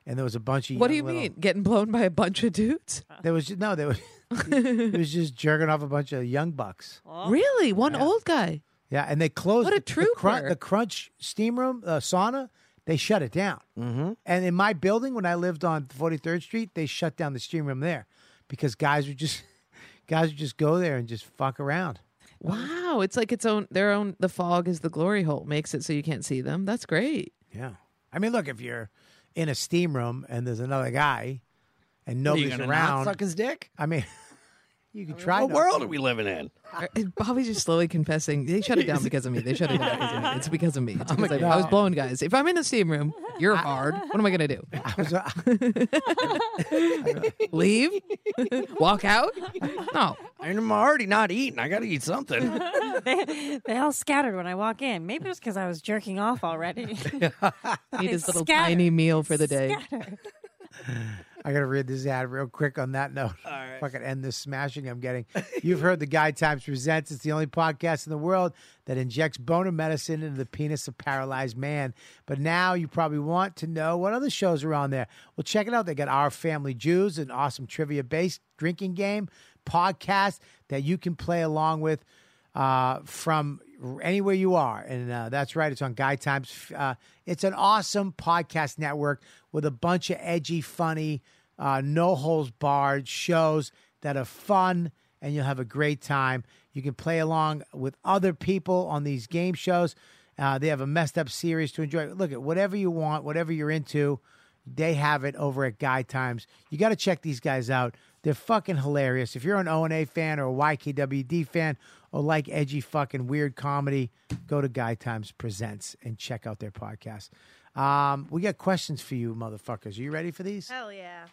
S1: and there was a bunch of.
S5: What do you
S1: young little-
S5: mean getting blown by a bunch of dudes?
S1: There was no. There was. [laughs] it was just jerking off a bunch of young bucks.
S5: Really, one old guy.
S1: Yeah, and they closed.
S5: What a
S1: the- The, crun-
S5: trooper.
S1: the Crunch Steam Room uh, sauna. They shut it down. Mm-hmm. And in my building, when I lived on Forty Third Street, they shut down the steam room there because guys would just [laughs] guys would just go there and just fuck around.
S5: Wow, it's like its own their own. The fog is the glory hole makes it so you can't see them.
S1: [laughs]
S5: That's great.
S1: Yeah, I mean, look, if you're in a steam room and there's another guy and nobody's
S3: gonna
S1: around,
S3: Not suck his dick?
S1: I mean, [laughs] You can try.
S3: what
S1: no-
S3: world are we living in?
S5: Uh, Bobby's just slowly confessing. They shut it down because of me. They shut it down because of me. It's because of me.
S1: Oh
S5: It's because I, I was blown, guys. If I'm in a steam room, you're hard. What am I gonna do?
S1: [laughs] I was, uh,
S5: [laughs] Leave? Walk out? No.
S3: I'm already not eating. I got to eat
S5: [laughs]
S3: something.
S6: they, they all scattered when I walk in. Maybe it was because I was jerking
S1: [laughs]
S6: off already.
S5: Need his little
S6: Scatter.
S5: tiny meal for the day.
S6: Scattered.
S1: I gotta read this ad real quick on that note. All right. Fucking end this smashing I'm getting. You've heard the Guy Times Presents. It's the only podcast in the world that injects boner medicine into the penis of paralyzed man. But now you probably want to know what other shows are on there. Well, check it out. They got Our Family Jews, an awesome trivia based drinking game podcast that you can play along with uh, from anywhere you are. And uh, that's right, it's on Guy Times. Uh, it's an awesome podcast network with a bunch of edgy, funny, uh, no holes barred shows that are fun and you'll have a great time. You can play along with other people on these game shows. Uh, they have a messed up series to enjoy. Look at whatever you want, whatever you're into. They have it over at Guy Times. You got to check these guys out. They're fucking hilarious. If you're an O&A fan or a YKWD fan or like edgy fucking weird comedy, go to Guy Times Presents and check out their podcast. Um, we got questions for you, motherfuckers. Are you ready for these?
S6: Hell yeah.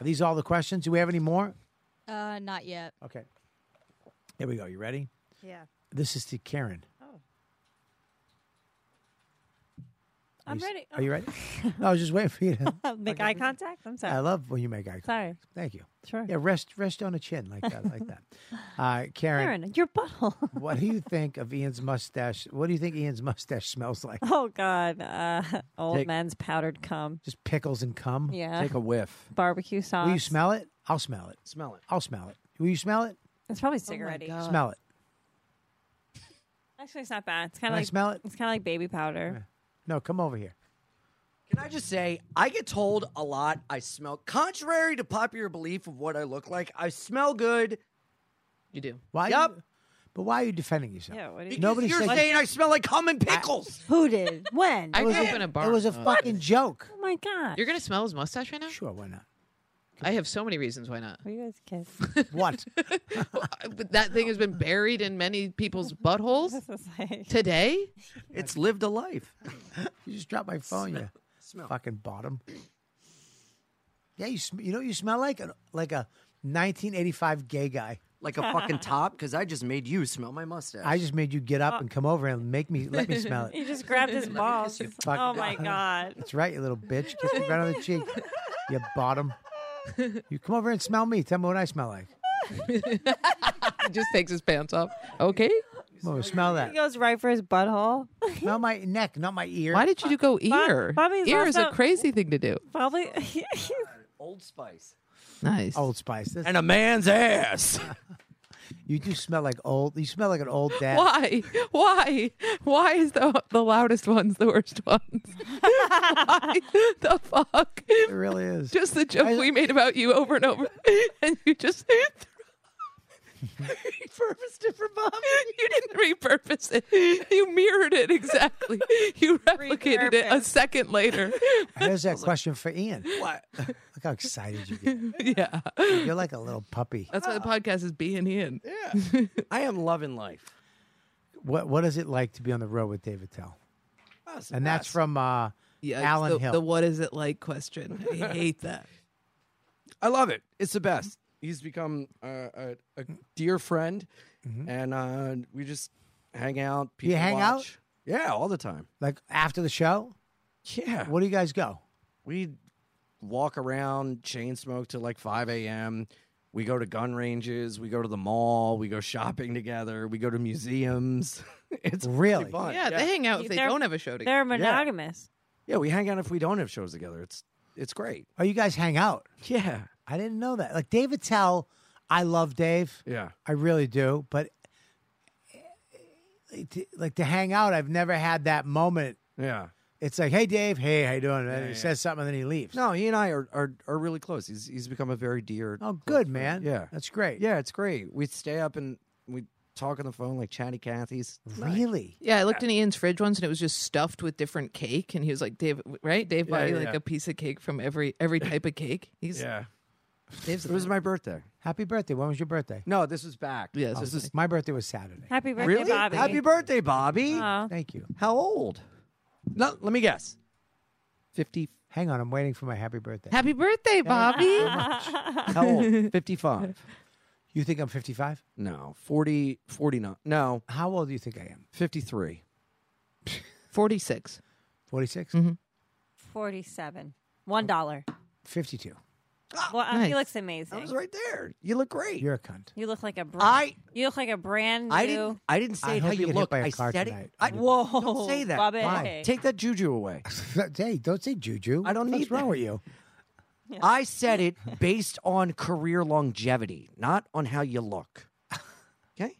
S1: Are these all the questions? Do we have any more?
S4: Uh, not yet.
S1: Okay. Here we go. You ready?
S6: Yeah.
S1: This is to Karen.
S6: [laughs] I'm ready. [laughs]
S1: Are you ready? no, I was just waiting for you. To,
S6: Oh, make eye contact? I'm
S1: I
S6: sorry.
S1: love when you make eye contact.
S6: Sorry.
S1: Thank you.
S6: Sure.
S1: Yeah, rest rest on a chin like that, like that. Uh, Karen,
S6: Aaron, your butthole. [laughs]
S1: what do you think of Ian's mustache? What do you think Ian's mustache smells like?
S6: oh, God. Uh, old
S3: Take-
S6: man's powdered cum.
S1: Just pickles and cum.
S6: Yeah.
S3: Take a whiff.
S6: Barbecue sauce.
S1: Will you smell it? I'll smell it.
S3: Smell it.
S1: I'll smell it. Will you smell it?
S6: It's probably
S1: Oh,
S6: cigarette
S5: God.
S1: smell it.
S6: Actually, it's not bad. It's kind
S1: Can
S6: of
S1: I
S6: like
S1: smell it?
S6: It's kind of like baby powder.
S1: No, come over here.
S3: Can I just say, I get told a lot I smell, contrary to popular belief of what I look like, I smell good.
S5: You do.
S1: Why?
S3: Yup.
S1: You, but why are you defending yourself?
S6: Yeah, what do you-
S3: Because
S1: Nobody
S3: you're
S1: said
S3: saying I smell like cum and pickles.
S6: Who did? When?
S5: I
S6: oh
S5: grew up in a bar.
S1: it was a fucking joke.
S6: my god!
S5: You're gonna smell his mustache right now?
S1: Sure, why not?
S5: I have so many reasons why not.
S6: Were you guys
S1: [laughs]
S6: kids?
S1: What?
S5: But that thing has been buried in many people's buttholes
S6: this is like
S5: today.
S3: It's lived a life.
S1: you just dropped my phone. You
S3: Smell.
S1: fucking bottom. Yeah, you sm- you know what you smell like a like a 1985 gay guy.
S3: Like a
S5: [laughs]
S3: fucking top, because I just made you smell my mustache.
S1: I just made you get up and come over and make me let me smell
S6: [laughs]
S1: it.
S6: he just grabbed his balls.
S1: Fuck. [laughs]
S6: Oh my god!
S1: That's right, you little bitch. Kiss me right on the cheek. You bottom. You come over and smell me. Tell me what I smell like.
S5: He just takes his pants off. Okay.
S1: Come over, smell
S6: He
S1: that.
S6: goes right for
S1: [laughs]
S6: his butthole.
S1: Smell my neck, not my ear.
S5: Why did you go ear?
S6: Bobby's
S5: ear is a
S6: also-
S5: crazy thing to do.
S6: Probably. [laughs]
S3: Old Spice.
S5: Nice.
S1: Old Spice. This-
S3: And a man's [laughs] ass.
S1: you do smell like old. You smell like an old dad.
S5: Why? Why? Why is the the loudest ones the worst ones? [laughs] Why the fuck?
S1: It really is.
S5: Just the joke
S1: I-
S5: we made about you over and over, [laughs] and you just [laughs] repurposed it for Bobby. You didn't repurpose it. You mirrored it exactly.
S6: [laughs]
S5: You replicated it a
S6: Repurposed. [laughs]
S5: second later.
S1: Here's that question for Ian. [laughs] Look
S3: what?
S1: how excited you
S5: [laughs]
S1: get.
S5: yeah,
S1: You're like a little puppy.
S5: that's why the podcast is being in.
S3: Yeah. [laughs] I am loving life.
S1: What What is it like to be on the road with David Tell?
S3: That's
S1: And that's
S3: nice.
S1: from uh,
S5: Yeah, it's
S1: Alan
S5: the,
S1: Hill.
S5: the what is it like question. I hate that.
S3: I love it. It's the best. He's become uh, a, a dear friend, and uh, we just hang out. People
S1: you hang out?
S3: watch. Yeah, all the time.
S1: like after the show.
S3: Yeah,
S1: Where do you guys go?
S3: we walk around, chain smoke till like five a.m. We go to gun ranges. We go to the mall. We go shopping together. We go to museums. [laughs] it's really
S1: Really?
S3: fun.
S5: [laughs] Yeah, they hang out if they
S6: They're-
S5: don't have a show together.
S6: They're monogamous.
S3: Yeah, we hang out if we don't have shows together. It's it's great.
S1: Oh, you guys hang out?
S3: Yeah,
S1: I didn't know that. Like David Tell, I love Dave.
S3: yeah.
S1: I really do. But eh, to- like to hang out, I've never had that moment.
S3: Yeah.
S1: It's like, hey Dave, hey, how you doing? And he
S3: yeah.
S1: says something, and then he leaves.
S3: No, he and I are, are, are really close. He's he's become a very dear.
S1: Oh,
S3: close
S1: good
S3: friend.
S1: man.
S3: Yeah,
S1: that's great.
S3: yeah, it's great. We stay up and we talk on the phone like chatty Cathy's.
S1: really.
S5: Yeah, I looked in Ian's fridge once, and it was just stuffed with different cake. And he was like, "Dave, right? Dave
S3: Yeah,
S5: bought you
S3: yeah,
S5: like
S3: yeah.
S5: a piece of cake from every every type of cake." He's
S3: Yeah,
S5: Dave's
S3: It was my birthday.
S1: Happy birthday. When was your birthday?
S3: No, this was back.
S5: Yeah,
S3: this
S5: this
S3: was
S1: My birthday was Saturday.
S6: Happy birthday,
S1: [laughs]
S3: really
S6: Bobby. Uh-huh.
S3: happy birthday, Bobby.
S6: Aw.
S1: Thank you.
S3: How old? No, let
S1: [laughs]
S3: me guess. Fifty.
S1: Hang on. I'm waiting for my happy birthday.
S5: Happy birthday, Bobby.
S6: [laughs]
S3: How old? Fifty-five.
S1: You think I'm 55?
S3: No, 40, 49. No,
S1: How old do you think I am?
S3: fifty-three.
S5: 46.
S1: 46?
S3: Mm-hmm.
S6: 47. One dollar.
S1: 52.
S6: Well, uh,
S5: nice.
S6: he looks amazing.
S3: I Ah, was right there. You look great.
S1: You're a cunt. [laughs]
S6: You look like a brand.
S3: I-
S6: you look like a brand new.
S3: I didn't. I didn't say
S1: I
S3: it how
S1: hope you
S3: you
S1: get hit
S3: look.
S1: by a
S3: I
S1: car
S3: said
S1: tonight.
S3: it. I,
S6: Whoa, [laughs]
S3: Don't say that.
S6: Bobby.
S1: Why?
S3: Take that juju away.
S1: hey, don't say juju.
S3: I don't
S1: What's
S3: need
S1: wrong
S3: that.
S1: with you?
S3: I said it based on career longevity, not on how you look. Okay.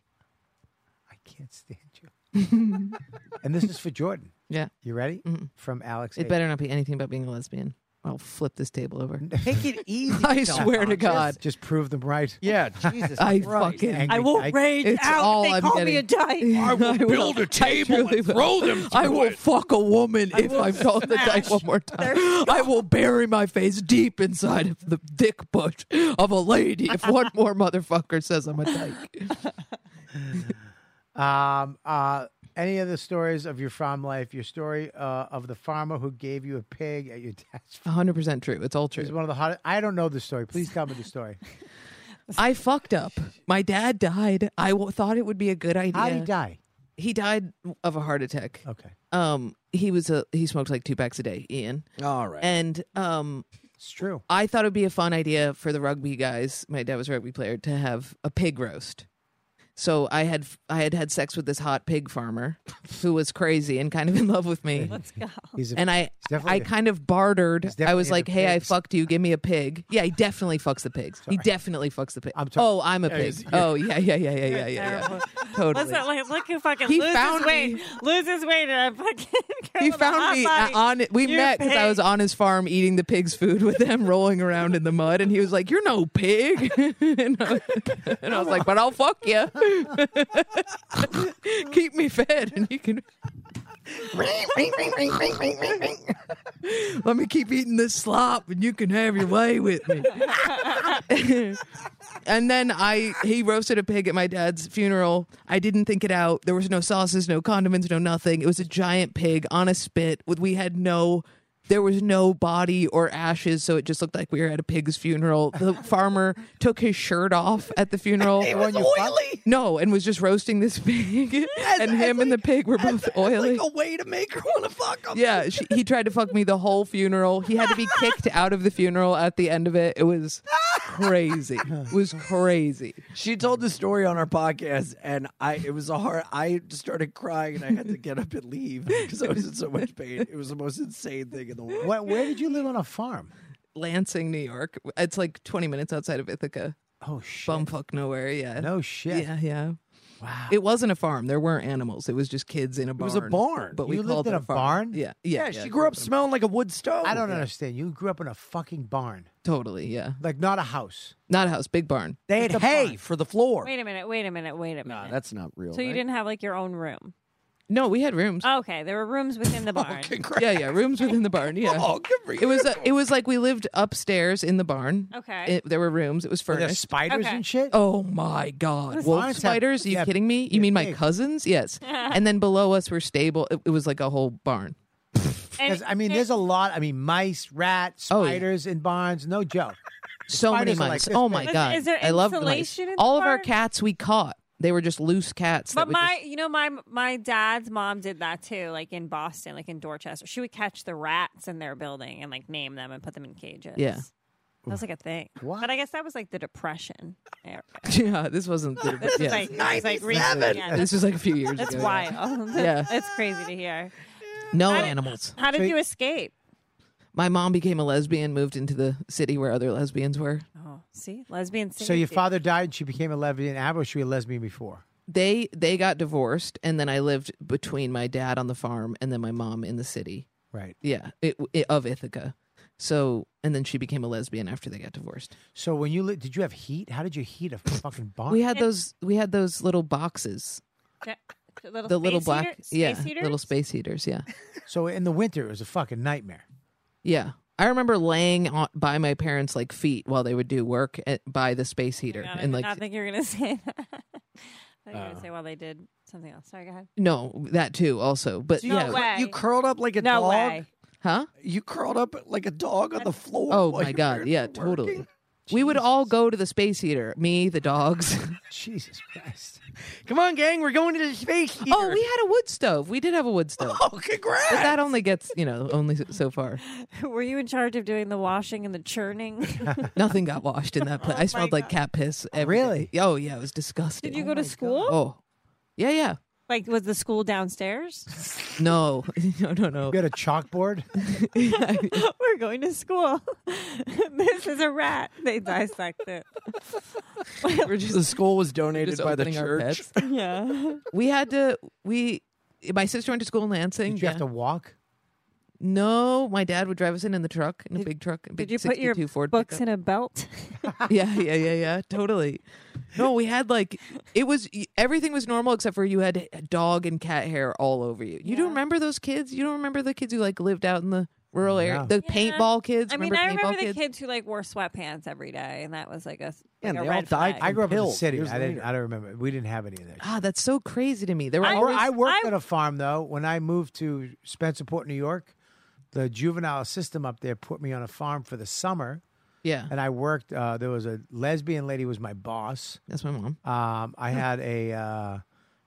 S1: I can't stand you.
S5: [laughs]
S1: and this is for Jordan.
S5: Yeah. Mm-hmm.
S1: You ready? From Alex.
S5: It
S1: H.
S5: better not be anything about being a lesbian. I'll flip this table over.
S3: Take it easy.
S5: [laughs] I swear to God.
S1: Um, Just prove them
S5: [laughs]
S1: right.
S3: Yeah, Jesus.
S5: I
S3: Christ.
S5: fucking.
S1: Angry
S6: I will
S1: dyke.
S6: rage
S5: It's
S6: out.
S5: all
S6: if they
S5: I'm
S6: call
S5: getting.
S6: me a
S5: [laughs]
S6: dyke.
S5: I will build a table and throw them. I will fuck a woman if I'm told the dyke one more time. I will bury my face deep inside of the dick bush of a lady if one more motherfucker says I'm a dyke.
S1: [laughs] Um, uh, any other stories of your farm life? Your story uh, of the farmer who gave you a pig at your dad's farm
S5: 100 percent true. It's all
S1: is
S5: true.
S1: one of the hottest. I don't know the story. Please tell me the
S5: [laughs]
S1: story.
S5: I fucked up. My dad died. I w- thought it would be a good idea.
S1: How would he die?
S5: He died of a heart attack.
S1: Okay,
S5: Um, he was a he smoked like two packs a day, Ian,
S3: All right.
S5: and um,
S1: it's true.
S5: I thought it'd be a fun idea for the rugby guys. My dad was a rugby player to have a pig roast. So I had I had had sex with this hot pig farmer [laughs] who was crazy and kind of in love with me.
S6: [laughs] Let's go.
S1: He's a,
S5: Uh-huh. And I
S1: definitely
S5: I
S1: a-
S5: kind of bartered. I
S1: definitely
S5: was
S1: into
S5: like, "Hey, I
S1: pigs."
S5: fucked you. Give me a pig." Yeah, he definitely fucks the pigs. He definitely fucks the pig.
S1: I'm sorry.
S5: Oh, I'm a pig. Oh, yeah, yeah, yeah, yeah, yeah, yeah. yeah. totally.
S6: What's that like? Look who fucking
S5: He
S6: loses
S5: found
S6: weight.
S5: me.
S6: Loses weight and I fucking. [laughs]
S5: He found me uh, on it. We
S6: You're
S5: met because I
S6: pig.
S5: was on his farm eating the pig's food with them, [laughs] rolling around in the mud, and he was like, "You're no pig," [laughs] and, I, and I was like, "But I'll fuck you. [laughs] Keep me fed, and you can let me keep eating this slop, and you can have your way with me." and then I he roasted a pig at my dad's funeral. I didn't think it out. There was no sauces, no condiments, no nothing. It was a giant pig on a spit. With we had no there was no body or ashes, so it just looked like we were at a pig's funeral. The farmer took his shirt off at the funeral.
S1: The one you fucked?
S5: No, and was just roasting this pig, and him and the pig were both oily.
S3: a way to [laughs] make her want to fuck him.
S5: Yeah, she, he tried to fuck me the whole funeral. He had to be kicked out of the funeral at the end of it. It was crazy. It was crazy.
S3: She told the story on our podcast, and I it was a hard. I just started crying, and I had to get up and leave because I was in so much pain. It was the most insane thing in the world.
S1: What, [laughs] where did you live on a farm?
S5: Lansing, New York. It's like 20 minutes outside of Ithaca.
S1: Oh shit!
S5: Bumfuck nowhere. Yeah.
S1: No shit.
S5: Yeah, yeah.
S1: Wow.
S5: It wasn't a farm. There weren't animals. It was just kids in a barn.
S3: was a barn.
S5: But
S1: You
S5: we
S1: lived
S5: called
S1: in
S5: it
S1: a barn?
S5: Yeah, yeah.
S3: Yeah, she grew up smelling like a wood stove.
S1: I don't
S5: Oh,
S1: understand. You grew up in a fucking barn,
S5: Totally. Yeah.
S1: like not a house.
S5: Not a house. Big barn.
S3: They had hay for the floor.
S6: Wait a minute. Wait a minute. Wait a minute.
S3: Nah, that's not real.
S6: so you
S3: right?
S6: didn't have like your own room.
S5: No, we had rooms.
S6: Okay, there were rooms
S3: [laughs]
S6: within the barn.
S5: yeah, yeah. Rooms within the barn. Yeah.
S3: Oh, good for you.
S5: It was. A, it was like we lived upstairs in the barn.
S6: Okay.
S5: It- there were rooms. It was
S1: Were there
S5: furnished.
S1: spiders
S6: Okay.
S1: and shit?
S5: Oh my God! Wolf
S1: Barns have-
S5: spiders? Are you
S1: yeah,
S5: kidding me? You
S1: yeah,
S5: mean my
S1: big.
S6: [laughs]
S5: cousins? Yes. and then below us were stable. It, it was like a whole barn.
S6: And-
S1: 'Cause, I mean, there's a lot. I mean, mice, rats,
S5: Oh, yeah.
S1: spiders in barns. No joke.
S5: so many
S1: spiders are like
S5: mice.
S1: this
S5: oh
S1: big.
S5: my
S6: Listen,
S5: god!
S6: is there
S5: I love
S6: insulation in the
S5: All of our
S6: barn?
S5: cats we caught. They were just loose cats. that
S6: But
S5: would
S6: my,
S5: just-
S6: you know, my my dad's mom did that too, like in Boston, like in Dorchester. She would catch the rats in their building and like name them and put them in cages.
S5: Yeah.
S6: that was like a thing.
S1: What?
S6: But I guess that was like the Depression. era.
S5: [laughs] yeah, this wasn't. The,
S6: [laughs] This
S5: yeah.
S6: is like it's like recent. Yeah,
S5: this
S6: that's,
S5: was like a few years
S6: that's
S5: ago.
S6: wild. [laughs]
S5: Yeah.
S6: that's crazy to hear.
S5: No
S6: I-
S5: animals.
S6: How
S1: So
S6: did
S1: you-
S6: you escape?
S5: My mom became a lesbian, moved into the city where other lesbians were.
S6: Oh, see, lesbian.
S1: So your
S6: safety.
S1: father died, and she became a lesbian. Ab, or she a lesbian before?
S5: They they got divorced, and then I lived between my dad on the farm and then my mom in the city.
S1: Right.
S5: Yeah, it, it, of Ithaca. So, and then she became a lesbian after they got divorced.
S1: So when you li- did you have heat? How did you heat a fucking barn?
S5: We had those we had those little boxes,
S6: Yeah. The little,
S5: the little
S6: space
S5: black
S6: heater- space
S5: yeah,
S6: heater?
S5: little space heaters, yeah.
S1: so in the winter, it was a fucking nightmare.
S5: Yeah. I I remember laying on, by my parents' like feet while they would do work at, by the space heater,
S6: God, I
S5: and
S6: did
S5: like
S6: not think you were gonna [laughs] say that. I thought you were
S3: Oh.
S1: Uh.
S6: gonna say well they did something else. Sorry, go ahead.
S5: no, that too also. But
S6: No
S5: yeah,
S6: way.
S3: You curled up like a
S6: No
S3: dog.
S6: way.
S5: huh?
S3: You curled up like a dog on the floor.
S5: Oh
S3: while
S5: my
S3: you
S5: god,
S3: were
S5: yeah,
S3: working.
S5: totally. We would all go to the space heater. Me, the dogs. [laughs]
S1: Jesus Christ.
S3: Come on, gang, we're going to the space heater.
S5: oh, we had a wood stove. We did have a wood stove,
S3: Oh, congrats!
S5: but that only gets you know only so- so far.
S6: [laughs] Were you in charge of doing the washing and the churning? [laughs]
S5: Nothing got washed in that place. I smelled like cat piss. every
S1: Really?
S5: day. Oh yeah, it was disgusting.
S6: Did you go to school?
S5: Oh, yeah, yeah.
S6: Like was the school downstairs? [laughs]
S5: No, [laughs] no, no, no.
S1: You got a chalkboard?
S6: We're going to school. [laughs] this is a rat. They dissect it.
S5: We're just
S3: the school was donated
S5: just
S3: by the
S5: opening our
S3: church. [laughs]
S5: pets.
S6: Yeah.
S5: We had to. We. My sister went to school in Lansing.
S1: Did you
S5: yeah.
S1: have to walk?
S5: No, my dad would drive us in in the truck in a big truck.
S6: [laughs]
S5: a
S6: Did
S5: big
S6: you put your
S5: 62 Ford
S6: books
S5: pickup.
S6: in a
S5: [laughs]
S6: belt?
S5: Yeah, yeah, yeah, yeah. Totally. No, we had like it was everything was normal except for you had dog and cat hair all over you. You don't
S6: Yeah.
S5: remember those kids? You don't remember the kids who like lived out in the rural area?
S1: No.
S5: The
S6: Yeah.
S5: paintball kids.
S6: I mean,
S5: remember
S6: I
S5: paintball
S6: remember the
S5: kids?
S6: kids who like wore sweatpants every day, and that was like a
S3: Yeah,
S6: like
S3: and
S6: a
S3: they all
S6: red
S3: died.
S6: flag.
S1: I grew up in the
S3: Pills,
S1: city.
S3: years
S1: I didn't.
S3: later.
S1: I don't remember. We didn't have any of that. shit.
S5: Ah, that's so crazy to me. There were
S1: I,
S5: always
S1: I worked
S6: I-
S1: at a farm though. When I moved to Spencerport, New York, the juvenile system up there put me on a farm for the summer,
S5: yeah.
S1: and I worked. Uh, there was a lesbian lady who was my boss.
S5: That's my mom.
S1: Um, I had a uh,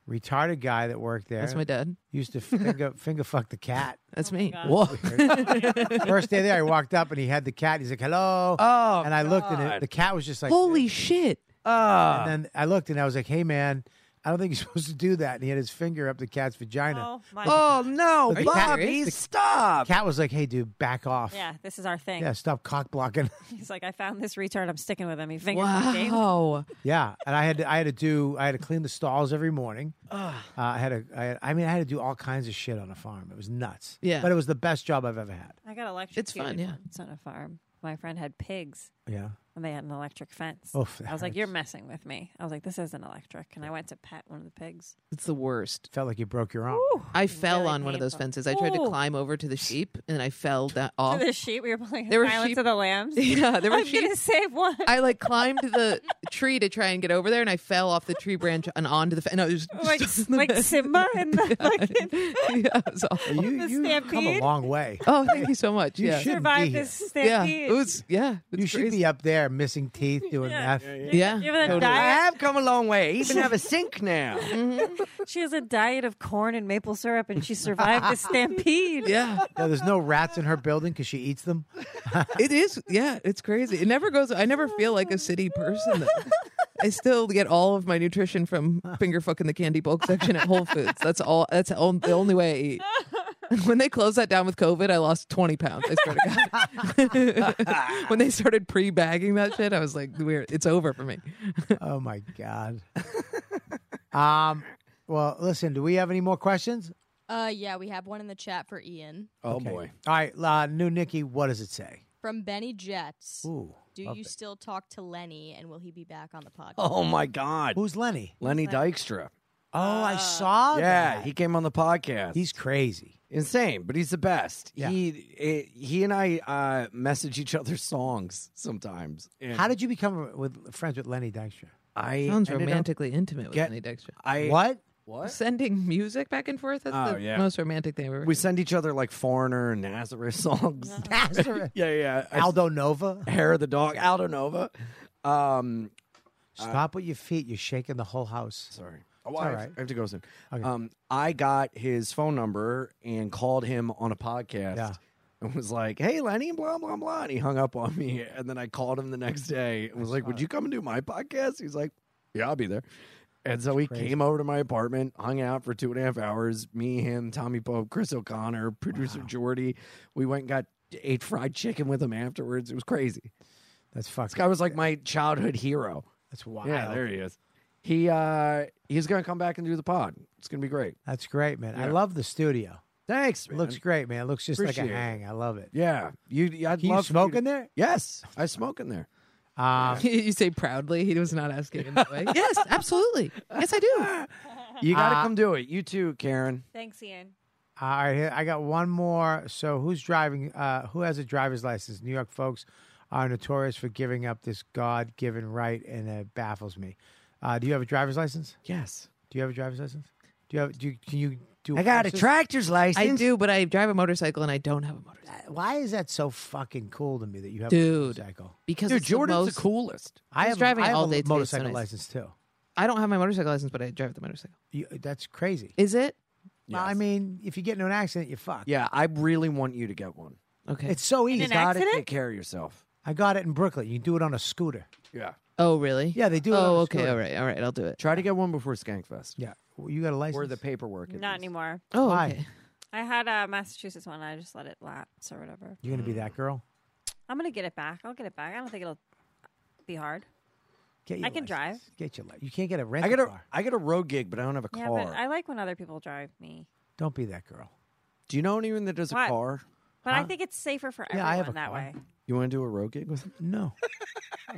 S1: retarded guy that worked there.
S5: That's my dad.
S1: Used to finger [laughs] finger fuck the cat.
S5: That's me.
S6: Oh God.
S5: Whoa.
S1: First day there, I walked up and he had the cat. He's like, "Hello,"
S3: Oh,
S1: and I looked at it. The cat was just like,
S5: Holy shit.
S3: Ah,
S1: And then I looked and I was like, "Hey, man, I don't think you're [laughs] supposed to do that." And he had his finger up the cat's vagina.
S6: Oh my!
S3: oh no,
S1: Are you
S3: Bobby,
S1: serious?
S3: stop!
S1: Cat was like, "Hey, dude, back off."
S6: Yeah, this is our thing.
S1: Yeah, stop cock blocking.
S6: He's like, I found this retard. I'm sticking with him. He fingers the game.
S5: Wow.
S1: yeah, and I had to, I had to do I had to clean the stalls every morning.
S3: Ugh.
S1: Uh, I had a I, had, I mean I had to do all kinds of shit on a farm. It was nuts.
S5: Yeah.
S1: but it was the best job I've ever had.
S6: I got electrocuted.
S5: It's fun, yeah.
S6: once on a farm. My friend had pigs,
S1: Yeah,
S6: and they had an electric fence.
S5: Oh,
S1: Oof, that
S6: I was like, "You're
S1: hurts.
S6: messing with me." I was like, "This isn't electric," and I went to pet one of the pigs.
S5: It's the worst.
S1: felt like you broke your arm.
S5: I fell
S6: Really
S5: on one of those
S6: painful.
S5: fences. I tried to
S6: Ooh.
S5: climb over to the sheep and I fell that off.
S6: the sheep we were playing.
S5: Oh. There were
S6: Silence
S5: sheep-
S6: of the Lambs.
S5: [laughs] Yeah, [laughs] there
S6: [laughs]
S5: were
S6: I'm
S5: sheep.
S6: gonna save one.
S5: I like climbed the tree to try and get over there, and I fell off the tree branch and onto the fence. No, it was
S6: [laughs]
S5: [laughs]
S6: like [laughs] like Simba and the fucking
S5: yeah, it was awful.
S1: You
S6: The
S1: you've come a
S6: stampede?
S1: long way.
S5: Oh, thank you so much.
S1: You
S5: yeah,
S1: should-
S6: survived
S1: here.
S6: this
S5: yeah,
S6: stampede.
S5: it was yeah. It's
S1: you should
S5: crazy.
S1: be up there missing teeth doing
S6: Yeah.
S1: meth. [laughs]
S5: Yeah,
S6: You have a
S5: totally.
S3: I
S6: diet.
S3: have come a long way. I even have a sink now.
S6: She has a diet of corn and maple syrup, and she survived
S5: [laughs]
S6: the stampede.
S5: Yeah,
S1: No, there's no rats in her building because she eats them.
S5: it is. Yeah, it's crazy. It never goes. I never feel like a city person. Though.
S3: [laughs]
S5: I still get all of my nutrition from finger fucking the candy bulk section at Whole Foods. That's all. That's the on- the only way I
S3: [laughs]
S5: eat. When they closed that down with COVID, I lost twenty pounds. I swear to God. [laughs] when they started pre-bagging that shit, I was like, "Weird, it's over for me."
S1: Oh my god. um. Well, listen. Do we have any more questions?
S4: Uh, yeah, we have one in the chat for Ian
S3: Oh
S1: Okay.
S3: boy.
S1: All right, uh, new Nikki. What does it say?
S4: from Benny Jets.
S1: Ooh.
S4: Do
S1: love
S4: you
S1: it.
S4: still talk to Lenny, and will he be back on the podcast?
S3: Oh my God.
S1: Who's Lenny?
S3: Lenny Dykstra.
S1: Oh, I saw
S3: Yeah,
S1: that.
S3: he came on the podcast.
S1: he's crazy.
S3: insane, but he's the best.
S1: Yeah.
S3: He it, he and I uh, message each other songs sometimes. And
S1: How did you become with friends with Lenny Dykstra?
S3: I
S5: Sounds
S3: ended up-
S5: romantically intimate with
S3: get-
S5: Lenny Dexter.
S3: I
S1: What?
S3: what?
S5: Sending music back and forth. That's
S3: Oh,
S5: the
S3: yeah.
S5: most romantic thing I've ever.
S3: We send each other like Foreigner and Nazareth songs.
S1: [laughs] Nazareth.
S3: [laughs] yeah, yeah. I- Uh,
S1: Aldo Nova.
S3: [laughs] Hair of the dog, Aldo Nova. Um,
S1: Stop with your feet. You're shaking the whole house.
S3: sorry. Oh,
S1: all
S3: I, have,
S1: right.
S3: I have to go soon.
S1: Okay.
S3: Um, I got his phone number and called him on a podcast
S1: Yeah.
S3: and was like, "Hey, Lenny, blah blah blah," and he hung up on me. And then I called him the next day and was like, "Would you come and do my podcast?" He's like, "Yeah, I'll be there." And so he
S1: crazy.
S3: came over to my apartment, hung out for two and a half hours. Me, him, Tommy Pope, Chris O'Connor, producer Jordy. We went and got ate fried chicken with him afterwards. It was crazy.
S1: That's
S3: This
S1: fucking.
S3: guy was like my childhood hero.
S1: That's wild.
S3: Yeah, Ah, there he is. He uh he's gonna come back and do the pod. It's gonna be great.
S1: That's great, man. I
S3: Yeah.
S1: love the studio.
S3: Thanks. man.
S1: Looks great, man. It looks just like a
S3: Appreciate it.
S1: hang. I love it.
S3: yeah. You I'd
S1: Can you
S3: love
S1: smoke
S3: you
S1: in there?
S3: Yes, I smoke in there.
S1: Um,
S5: [laughs] you say proudly. He was not asking in that way. yes, absolutely. Yes, I do.
S3: [laughs] You gotta
S1: Uh,
S3: come do it. You too, Karen.
S6: Thanks, Ian.
S1: All right, here- I got one more. So, who's driving? Uh, who has a driver's license? New York folks are notorious for giving up this God-given right, and it baffles me. Uh, do you have a driver's license?
S3: Yes.
S1: Do you have a driver's license? Do you have? Do you, can you do?
S3: I got a
S1: horses?
S3: tractor's
S5: I
S3: license.
S5: do, but I drive a motorcycle and I don't have a motorcycle
S1: Uh, Why is that so fucking cool to me that you have a
S5: Dude.
S1: motorcycle?
S5: because
S3: Dude,
S5: it's
S3: Jordan's
S5: the
S3: the,
S5: most.
S3: coolest.
S1: I
S5: was
S1: have
S5: driving
S1: I have
S5: all
S1: a
S5: day today, so
S1: motorcycle
S5: nice.
S1: license too.
S5: I don't have my motorcycle license, but I drive the motorcycle.
S1: You, that's crazy.
S5: Is it
S1: Well, I mean, if you get into an accident, you fuck.
S3: Yeah, I really want you to get one.
S5: okay?
S1: It's so easy.
S6: an
S3: Got to
S6: accident?
S3: take care of yourself.
S1: I got it in Brooklyn. You do it on a scooter.
S3: Yeah.
S5: oh really?
S1: Yeah, they do it. on
S5: Oh
S1: a
S5: okay.
S1: scooter.
S5: All right. All right. I'll do it.
S3: Try to get one before Skankfest
S1: Yeah, Well, you got a license.
S3: or the paperwork. at
S6: Not
S3: least.
S6: anymore.
S5: Oh
S1: Why?
S5: okay.
S6: I had a Massachusetts one. I just let it lapse or whatever.
S1: You're gonna be that girl.
S6: I'm gonna get it back. I'll get it back. I don't think it'll be hard.
S1: Get your
S6: I can
S1: license.
S6: drive.
S1: Get your. Li- you can't get a
S3: I
S1: rental
S3: get a
S1: car.
S3: I get a road gig, but I don't have a
S6: Yeah,
S3: car.
S6: but I like when other people drive me.
S1: Don't be that girl.
S3: Do you know anyone that does a
S6: What?
S3: car?
S6: But I
S1: Huh?
S6: think it's safer for
S1: Yeah,
S6: everyone
S1: I have a
S6: that
S1: car.
S6: way.
S3: You want to do a road gig with them?
S1: No,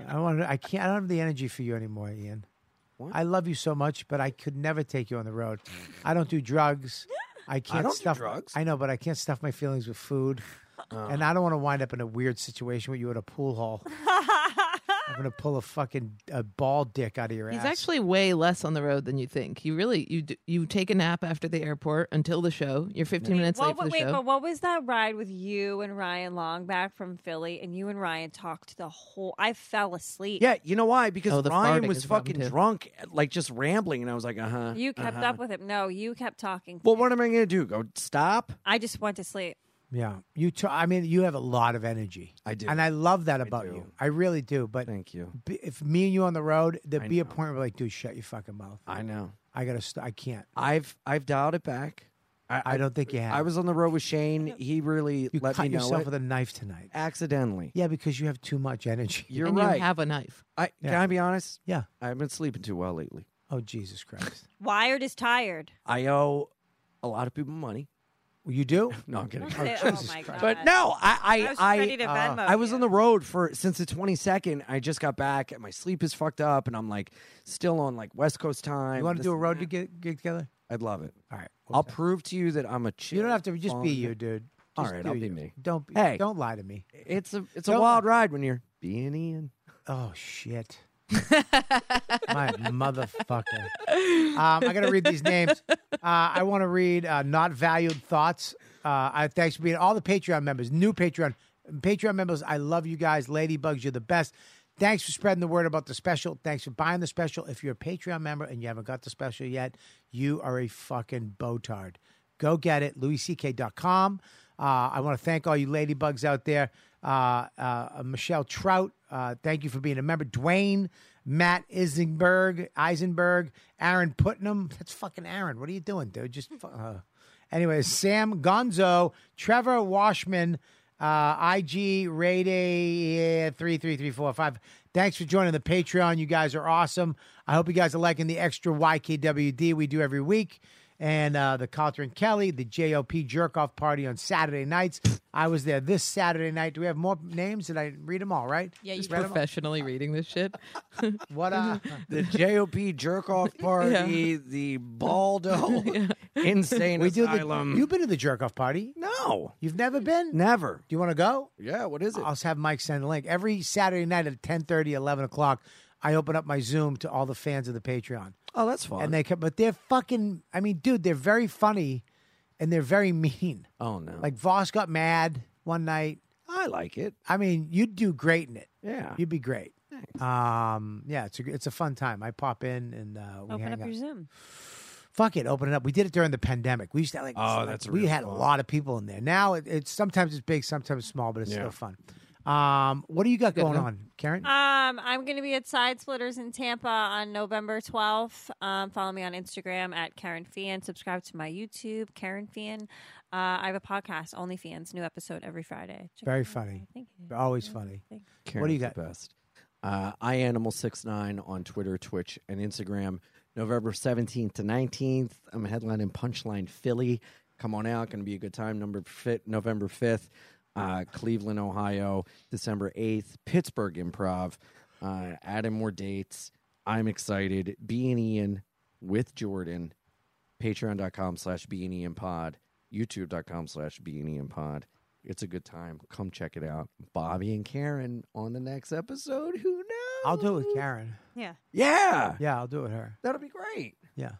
S1: I want. to I can't. I don't have the energy for you anymore, Ian.
S3: What?
S1: I love you so much, but I could never take you on the road. I don't do drugs. I can't
S3: don't do
S1: stuff
S3: drugs.
S1: I know, but I can't stuff my feelings with food, and I don't want to wind up in a weird situation with you at a pool hall. [laughs]
S6: [laughs]
S1: I'm gonna pull a fucking a ball dick out of your
S5: He's
S1: ass.
S5: actually way less on the road than you think. You really you d- you take a nap after the airport until the show. You're 15 minutes
S6: Well,
S5: late for the
S6: wait,
S5: show.
S6: but what was that ride with you and Ryan Long back from Philly? And you and Ryan talked the whole. I fell asleep.
S3: Yeah, you know why? Because
S5: Oh, the
S3: Ryan
S5: farting
S3: was
S5: is a problem,
S3: fucking
S5: too.
S3: drunk, like just rambling, and I was like, uh huh.
S6: You kept up with him. No, you kept talking.
S3: Well, what am I gonna do? Go stop?
S6: I just went to sleep.
S1: yeah. You. T- I mean, you have a lot of energy.
S3: I do.
S1: and I love that about you.
S3: do.
S1: I really do. But
S3: Thank you.
S1: b- if me and you on the road, there'd
S3: I
S1: be a
S3: know.
S1: point where like, dude, shut your fucking mouth.
S3: I know.
S1: I gotta. St- I can't.
S3: I've I've dialed it back.
S1: I don't think you have.
S3: I was on the road with Shane. He really
S1: You
S3: let
S1: cut
S3: me know
S1: yourself
S3: it.
S1: with a knife tonight.
S3: accidentally.
S1: Yeah, because you have too much energy. [laughs]
S3: You're
S5: and
S3: right.
S5: you have a knife.
S3: I
S1: Yeah.
S3: can I be honest?
S1: Yeah.
S3: I've been sleeping too well lately.
S1: Oh Jesus Christ.
S6: Wired is tired. [laughs]
S3: I owe a lot of people money.
S1: Well, you do.
S3: [laughs] No, I'm kidding.
S6: Don't say- oh, my god!
S3: But no,
S6: I
S3: I
S6: was
S3: I
S6: ready to
S3: I,
S6: Venmo.
S3: I was
S6: you.
S3: on the road for since the 22nd. I just got back and my sleep is fucked up and I'm like still on like West Coast time.
S1: You want to
S3: this
S1: do a
S3: and
S1: road
S3: that.
S1: to get, get together?
S3: I'd love it.
S1: All right.
S3: I'll prove to you that I'm a chill.
S1: you don't have to just be
S3: fun-
S1: you, dude.
S3: All
S1: Just
S3: right,
S1: do
S3: I'll be
S1: you.
S3: me.
S1: Don't be,
S3: Hey.
S1: don't lie to me.
S3: It's a it's a
S1: Don't-
S3: wild ride when you're being Ian.
S1: Oh shit. [laughs] My motherfucker. Um, I gotta read these names. Uh, I want to read uh, not valued thoughts. Uh, I, thanks for being all the Patreon members, new Patreon Patreon members. I love you guys, ladybugs. You're the best. Thanks for spreading the word about the special. Thanks for buying the special. If you're a Patreon member and you haven't got the special yet, you are a fucking botard. Go get it, louisck.com. Uh, I want to thank all you ladybugs out there. Uh, uh, Michelle Trout, uh, thank you for being a member. Dwayne, Matt Isenberg, Eisenberg, Aaron Putnam. That's fucking Aaron. What are you doing, dude? Just fu- uh. anyways. Sam Gonzo, Trevor Washman, uh, IG Rayday three three three four five. Thanks for joining the Patreon. You guys are awesome. I hope you guys are liking the extra YKWd we do every week and uh, the Cotter and Kelly, the JOP jerk off party on Saturday nights. I was there this Saturday night. Do we have more names? Did I read them all? [laughs] Right?
S4: Yeah, you
S5: Just
S4: read 'em all.
S5: professionally reading
S6: [laughs]
S5: this shit.
S4: [laughs]
S1: What? Uh, [laughs]
S3: The JOP jerk off party,
S1: [laughs]
S3: the Baldo insane
S1: we do. The,
S3: asylum.
S1: you've been to the jerk off party?
S3: no,
S1: You've never been?
S3: never.
S1: Do you want to go?
S3: Yeah, what is it?
S1: I'll have Mike send a link. Every Saturday night at 10 11 o'clock, I open up my Zoom to all the fans of the Patreon.
S3: oh, that's fun.
S1: And they come, but they're fucking, I mean, dude, they're very funny and they're very mean.
S3: oh no,
S1: Like Voss got mad one night.
S3: I like it.
S1: I mean, you'd do great in it.
S3: Yeah.
S1: You'd be great. Um, yeah, it's a, it's a fun time. I pop in and uh, we hang
S6: Open up
S1: out.
S6: your Zoom.
S1: fuck it, open it up. We did it during the pandemic. We used to like,
S3: Oh,
S1: like,
S3: that's
S1: we
S3: really
S1: had a
S3: fun.
S1: lot of people in there. Now it, it's sometimes it's big, sometimes it's small, but it's still fun. Um, what do you got going on, Karen?
S6: Um, I'm going to be at Side Splitters in Tampa on November 12th. Um, follow me on Instagram at Karen Fian. Subscribe to my YouTube, Karen Fian. Uh, I have a podcast, Only Fians, new episode every Friday. Check
S1: Very
S6: it out.
S1: funny.
S6: Thank you.
S1: Always funny.
S3: Karen's
S1: you
S3: the
S1: got?
S3: best. Uh, I animal six nine on Twitter, Twitch, and Instagram. November seventeenth to nineteenth, I'm headlining Punchline Philly. Come on out, going to be a good time. Number fit November fifth, uh, Cleveland, Ohio. December eighth, Pittsburgh Improv. Uh, adding more dates. I'm excited. B and Ian with Jordan. Patreon.com slash B and Ian Pod. youtube.com slash beanie and pod. It's a good time. Come check it out. Bobby and Karen on the next episode. Who knows?
S1: I'll do it with Karen.
S6: Yeah.
S3: Yeah.
S1: Yeah, I'll do it with her.
S3: That'll be great.
S1: [laughs] Yeah.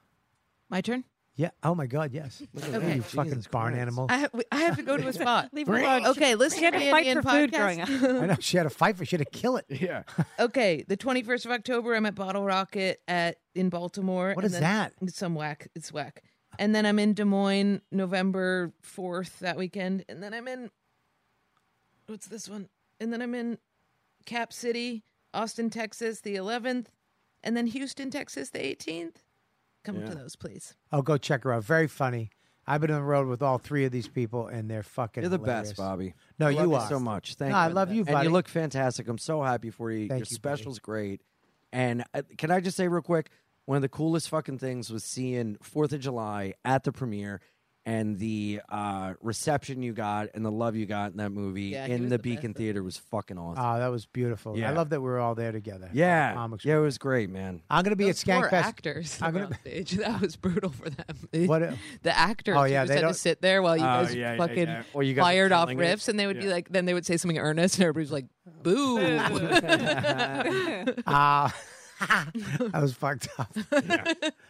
S5: My turn.
S1: Yeah. Oh my God.
S5: [laughs]
S1: Yes.
S3: Look at
S5: Okay.
S1: You
S3: that.
S1: fucking
S3: Jesus
S1: barn
S3: Christ.
S1: animal.
S5: I, ha- I have to
S1: [laughs]
S5: go to a spot.
S6: Leave it alone.
S5: Okay, listen
S6: She had
S5: to
S6: to
S5: the
S6: fight
S5: Indian
S6: for
S5: podcast.
S6: food growing up.
S5: [laughs]
S1: I know she had a fight for. She had to kill it.
S3: Yeah.
S5: Okay, the 21st of October, I'm at Bottle Rocket at in Baltimore.
S1: What
S5: and
S1: is
S5: then-
S1: that?
S5: It's Some whack. It's whack. And then I'm in Des Moines November 4th that weekend. And then I'm in, what's this one? And then I'm in Cap City, Austin, Texas, the 11th. And then Houston, Texas, the 18th. Come
S3: Yeah.
S5: to those, please.
S1: Oh, go check her out. Very funny. I've been on the road with all three of these people, and they're fucking.
S3: You're the
S1: hilarious.
S3: best, Bobby.
S1: No,
S3: I love
S1: you are
S3: so much. Thank
S1: No, I
S3: you.
S1: love you,
S3: And
S1: buddy.
S3: you look fantastic. I'm so happy for you.
S1: Thank
S3: Your
S1: you,
S3: special's great. And uh, can I just say real quick, one of the coolest fucking things was seeing Fourth of July at the premiere and the uh, reception you got and the love you got in that movie
S5: Yeah, he
S3: in
S5: was
S3: the,
S5: the best
S3: Beacon
S5: at-
S3: Theater was fucking awesome.
S1: Oh, that was beautiful.
S3: Yeah.
S1: I love that we were all there together.
S3: yeah,
S1: Comics.
S3: yeah, it was great, man.
S1: I'm gonna be
S5: Those
S1: at
S5: poor
S1: Skankfest.
S5: actors
S1: I'm
S5: I'm
S1: gonna
S5: gonna... stage. [laughs] That was brutal for them.
S1: What?
S5: [laughs] the actors
S1: Oh,
S5: oh,
S1: yeah,
S5: yeah, just
S1: they
S5: had
S1: don't-
S5: to sit there while you guys fucking
S3: Or you guys were
S5: fired off
S3: killing it.
S5: riffs and they would be
S3: Yeah.
S5: like then they would say something earnest and everybody was like boo
S1: Uh, I was fucked up.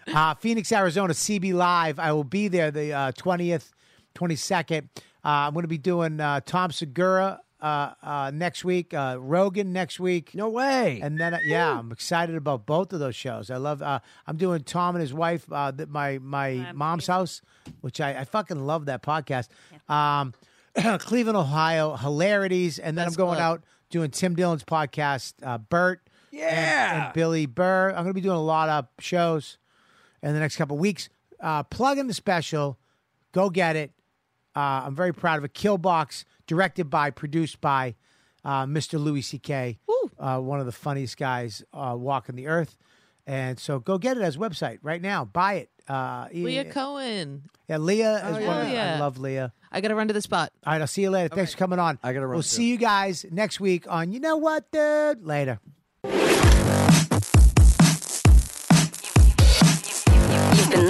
S1: Uh, Phoenix, Arizona, CB Live. I will be there the uh, twentieth, twenty second. I'm going to be doing uh, Tom Segura uh, uh, next week, uh, Rogan next week.
S3: No way.
S1: And then, uh, yeah, I'm excited about both of those shows. I love. Uh, I'm doing Tom and his wife, uh, th- my my mom's house, which I, I fucking love that podcast. Um, [clears throat] Cleveland, Ohio, hilarities, and then
S5: That's
S1: I'm going
S5: good.
S1: out doing Tim Dillon's podcast, uh, Bert, and- and,
S3: Yeah.
S1: Billy Burr. I'm going to be doing a lot of shows in the next couple of weeks. Uh, plug in the special, go get it. Uh, I'm very proud of it. Killbox, directed by, produced by uh, Mr. Louis C.K., uh, one of the funniest guys uh, walking the earth. And so go get it as website right now. Buy it. Uh,
S5: leah
S1: yeah,
S5: cohen
S1: yeah, Leah is one. of the- I
S5: yeah.
S1: love Leah.
S5: i gotta run to the spot
S1: All right, I'll see you later. Thanks for coming on.
S3: I gotta run,
S1: We'll
S3: too.
S1: see you guys next week on You Know What, Dude? Later.
S8: You've been